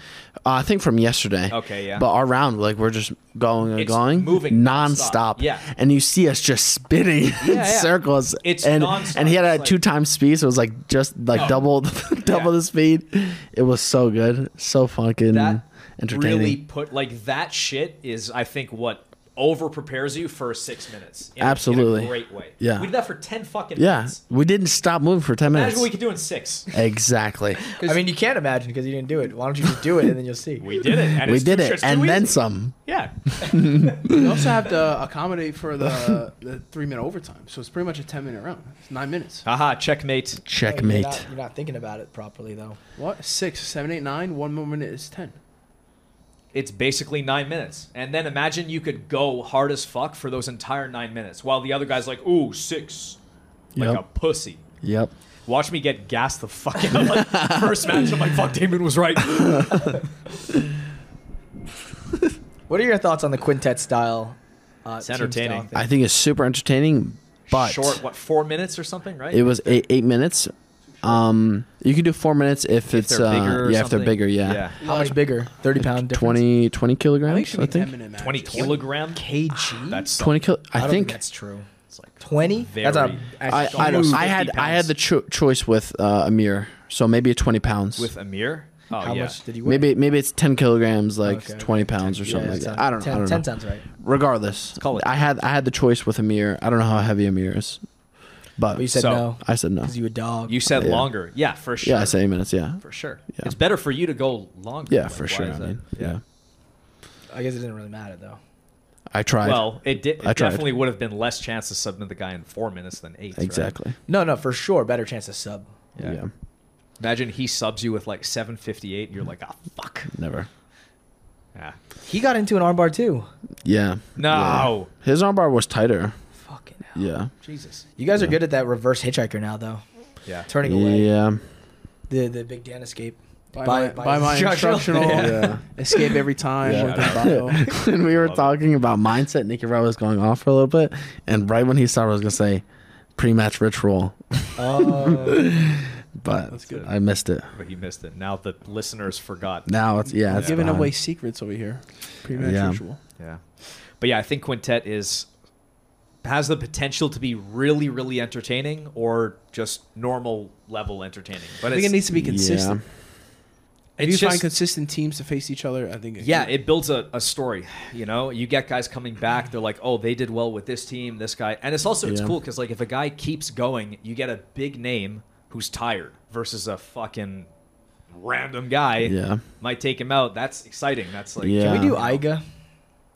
S3: Uh, I think from yesterday.
S2: Okay, yeah.
S3: But our round, like we're just going and
S2: It's
S3: going,
S2: moving
S3: nonstop.
S2: nonstop. Yeah.
S3: and you see us just spinning in
S2: yeah.
S3: circles.
S2: It's
S3: and
S2: nonstop.
S3: and he had a
S2: It's like- Oh.
S3: two times speed, so it was like just like double double
S2: Yeah.
S3: the speed. It was so good, so fucking
S2: That
S3: entertaining.
S2: really put. Like that shit is, I think, what over prepares you for six minutes. in a- in a
S3: Absolutely.
S2: great way.
S3: Yeah.
S2: We did that for 10 fucking
S3: Yeah,
S2: minutes.
S3: we didn't stop moving for ten
S2: Imagine
S3: minutes.
S2: what we could do in six.
S3: Exactly,
S1: I mean, you can't imagine because you didn't do it. Why don't you just do it and then you'll see?
S2: We did it. And
S3: we
S2: it's
S3: did
S2: too-
S3: it,
S2: it's too
S3: and then
S2: easy.
S3: some.
S2: Yeah.
S5: You also have to accommodate for the, the three minute overtime. So it's pretty much a 10 minute round. It's nine minutes.
S2: Haha, checkmate.
S1: You're
S3: Checkmate.
S1: not, you're not thinking about it properly though.
S5: What? Six, seven, eight, nine. One more minute is 10.
S2: it's basically nine minutes. And then imagine you could go hard as fuck for those entire nine minutes while the other guy's like, ooh, six. Like
S3: Yep.
S2: a pussy.
S3: Yep.
S2: Watch me get gassed the fuck out. Like, first match, I'm like, fuck, Damon was right.
S1: What are your thoughts on the quintet style? Uh,
S2: It's
S1: team
S2: entertaining.
S1: style
S3: I
S1: thing?
S3: think it's super entertaining, but
S2: Short, what, four minutes or something, right?
S3: it was eight, eight minutes. Um, you can do four minutes if, it's
S2: they're
S3: uh,
S2: bigger or
S3: yeah, if they're
S2: something.
S3: bigger, yeah.
S1: How much bigger? Thirty pound difference.
S3: 20, 20
S5: I think it
S3: kilograms,
S5: should
S3: I
S5: be 10
S3: think.
S5: minute match.
S2: 20 kilogram.
S1: kg.
S2: That's something.
S3: 20 kil-
S1: I,
S3: I
S1: don't
S3: think.
S1: that's true. It's like twenty. That's
S2: very-
S1: not
S3: I,
S1: actually
S3: I,
S2: almost
S3: I had
S2: 50
S3: I had
S2: pounds.
S3: the cho- choice with uh, Amir, so maybe a twenty pounds.
S2: with Amir. Oh,
S1: How
S2: yeah.
S1: much did you weigh?
S3: maybe maybe it's ten kilograms, like
S1: Okay, okay.
S3: twenty pounds or
S1: Yeah,
S3: something like
S1: ten-
S3: that. I don't,
S1: ten-
S3: know. I don't
S1: Ten
S3: know.
S1: sounds right.
S3: Regardless,
S2: call it-
S3: I had I had the choice with Amir. I don't know how heavy Amir is, but
S1: But you said
S2: So-
S1: no
S3: I said no.
S1: because you a dog.
S2: You said
S3: Yeah.
S2: longer. Yeah, for sure.
S3: Yeah, I said eight minutes. Yeah,
S2: For sure.
S3: Yeah.
S2: It's better for you to go longer.
S3: yeah,
S2: Like,
S3: for
S2: why
S3: sure.
S2: is
S3: I
S2: that?
S3: mean, yeah.
S1: I guess it didn't really matter though.
S3: I tried.
S2: Well, it, did,
S3: I
S2: it
S3: tried.
S2: definitely would have been less chance to submit the guy in four minutes than eight. right?
S3: exactly.
S1: No, no, for sure. Better chance to sub.
S3: Yeah.
S2: Imagine he subs you with like 758 and you're like, ah, fuck.
S3: never.
S2: Yeah.
S1: He got into an armbar too.
S3: Yeah.
S2: No.
S3: Yeah. His armbar was tighter.
S1: Fucking hell.
S3: Yeah.
S2: Jesus.
S1: You guys are good at that reverse hitchhiker now though.
S2: Yeah.
S1: Turning away.
S3: Yeah.
S1: The the big Dan escape.
S5: By, my, by, my
S1: instruction.
S5: instructional.
S3: Yeah.
S5: Escape every time.
S3: Yeah.
S5: with the bio.
S3: when we were
S2: Love it.
S3: talking about mindset, Nicky Rowe was going off for a little bit, and right when he started, I was gonna say pre-match ritual,
S1: Oh,
S3: but
S5: good.
S3: I missed it.
S2: But he missed it. Now the listeners forgot.
S3: Now it's yeah, it's
S5: Giving
S3: behind.
S5: away secrets over here. Pretty much
S3: Yeah.
S5: ritual.
S2: Yeah. But yeah, I think Quintet is has the potential to be really, really entertaining or just normal level entertaining. But
S5: I think it
S2: it's,
S5: needs to be consistent.
S3: Yeah.
S5: If
S2: It's
S5: you find
S2: just-
S5: consistent teams to face each other, I think. it-
S2: yeah, it builds a, a story. You know, you get guys coming back. They're like, oh, they did well with this team, this guy, and it's also it's
S3: Yeah.
S2: cool because like if a guy keeps going, you get a big name who's tired versus a fucking random guy.
S3: Yeah.
S2: might take him out. That's exciting. That's like
S3: Yeah.
S1: Can we do Iga?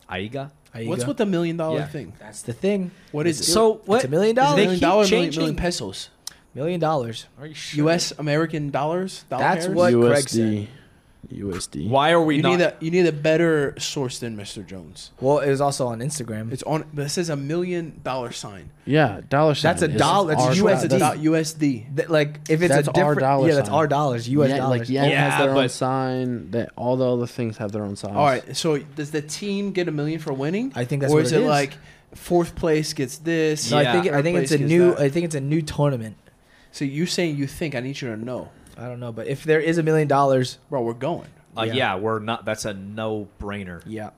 S2: Aiga.
S1: Aiga?
S5: What's with the million dollar
S2: Yeah.
S5: thing?
S1: That's the thing.
S5: What is it?
S2: So what?
S1: a million dollars.
S2: They
S5: million
S2: keep
S5: dollar, million,
S2: changing.
S5: million pesos,
S1: Million dollars.
S2: Are you sure?
S5: U.S. American dollars. Dollar
S1: That's
S5: pairs?
S1: what Craig
S3: USD. USD.
S2: Why are we
S5: you
S2: not?
S5: need. A, you need a better source than Mr. Jones.
S1: Well, it was also on Instagram.
S5: It's on. But it says a million dollar sign.
S3: Yeah, dollar sign.
S1: That's a
S3: is
S1: dollar- that's
S3: our-
S5: That's
S1: USD.
S5: a do- USD.
S1: Th- like if it's
S3: That's
S1: a
S3: our
S1: different,
S3: dollar
S1: yeah, that's
S3: sign.
S1: our dollars, U.S.
S3: Yeah,
S1: dollars.
S3: Like Yen
S2: Yeah,
S3: has their own
S2: but-
S3: sign. That all the other things have their own signs.
S5: All right. So does the team get a million for winning?
S1: I think that's
S5: or
S1: what
S5: is
S1: it
S5: it
S1: is.
S5: like fourth place gets this?
S1: So
S2: Yeah.
S1: I think I think it's a
S5: Place is
S1: new
S5: that.
S1: I think it's a new tournament.
S5: So you saying you think? I need you to know,
S1: I don't know, but if there is a million dollars,
S5: bro. We're going.
S2: Uh,
S1: Yeah.
S2: yeah. we're not. That's a no-brainer.
S1: yeah,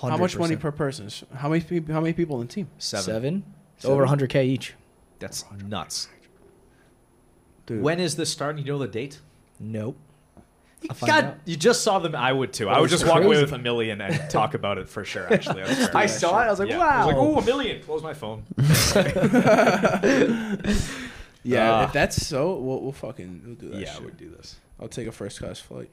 S5: How much money
S1: 100%.
S5: per person? is- How many? peop- How many people in the team?
S2: Seven.
S1: Seven? It's over 100k each.
S2: That's nuts.
S5: Dude.
S2: When is this starting? You know the date?
S1: Nope. I'll find
S2: God,
S1: out.
S2: you just saw them. I would too. I
S1: That
S2: would
S1: was
S2: just walk away
S1: crazy.
S2: with a million and talk about it for sure. Actually,
S1: I saw it. I was like, wow.
S2: oh, a million. Close my phone.
S5: Yeah,
S2: Ah.
S5: Uh, if that's so, we'll, we'll fucking we'll do that.
S2: yeah,
S5: shit.
S2: we would do this.
S5: I'll take a first class flight.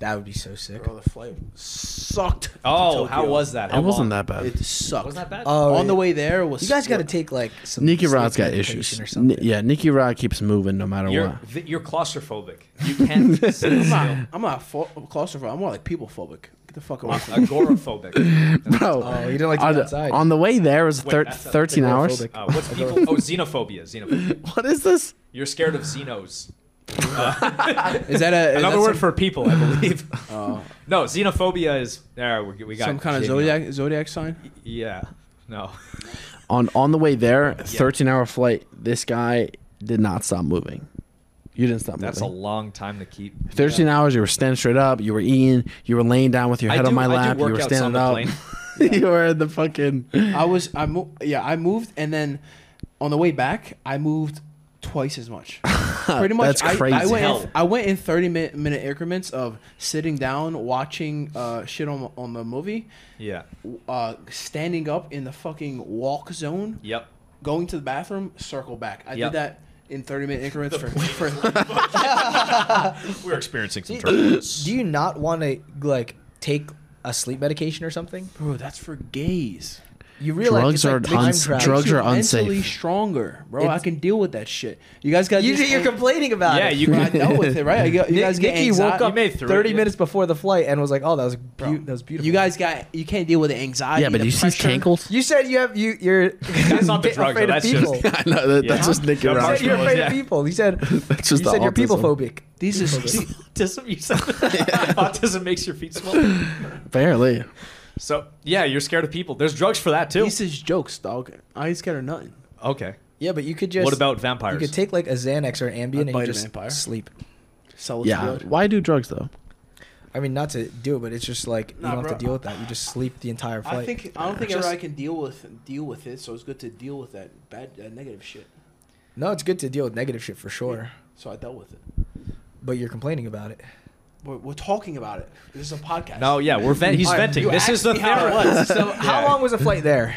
S1: that would be so sick.
S5: Bro, the flight sucked. to
S2: Oh, how
S5: Tokyo.
S2: was that?
S3: It wasn't that bad.
S5: It sucked.
S2: Wasn't that bad?
S1: Oh,
S5: On the
S1: yeah.
S5: way there was.
S1: You guys got to take like some.
S3: Nikki
S1: sleep
S3: Rod's got
S1: medication
S3: issues.
S1: or
S3: N-
S1: something.
S3: yeah, Nikki Rod keeps moving no matter
S2: you're
S3: what.
S2: th- you're claustrophobic. You can't sit still.
S5: I'm, I'm not pho- claustrophobic. I'm more like people phobic. Get the fuck away from me.
S2: Uh, Agoraphobic.
S3: Bro,
S1: Oh, you didn't like to
S3: on,
S1: be
S3: the-
S1: outside.
S3: on the way there was
S2: Wait,
S3: thir-
S2: that's not-
S3: 13 hours.
S1: Agoraphobic.
S2: Uh, what's people? Oh, xenophobia. Xenophobia.
S3: What is this?
S2: You're scared of xenos.
S5: Is that
S1: Eh,
S5: a is
S2: Another
S5: that
S2: word
S5: some,
S2: for people, I believe.
S1: Oh.
S2: no, xenophobia is there. we, we got
S5: some kind of
S2: Jamie on.
S5: zodiac zodiac sign?
S2: Yeah. No.
S3: On on the way there, 13 hour flight. This guy did not stop moving. You didn't stop
S2: That's a
S3: moving.
S2: long time to keep.
S3: 13 hours. You were standing straight up. You were eating. You were laying down with your
S2: I
S3: head
S2: do-
S3: on my
S2: I do
S3: lap. You were
S2: workouts on
S3: standing
S2: the
S3: up.
S2: plane.
S3: you were in the fucking.
S5: I was I mo- yeah I moved and then on the way back I moved twice as much. Pretty much
S3: That's
S5: I- I,
S3: crazy.
S5: went
S2: Hell.
S5: in, I went in 30 minute, minute increments of sitting down watching uh, shit on on the movie,
S2: Yeah.
S5: uh, standing up in the fucking walk zone,
S2: Yep.
S5: going to the bathroom, circle back. I
S2: Yep.
S5: did that in 30 minute increments for, for
S2: We're experiencing some
S1: Do
S2: turbulence.
S1: you not want to like take a sleep medication or something?
S5: bro that's for gays.
S1: You realize
S3: Drugs
S1: it's like
S3: are
S1: time
S3: uns-
S1: travel.
S3: drugs
S5: Makes you
S3: are unsafe.
S5: Mentally stronger, bro. I
S1: It's-
S5: can deal with that shit. You guys got
S1: You, you're complaining about
S2: Yeah,
S1: it.
S2: you
S5: Bro, I dealt with it, right? You, got- you
S1: Nick-
S5: guys get
S1: Nikki woke
S5: anxiety-
S1: up
S2: You made it through it,
S1: 30
S2: yeah.
S1: minutes before the flight and was like, "Oh, that was beau- that was beautiful."
S5: You guys got you can't deal with the anxiety.
S3: Yeah,
S5: the
S3: but do you see
S5: pressure.
S3: Cankles?
S1: You said you have you you're
S2: That's not the drugs,
S1: afraid
S2: though.
S1: of
S2: That's just-
S1: people.
S3: I know that,
S2: Yeah.
S3: that's just Nicky
S2: Yeah,
S1: You
S3: Rod.
S1: said you're afraid
S2: Yeah.
S1: of people. You said
S3: That's just
S1: you
S3: the
S1: said you're
S3: autism.
S1: people phobic.
S5: These is
S2: Autism, you said. Autism makes your feet swell.
S3: Apparently.
S2: So yeah, you're scared of people. There's drugs for that too.
S5: these is jokes, dog. I ain't scared of nothing.
S2: Okay.
S1: Yeah, but you could just
S2: what about
S1: you
S2: vampires?
S1: could take like a Xanax or an Ambien
S5: I'd
S1: and
S5: bite
S1: you
S5: a
S1: just
S5: vampire.
S1: sleep.
S5: Sell us
S3: Yeah.
S5: blood.
S3: Why do drugs though?
S1: I mean, not to do it, but it's just like you
S5: Nah,
S1: don't
S5: bro.
S1: have to deal with that. You just sleep the entire flight.
S5: I think I don't think
S1: Just-
S5: everybody can deal with deal with it, so it's good to deal with that bad that negative shit.
S1: no, it's good to deal with negative shit for sure,
S5: So I dealt with it.
S1: but you're complaining about it.
S5: We're, we're talking about it. This is a podcast.
S2: no, yeah, we're ven- he's
S5: All right,
S2: venting.
S5: you
S2: This
S5: asked
S2: is the
S5: me how it
S2: therapy.
S5: was,
S1: So, how long was the flight there?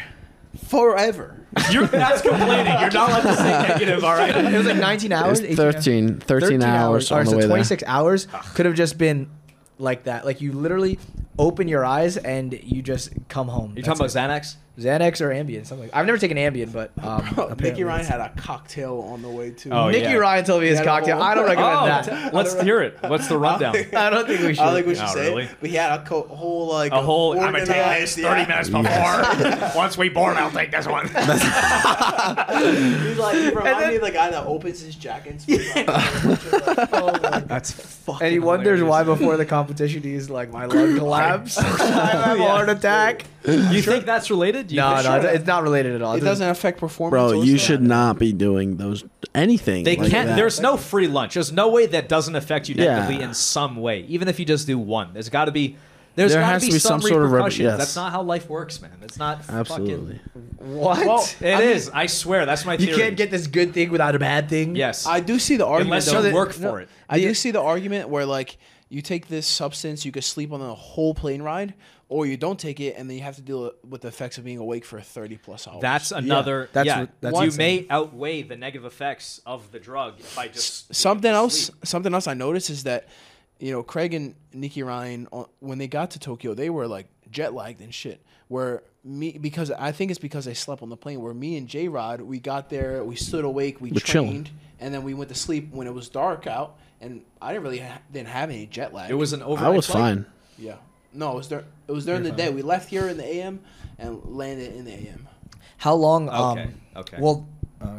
S5: forever.
S2: You're that's complaining. You're not allowed to say negative. All right.
S1: It was like 19 hours.
S3: It's
S1: 18 hours?
S3: 13, 13, hours,
S1: All right,
S3: on the
S1: so
S3: way there.
S1: 26 hours could have just been like that. Like you literally open your eyes and you just come home.
S2: You're
S1: That's
S2: talking about
S1: it.
S2: Xanax?
S1: Xanax or Ambien? Something. Like I've never taken Ambien, but um,
S5: Bro, Nicky
S1: apparently
S5: Ryan
S1: it's-
S5: had a cocktail on the way too.
S2: Oh,
S1: Nicky
S2: yeah.
S1: Ryan told me his
S5: He had a
S1: cocktail.
S5: whole-
S1: I don't recommend
S2: Oh,
S1: that.
S2: let's hear it. What's the rundown?
S1: I don't think we should.
S5: I don't think we should
S2: Oh,
S5: say
S2: really?
S5: it. We had a co- whole like
S2: A whole. I'm gonna take
S5: organized-
S2: this 30
S5: yeah.
S2: minutes before. Once we board, I'll take this one.
S5: He's like, you remind
S1: then-
S5: me of the guy that opens his jackets. That's fucking.
S1: and he wonders
S2: hilarious.
S1: why before the competition he's like, my lung collapsed. I have a heart attack.
S2: You think that's related? You
S1: No,
S2: think-
S1: no, it's not related at all.
S5: It doesn't affect performance.
S3: Bro,
S5: or
S3: you
S5: stuff.
S3: should not be doing those anything.
S2: They
S3: like
S2: can't.
S3: that.
S2: There's no free lunch. There's no way that doesn't affect you negatively
S3: Yeah.
S2: in some way. Even if you just do one, there's got to be. There's
S3: There
S2: gotta
S3: has
S2: be
S3: to be
S2: some,
S3: some sort of reper-
S2: repercussions.
S3: yes.
S2: That's not how life works, man. That's not
S3: Absolutely.
S1: What?
S2: Fucking, It is. I swear. That's my
S1: You
S2: theory.
S1: can't get this good thing without a bad thing.
S2: Yes.
S5: I do see the argument.
S2: Unless
S5: though.
S2: you work for it.
S5: I do see the argument where like you take this substance, you could sleep on the whole plane ride, or you don't take it and then you have to deal with the effects of being awake for thirty plus hours.
S2: That's another.
S1: that's
S2: yeah,
S1: what- that's
S2: you
S1: insane.
S2: may outweigh the negative effects of the drug by just being
S5: something
S2: able to
S5: else.
S2: sleep.
S5: Something else I noticed is that you know Craig and Nikki Ryan uh, when they got to Tokyo, they were like jet lagged and shit. Where me because I think it's because I slept on the plane. Where me and J Rod, we got there, we stood awake, we
S3: We're chilling.
S5: trained, and then we went to sleep when it was dark out. And I didn't really ha- didn't have any jet lag.
S2: It was an overnight.
S3: I was
S2: flight.
S3: fine.
S5: Yeah. No, it was dur- it was during the day. We left here in the AM and landed in the AM.
S1: How long? Um,
S2: Okay, okay.
S1: Well, uh,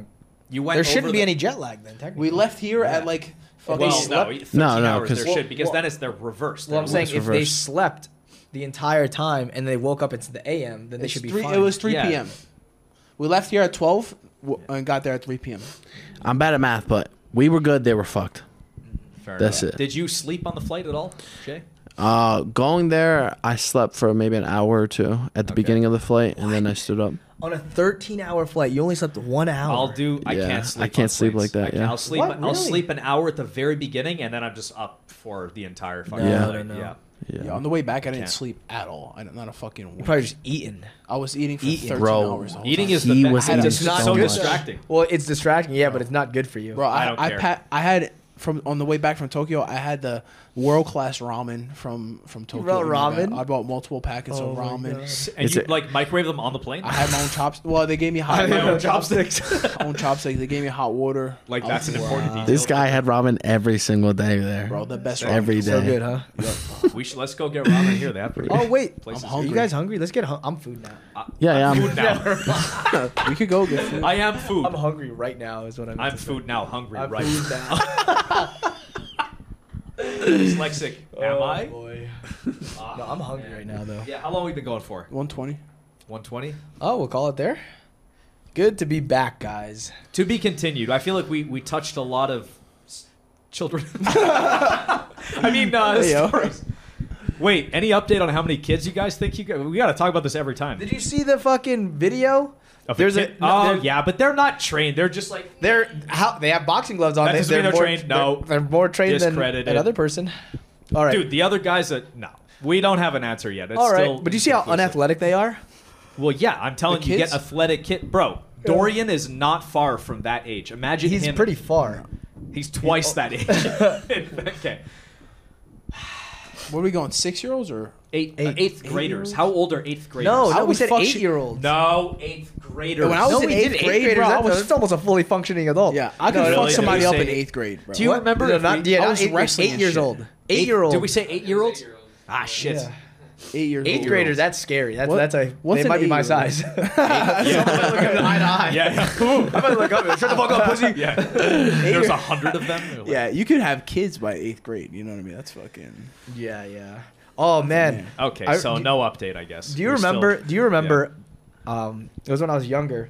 S2: You went.
S1: there
S2: over
S1: shouldn't be
S2: the-
S1: any jet lag then. Technically,
S5: We left here at like fucking
S2: Well,
S5: slept-
S2: no, 13
S3: No, no,
S2: hours there
S3: 'cause-
S2: should because
S1: Well,
S2: then it's the reverse.
S1: Well, I'm
S2: They're
S1: saying
S3: It's
S1: if they
S3: reversed.
S1: slept the entire time and they woke up at the a.m., then they
S5: It's
S1: should be
S5: three,
S1: fine.
S5: It was 3
S2: Yeah.
S5: p.m. We left here at 12 w- and got there at 3 p.m.
S3: I'm bad at math, but we were good. They were fucked.
S2: Fair
S3: That's
S2: enough.
S3: it.
S2: Did you sleep on the flight at all, Jay?
S3: Uh, going there, I slept for maybe an hour or two at the beginning of the flight, and then I stood up.
S1: on a 13-hour flight. You only slept one hour.
S2: I'll do. I
S3: Yeah,
S2: can't sleep.
S3: I can't
S2: on
S3: sleep
S2: planes.
S3: like that,
S2: I can't-
S3: yeah.
S2: I'll sleep.
S1: What?
S2: I'll
S1: Really?
S2: sleep an hour at the very beginning, and then I'm just up for the entire fucking
S3: No,
S2: flight.
S1: no, no.
S2: Yeah.
S3: Yeah,
S5: Yeah, on the way back, I didn't
S2: Can't.
S5: sleep at all. I don't, not a fucking.
S1: You're probably
S5: wink.
S1: just eating.
S5: I was eating for
S1: Eating.
S5: 13
S3: Bro,
S5: hours. the whole
S2: Eating
S5: time.
S2: is the
S3: He
S2: best.
S3: was
S2: it's
S3: eating
S2: just
S3: so
S2: so
S3: much.
S2: distracting.
S1: Well, it's distracting, yeah, but it's not good for you.
S5: Bro, I,
S2: I don't
S5: I,
S2: care.
S5: pa- I had from on the way back from Tokyo. I had the world class ramen from from Tokyo.
S1: brought
S5: in my bag.
S1: ramen?
S5: I bought multiple packets
S1: Oh
S5: of
S1: my
S5: ramen.
S1: God.
S2: and
S3: Is
S2: you
S3: it-
S2: like microwave them on the plane?
S5: I had my own chops. Well, they gave me hot.
S1: I
S5: water.
S1: have no chopsticks.
S5: own chopsticks. They gave me hot water.
S2: Like
S5: I
S2: that's an
S5: was-
S2: important detail.
S3: this guy had ramen every single day there.
S5: Uh, bro, the best.
S3: every day.
S1: so good, huh?
S2: We should let's go get ramen here. They have pretty.
S1: Oh wait,
S2: Places
S1: I'm
S2: to
S1: hungry. Are
S5: eat.
S1: you guys hungry? Let's get. Hun- I'm food now.
S3: Yeah, yeah.
S2: food
S3: I'm,
S2: now.
S5: ramen. we could go get food.
S2: I am food.
S1: I'm hungry right now. Is what I'm.
S2: I'm food now. Hungry
S1: I'm
S2: right
S1: food
S2: now.
S1: now.
S2: Dyslexic. Am
S1: Oh,
S2: I?
S1: Boy. no, I'm hungry right now though.
S2: Yeah. How long we been going for?
S5: One twenty.
S2: 120.
S1: Oh, we'll call it there. Good to be back, guys.
S2: To be continued. I feel like we we touched a lot of s- children. I mean, uh,
S5: Hey, yo.
S2: stories. Wait, any update on how many kids you guys think you got? We got to talk about this every time.
S1: Did you see the fucking video?
S2: Of
S1: There's
S2: kid-
S1: a no,
S2: oh
S1: there-
S2: yeah, but they're not trained. They're just like
S1: They're how they have boxing gloves on.
S2: That
S1: They-
S2: doesn't mean they're
S1: more,
S2: trained. No.
S1: they're, they're more trained than
S2: Discredited.
S1: another person. All right,
S2: dude. The other guys that no, we don't have an answer yet. It's
S1: all right.
S2: still
S1: but do you see how
S2: inconclusive.
S1: unathletic they are?
S2: Well, yeah, I'm telling
S5: The
S2: you, get
S5: kids?
S2: athletic kid, bro. Dorian is not far from that age. Imagine
S1: He's
S2: him-
S1: pretty Oh. far.
S2: He's twice that age. okay,
S5: What are we going? Six year olds or
S2: eight, uh,
S1: Eight.
S2: eighth graders. How old are eighth graders?
S1: No,
S5: I
S1: no, we
S5: would
S1: said
S5: fuck
S1: eight
S5: you-
S1: year olds.
S2: no, eighth graders.
S5: When I was
S1: no,
S5: in
S1: we
S5: eighth
S1: did eighth
S5: grade,
S1: graders.
S5: bro, I
S1: That-
S5: was-
S1: That's almost a fully functioning adult.
S5: yeah? I could
S2: No,
S5: fuck
S2: really,
S5: somebody
S2: did
S5: up
S2: we
S5: in
S2: say-
S5: eighth grade, bro.
S2: Do you
S1: What?
S2: remember
S1: No,
S2: if
S1: not,
S2: we-
S1: yeah,
S5: I
S1: not
S5: was
S1: eight,
S5: wrestling
S1: eight
S5: and
S1: years
S5: shit.
S1: old. Eight year old.
S2: Did we say eight year olds? Ah, shit.
S1: Yeah.
S5: Eight year
S1: Eighth grader's that's scary. That's
S5: What-
S1: that's a
S5: what's
S1: they
S5: an
S1: might be my
S5: eight-year-old?
S1: size. Someone look at eye to eye.
S2: Yeah,
S1: I might look up. Shut the fuck up, pussy.
S2: yeah. There's a hundred of them. They're like-
S5: Yeah, you could have kids by eighth grade. You know what I mean? That's fucking.
S1: Yeah, yeah. Oh man.
S2: Okay,
S1: I-
S2: so
S1: do-
S2: no update, I guess.
S1: Do you
S2: We're
S1: remember?
S2: still-
S1: do you remember? Um, it was when I was younger.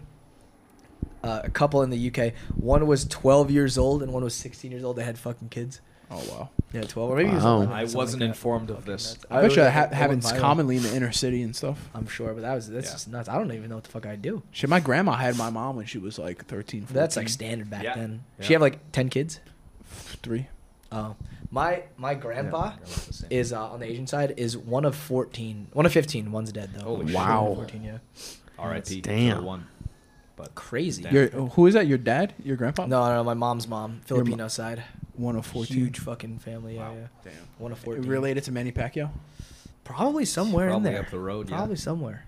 S1: Uh, a couple in the UK. One was 12 years old and one was 16 years old. They had fucking kids.
S5: Oh wow.
S1: Yeah, 12 or maybe it was
S3: Wow.
S1: 11 or
S2: I
S1: something
S2: wasn't
S1: like that.
S2: informed of this.
S5: I, bet
S1: was-
S5: you that
S1: it
S5: ha-
S1: went
S5: happens
S1: viral.
S5: commonly in the inner city and stuff.
S1: I'm sure, but that was that's
S2: Yeah.
S1: just nuts. I don't even know what the fuck I do.
S5: Shit, my grandma had my mom when she was like 13, 14.
S1: That's like standard back
S2: Mm-hmm. Yeah.
S1: then.
S2: Yeah.
S1: She have like 10 kids.
S5: three.
S1: Oh, my my grandpa
S2: Yeah, grandpa's the same.
S1: is uh, on the Asian side is one of 14, one of 15. One's dead though.
S2: Holy shit.
S1: One
S3: Wow.
S1: of 14, yeah.
S2: R.I.P. to
S3: Damn.
S2: the One. But
S1: Crazy.
S2: Damn.
S5: Your who is that? Your dad? Your grandpa?
S1: No, no, no, my mom's mom, Filipino side.
S5: One of fourteen.
S1: Huge fucking family. Yeah,
S2: Wow.
S1: yeah.
S5: Damn.
S1: One of 14.
S5: Related to Manny Pacquiao.
S1: Probably somewhere
S2: Probably
S1: in there.
S2: up the road, yeah.
S1: Probably somewhere.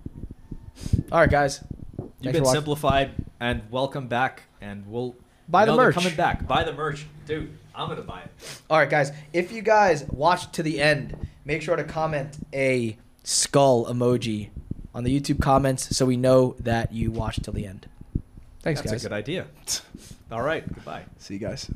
S1: All right, guys.
S2: You've
S1: Thanks for
S2: been
S1: watching.
S2: simplified and welcome back, and we'll
S1: Buy the
S2: No, they're
S1: merch.
S2: Coming back, buy the merch, dude. I'm gonna buy it.
S1: All right, guys. If you guys watched to the end, make sure to comment a skull emoji on the YouTube comments so we know that you watched till the end. Thanks,
S2: That's
S1: guys.
S2: a good idea. All right, goodbye.
S5: See you guys.